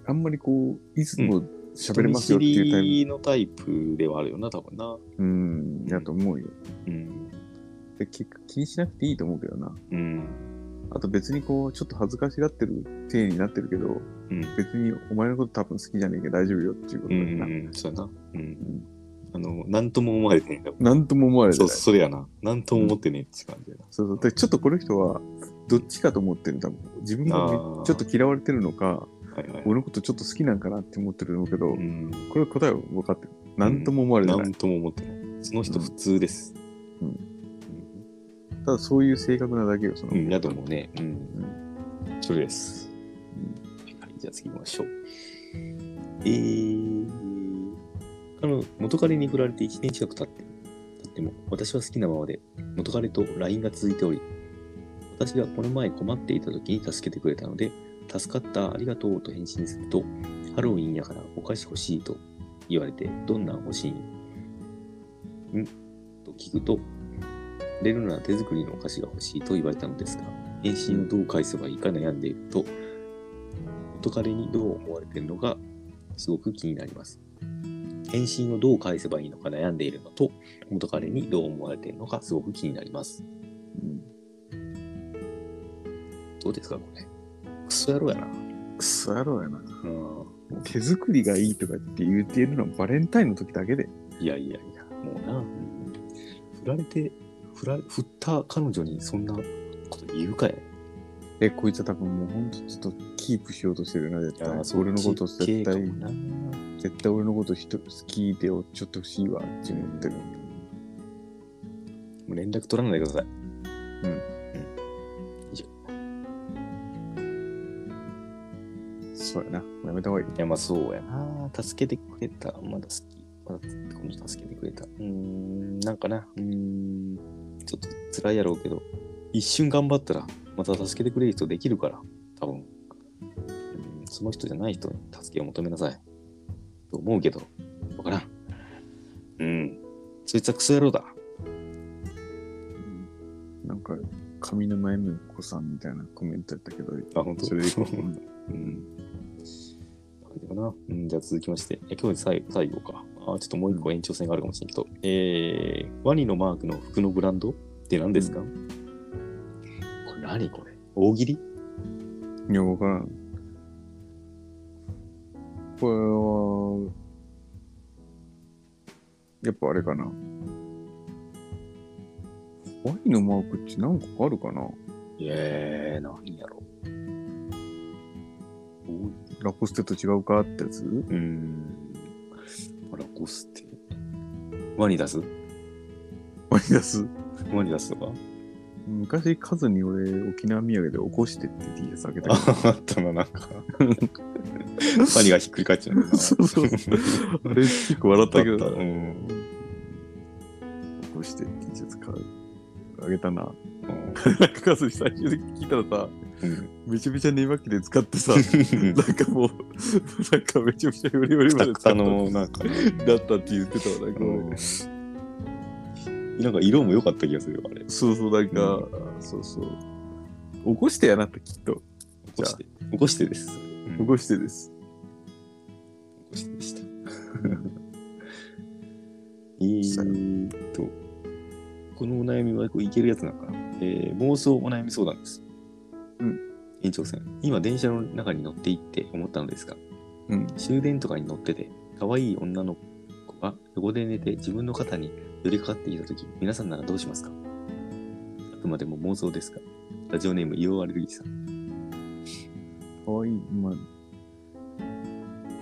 Speaker 2: あんまりこう、いつも喋れますよっていうタ
Speaker 1: 人見
Speaker 2: イ
Speaker 1: 知りのタイプではあるよな、多分な。
Speaker 2: プ、うん、やと思うよ。
Speaker 1: うん。
Speaker 2: で結果気にしなくていいと思うけどな。
Speaker 1: うん。
Speaker 2: あと別にこう、ちょっと恥ずかしがってる体になってるけど、
Speaker 1: うん。
Speaker 2: 別にお前のこと多分好きじゃねえけど大丈夫よっていうこと
Speaker 1: う
Speaker 2: だよ
Speaker 1: ん。
Speaker 2: な。
Speaker 1: うんそうやな。うん。
Speaker 2: うん
Speaker 1: あの、なんとも思われてねえ。多分
Speaker 2: なんとも思われて
Speaker 1: そ
Speaker 2: な
Speaker 1: う、
Speaker 2: い。
Speaker 1: それやな。なんとも思ってねえって感じやな。
Speaker 2: そうそう。で、ちょっとこの人は、どっちかと思ってる。多分、自分がめ
Speaker 1: あー
Speaker 2: ちょっと嫌われてるのか、
Speaker 1: はいはい。
Speaker 2: 俺のことちょっと好きなんかなって思ってると思うけど、
Speaker 1: うん。
Speaker 2: これ答えは分かってる。なんとも思われて
Speaker 1: な
Speaker 2: ない。
Speaker 1: んとも思ってない。その人普通です。
Speaker 2: う
Speaker 1: うんん。
Speaker 2: ただそういう性格なだけよ、その。
Speaker 1: うん、だと思うね。うん。それです。はい、じゃあ次行きましょう。えー、あの、元彼に振られて1年近く経って、経っても、私は好きなままで、元彼と LINE が続いており、私がこの前困っていた時に助けてくれたので、助かった、ありがとうと返信すると、ハロウィンやからお菓子欲しいと言われて、どんなん欲しいんと聞くと、レルナは手作りのお菓子が欲しいと言われたのですが、返信をどう返せばいいか悩んでいると、元彼にどう思われてるのかすごく気になります。返信をどう返せばいいのか悩んでいるのと、元彼にどう思われているのかすごく気になります。どうですか、これ。クソ野郎やな。
Speaker 2: くそ野郎やな。
Speaker 1: うん。
Speaker 2: もう手作りがいいとかって言ってるのはバレンタインの時だけで。
Speaker 1: いやいやいや、もうな。うん振られて、振ら、振った彼女にそんなこと言うかい。
Speaker 2: え、こいつは多分もうほんとちょっとキープしようとしてるな、絶対。俺のこと
Speaker 1: 系
Speaker 2: 絶
Speaker 1: かも
Speaker 2: 対、
Speaker 1: な。
Speaker 2: 絶対俺のこと人好きでおっちょっと欲しいわって思ってる。
Speaker 1: もう連絡取らないでください。
Speaker 2: うん
Speaker 1: 以上
Speaker 2: そうやな。もうやめた方がいい。
Speaker 1: いや、まあそうやな。助けてくれた。まだ好き。まだこの人助けてくれた。うーん、なんかな。うーん、ちょっと辛いやろうけど、一瞬頑張ったら、また助けてくれる人できるから、多分。うんその人じゃない人に助けを求めなさい。と思うけど、わからん。うん。そいつはクソ野郎だ。
Speaker 2: なんか、上沼恵美子さんみたいなコメントやったけど、
Speaker 1: あ、本当
Speaker 2: それで、うん
Speaker 1: うん。なんでかな。うん、じゃあ続きまして、いや今日最後最後か。あーちょっともう一個延長戦があるかもしれんけど、えー、ワニのマークの服のブランドって何ですか、これ何これ大喜利
Speaker 2: いや、わからん。これは、やっぱあれかな。ワインのマークって何個かあるかな
Speaker 1: えー、何やろ
Speaker 2: ラコステと違うかってやつ
Speaker 1: う。うーん。ラコステ。ワニ出す
Speaker 2: ワイン出す。
Speaker 1: ワニ出すとか
Speaker 2: 昔、カズに俺、沖縄土産で起こしてって T シャツあげたけ
Speaker 1: ああったな、なんか。ワニがひっくり返っちゃうな。
Speaker 2: ど。そうそうそう。あれ、結構笑ったけ
Speaker 1: あ
Speaker 2: ど。
Speaker 1: ったうん。
Speaker 2: 起こしてって T シャツ買うあげたな。
Speaker 1: うん
Speaker 2: なんかカズに最終的に聞いたら
Speaker 1: う
Speaker 2: さ、
Speaker 1: ん
Speaker 2: めちゃめちゃ寝巻きで使って さ、なんかもう、なんかめちゃめちゃよりより
Speaker 1: くた
Speaker 2: まで
Speaker 1: くたの、なんか、
Speaker 2: だったって言ってたわ、なんか俺、
Speaker 1: なんか色も良かった気がするよ、あれ。
Speaker 2: そうそう、なんか、そうそう。起こしてやなって、きっと。
Speaker 1: 起こして。起こしてです。
Speaker 2: 起
Speaker 1: 起こ
Speaker 2: こしてです。
Speaker 1: してでした。 えーっと、このお悩みはこういけるやつなのかな、えー妄想お悩み相談です。
Speaker 2: うん。
Speaker 1: 園長さん、今電車の中に乗っていって思ったのですが、
Speaker 2: うん。
Speaker 1: 終電とかに乗ってて、可愛い女の子が横で寝て自分の肩に寄りかかっていたとき、皆さんならどうしますかあくまでも妄想ですが、ラジオネーム、硫黄アレルギーさん。
Speaker 2: かわいい、まあ、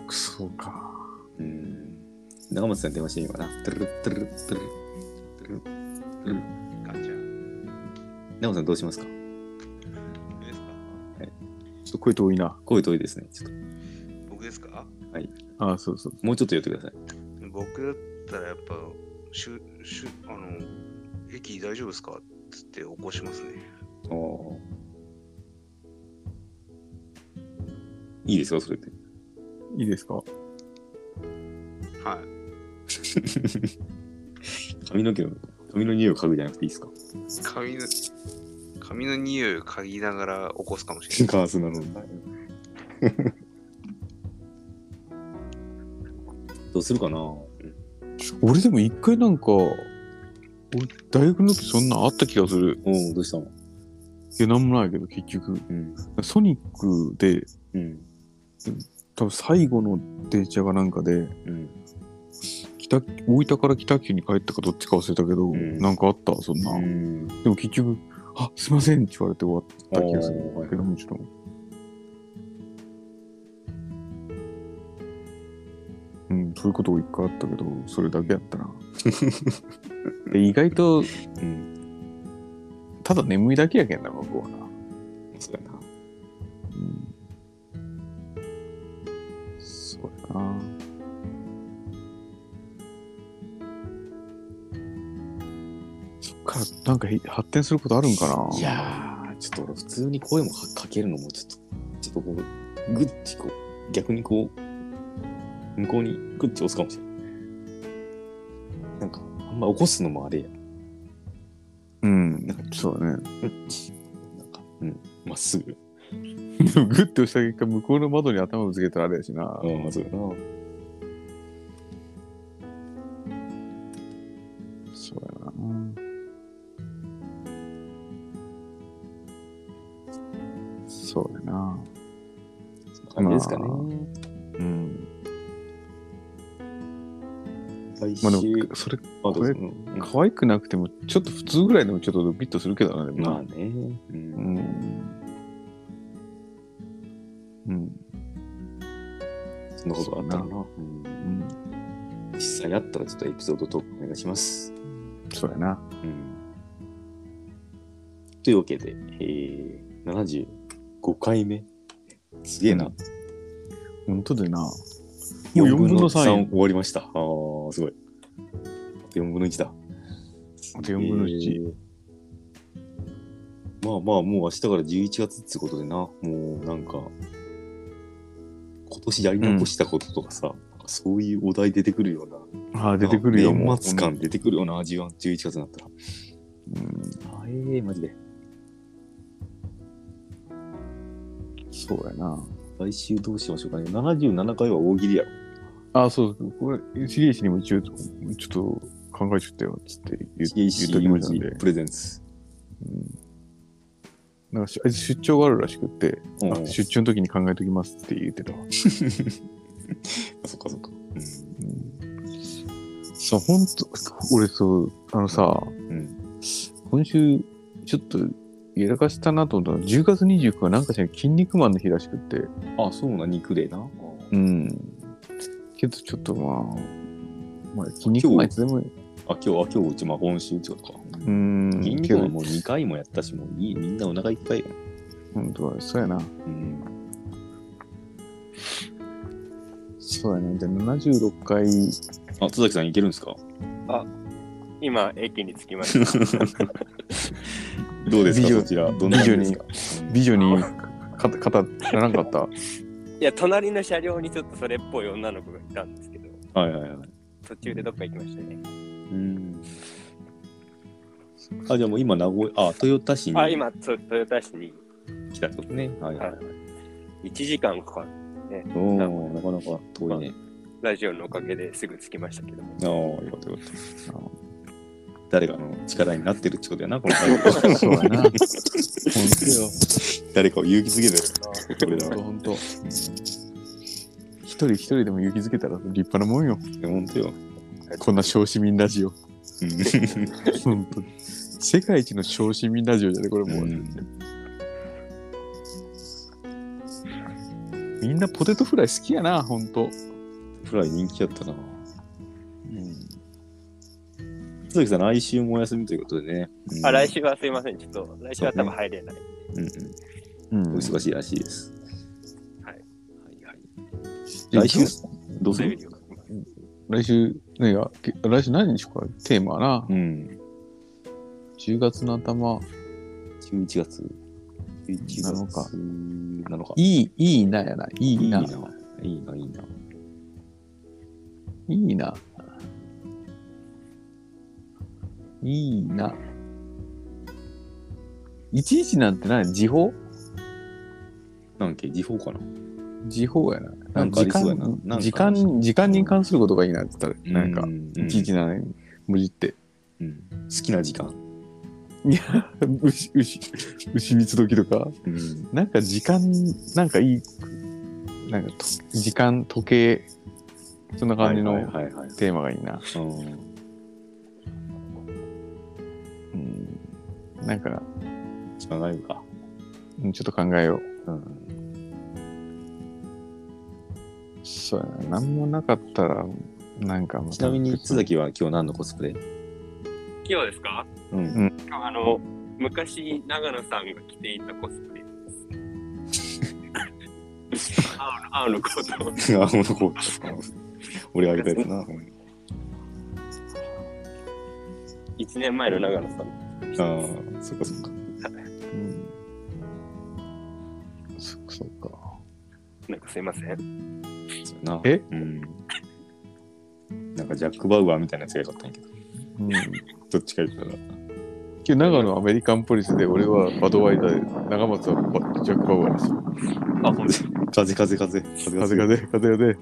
Speaker 2: くそか。
Speaker 1: うーん。長松さん電話してみようかな。トゥルルットゥルルットゥルルットゥルルットゥルルッ
Speaker 3: ガチャ。
Speaker 1: 長松さんどうしますか
Speaker 3: 僕ですか
Speaker 2: ちょっと声遠いな。
Speaker 1: 声遠いですね。ちょっ
Speaker 3: 僕ですか
Speaker 2: ああ、そうそう。
Speaker 1: と、もうちょっと寄ってください。
Speaker 3: 僕だったらやっぱ、しゅ、しゅ、あの、駅大丈夫ですかつって起こしますね。
Speaker 1: おいいですかそれで。
Speaker 2: いいですか
Speaker 3: はい。
Speaker 1: 髪の毛の、髪の匂いを嗅ぐじゃなくていいですか
Speaker 3: 髪の髪の匂いを嗅ぎながら起こすかもし れない。
Speaker 1: ガースなの。どうするかな
Speaker 2: 俺でも一回なんか、俺、大学の時そんなんあった気がする。
Speaker 1: おおどうしたの
Speaker 2: いや、なんもないけど、結局。
Speaker 1: うん。
Speaker 2: ソニックで、
Speaker 1: うん。
Speaker 2: 多分最後の電車がなんかで、
Speaker 1: うん。
Speaker 2: 北大分から北九に帰ったかどっちか忘れたけど、
Speaker 1: ん
Speaker 2: なんかあったそんな、
Speaker 1: ん。
Speaker 2: でも結局「あすいません」って言われて終わった気がす
Speaker 1: おーはい
Speaker 2: るけどもちろんうんそういうことが一回あったけどそれだけやった なで意外と
Speaker 1: うん。
Speaker 2: ただ眠いだけやけんな向こうはな、
Speaker 1: そうやな。
Speaker 2: うん、そうやなそっからなんかへ発展することあるんかない
Speaker 1: いやー、ちょっと俺普通に声もかかけるのもちょっと、ちょっとこう、グッチこう、逆にこう、向こうにグッチ押すかもしれない。なんか、あんま起こすのもあれや。
Speaker 2: うん、そうだね。
Speaker 1: グッチ。なんか、うん、まっすぐ。
Speaker 2: でもグッて押した結果、向こうの窓に頭ぶつけたらあれやしな。
Speaker 1: うん、そうやな。
Speaker 2: そうやな。そうやな。
Speaker 1: そんな感じですかね。
Speaker 2: まうん。
Speaker 1: 来週、
Speaker 2: まあでも、それ、
Speaker 1: あどうぞ
Speaker 2: こ
Speaker 1: うん
Speaker 2: 可愛くなくても、ちょっと普通ぐらいでもちょっとドキッとするけどな、でもな。
Speaker 1: まあね。う。
Speaker 2: うんん。うん。
Speaker 1: そんなことがあったら
Speaker 2: そう
Speaker 1: な。うん
Speaker 2: うん。
Speaker 1: 実際あったらちょっとエピソードトークお願いします。
Speaker 2: そうやな。
Speaker 1: うん。というわけで、えー、75回目。すげえな。
Speaker 2: うん本当でな。もう
Speaker 1: 四
Speaker 2: 4分の3や。
Speaker 1: 終わりました。ああ、すごい。あと4分の1だ。
Speaker 2: あと4分の1。
Speaker 1: えーまあまあ、もう明日から11月ってことでな、もうなんか、今年やり残したこととかさ、なんかそういうお題出てくるような、
Speaker 2: ああ、出てくるよ、もう。
Speaker 1: 年末感出てくるような、11月になったら。
Speaker 2: うん。
Speaker 1: あええマジで。
Speaker 2: そうやな。
Speaker 1: 来週どうしましょうかね。77回は大喜利やろ。
Speaker 2: あ、そうそう。これ、重石にも一応、ちょっと考えちゃったよ、つって言う言っときましたんで。
Speaker 1: プレゼンツ。
Speaker 2: うん、なんかしあいつ出張があるらしくって、
Speaker 1: うん
Speaker 2: あ出張の時に考えときますって言ってたわ。
Speaker 1: あそっかそっか。
Speaker 2: うん、そう、ほんと、俺そう、あのさ、
Speaker 1: うん。
Speaker 2: 今週、ちょっと、やらかしたなと思ったの10月29日はなんかしら筋肉マンの日らしくって、
Speaker 1: あ、そうな、肉でな。
Speaker 2: うん。けど、ちょっとまあ、まあ、筋肉マンいつでも、
Speaker 1: あ、今日、あ、今日、うち、まあ、今週ってことか。
Speaker 2: うん、
Speaker 1: 銀
Speaker 2: け
Speaker 1: 行
Speaker 2: ど
Speaker 1: は、もう2回もやったし、もういいみんなお腹いっぱいやん。
Speaker 2: 本当は、そうやな。
Speaker 1: うん。
Speaker 2: そうやね。で、76回、
Speaker 1: あ、津崎さんいけるんですか
Speaker 5: 今、駅に着きま した。
Speaker 1: どうですか
Speaker 2: 美女
Speaker 1: そちら。どんな感じですか
Speaker 2: 美女にかた、語らなかった。
Speaker 5: いや、隣の車両にちょっとそれっぽい女の子がいたんですけど、
Speaker 1: はいはいはい。
Speaker 5: 途中でどっか行きましたね。
Speaker 1: うん。あ、じゃあもう今、名古屋、あ、豊田市に
Speaker 5: あ、今、と豊田市に
Speaker 1: 来たってことね。はいはいはい。
Speaker 5: 1時間かかる。
Speaker 1: おー、なかなか遠いね。
Speaker 5: ラジオのおかげですぐ着きましたけど。
Speaker 1: ああ、よかったよかった。誰がの力になってるってことやな、 この会話
Speaker 2: そうや な。本
Speaker 1: 誰かを勇気づける。
Speaker 2: 当よ。本当本当。一人一人でも勇気づけたら立派なもんよ。
Speaker 1: 本当よ。
Speaker 2: こんな小市民ラジオ。
Speaker 1: うん
Speaker 2: 本当に。世界一の小市民ラジオじゃね、これもう。
Speaker 1: うん
Speaker 2: みんなポテトフライ好きやな、本当。
Speaker 1: フライ人気やったな。鈴木さん、来週もお休みということでね。うん
Speaker 5: あ、来週はすいません。ちょっと、来週は多分入れない。
Speaker 1: うんうん
Speaker 2: うん
Speaker 1: お忙しいらしいです。
Speaker 5: はい
Speaker 1: はいはい。来週、どうする
Speaker 5: 水曜日を書きます
Speaker 2: 来週、何が、け来週何にしようか、テーマはな。
Speaker 1: うん。
Speaker 2: 10月の頭、
Speaker 1: 11月。11月
Speaker 2: 7日
Speaker 1: 7日。
Speaker 2: いい、いいなやな。い
Speaker 1: い
Speaker 2: い
Speaker 1: いな
Speaker 2: な。。
Speaker 1: いいな、いいな。
Speaker 2: いいな。いいな。11なんて何時報
Speaker 1: なんけ、時報かな。
Speaker 2: 時報やな。
Speaker 1: なんかありそうやななんか
Speaker 2: 時間時間、時間に関することがいいなって言ったら、なん
Speaker 1: う
Speaker 2: か、
Speaker 1: ん、
Speaker 2: 117無事って。
Speaker 1: うん好きな時間。
Speaker 2: いや、牛、牛、牛蜜時とか、
Speaker 1: うん。
Speaker 2: なんか時間、なんかいい、なんかと、時間、時計、そんな感じ
Speaker 1: はいは
Speaker 2: の
Speaker 1: いはいはい。
Speaker 2: テーマがいいな。
Speaker 1: うん
Speaker 2: うんなんか、
Speaker 1: 時間ないか。
Speaker 2: うんちょっと考えよう。
Speaker 1: うん。
Speaker 2: そうやな、なんもなかったら、なんかもう
Speaker 1: ちなみに、津崎は今日何のコスプレ
Speaker 5: 今日ですか
Speaker 1: うん。
Speaker 5: 今日あの、昔、長野さんが着ていたコス プレです。青の、青のコートを。
Speaker 1: あ、ほんとこう。俺あげたやつ な。
Speaker 5: 1年前の長野さん。
Speaker 1: ああ、そっかそっか。
Speaker 2: うんそっかそっか。
Speaker 5: なんかすいません。
Speaker 1: そうやな。
Speaker 2: え
Speaker 1: うん。なんかジャック・バウアーみたいなやつが良かったんやけど、
Speaker 2: うん、
Speaker 1: どっちか言ったら。
Speaker 2: 今日長野アメリカンポリスで俺はバドワイザーで、長松はバジャック・バウアーです。
Speaker 1: あ、ほんと 風風風。風
Speaker 2: 風が。ね、風がね。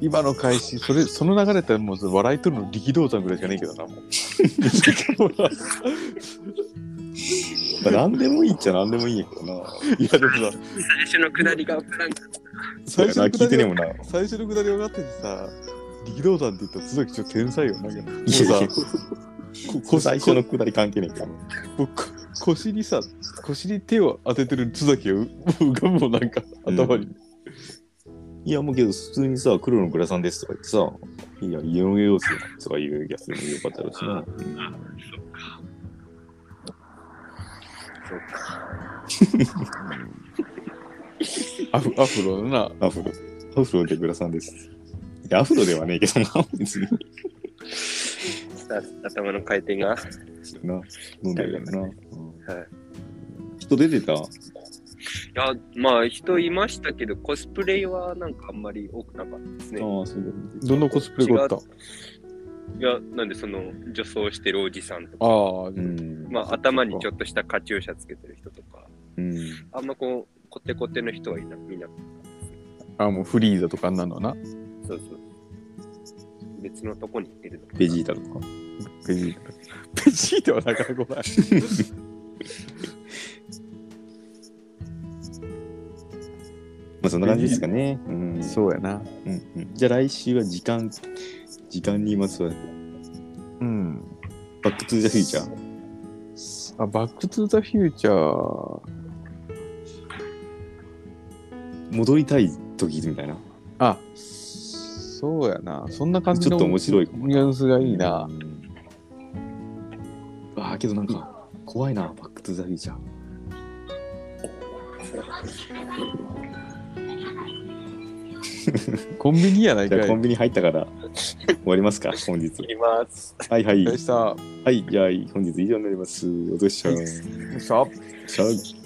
Speaker 2: 今の開始、それ、その流れだったらもう笑いとるの力道山ぐらいしかねえけどな、もう。
Speaker 1: まあ、何でもいいっちゃ何でもいいんやけどな。
Speaker 2: いや、でもさ、
Speaker 5: 最初のくだりが分からんかった。
Speaker 1: そうやな、聞いてねえもんな。
Speaker 2: 最初のくだり分かっててさ、力道山って言ったら、須崎ちょっと天才よ。なんか、も
Speaker 1: い
Speaker 2: う
Speaker 1: や
Speaker 2: さ
Speaker 1: いや、
Speaker 2: こ
Speaker 1: こ
Speaker 2: こ
Speaker 1: 最初のくだり関係ねえから。
Speaker 2: もうこ腰にさ、腰に手を当ててる津崎がうもう浮かぶもん、なんか、 頭に。
Speaker 1: いや、もうけど、普通にさ、黒のグラさんですとか言ってさ、いや、家の様子とか言うやつでもよかったらしな。
Speaker 2: アフアフロのな、
Speaker 1: アフロ。アフロでグラさんです。いや、アフロではねえけどな、別に。
Speaker 5: 頭の回転が。
Speaker 1: な、飲んでるからな。
Speaker 5: はい
Speaker 1: 人出てた
Speaker 5: いや、まあ人いましたけど、コスプレはなんかあんまり多くなかったですね。
Speaker 1: ああ、そうだよね。
Speaker 2: どんなコスプレがあった
Speaker 5: 違ういや、なんでその女装してるおじさんとか、
Speaker 2: ああ、
Speaker 1: うん。
Speaker 5: まあ頭にちょっとしたカチューシャつけてる人とか、
Speaker 1: うん。
Speaker 5: あんまこう、コテコテの人はいな見なかっ
Speaker 2: あもうフリーザとかあんなの はな。
Speaker 5: た。そうそう。別のとこに行ってるのかな
Speaker 1: ベジータとか。
Speaker 2: ベジータ。ベジータはなかなか来ない。
Speaker 1: まあ、そんな感じですかね。うん。
Speaker 2: そうやな。
Speaker 1: うんうん、じゃあ来週は時間、時間にまつわる。
Speaker 2: うん。
Speaker 1: バックトゥザフューチャー。
Speaker 2: あ、バックトゥザフューチャー。
Speaker 1: 戻りたい時みたいな。
Speaker 2: あ、そうやな。そんな感じ
Speaker 1: ちょっ
Speaker 2: の
Speaker 1: と面白いかも
Speaker 2: ニュアンスがいいな
Speaker 1: う。ん。ああ、けどなんか、怖いな、バックトゥザフューチャー。
Speaker 2: コンビニやない
Speaker 1: じ
Speaker 2: か
Speaker 1: ゃあ
Speaker 2: い。
Speaker 1: コンビニ入ったから 終わりますか、本日。
Speaker 5: 行きます。
Speaker 1: はいはい
Speaker 2: で。した。
Speaker 1: はい、じゃあ本日以上になります。お疲れ様でした。
Speaker 2: さあ
Speaker 1: さあ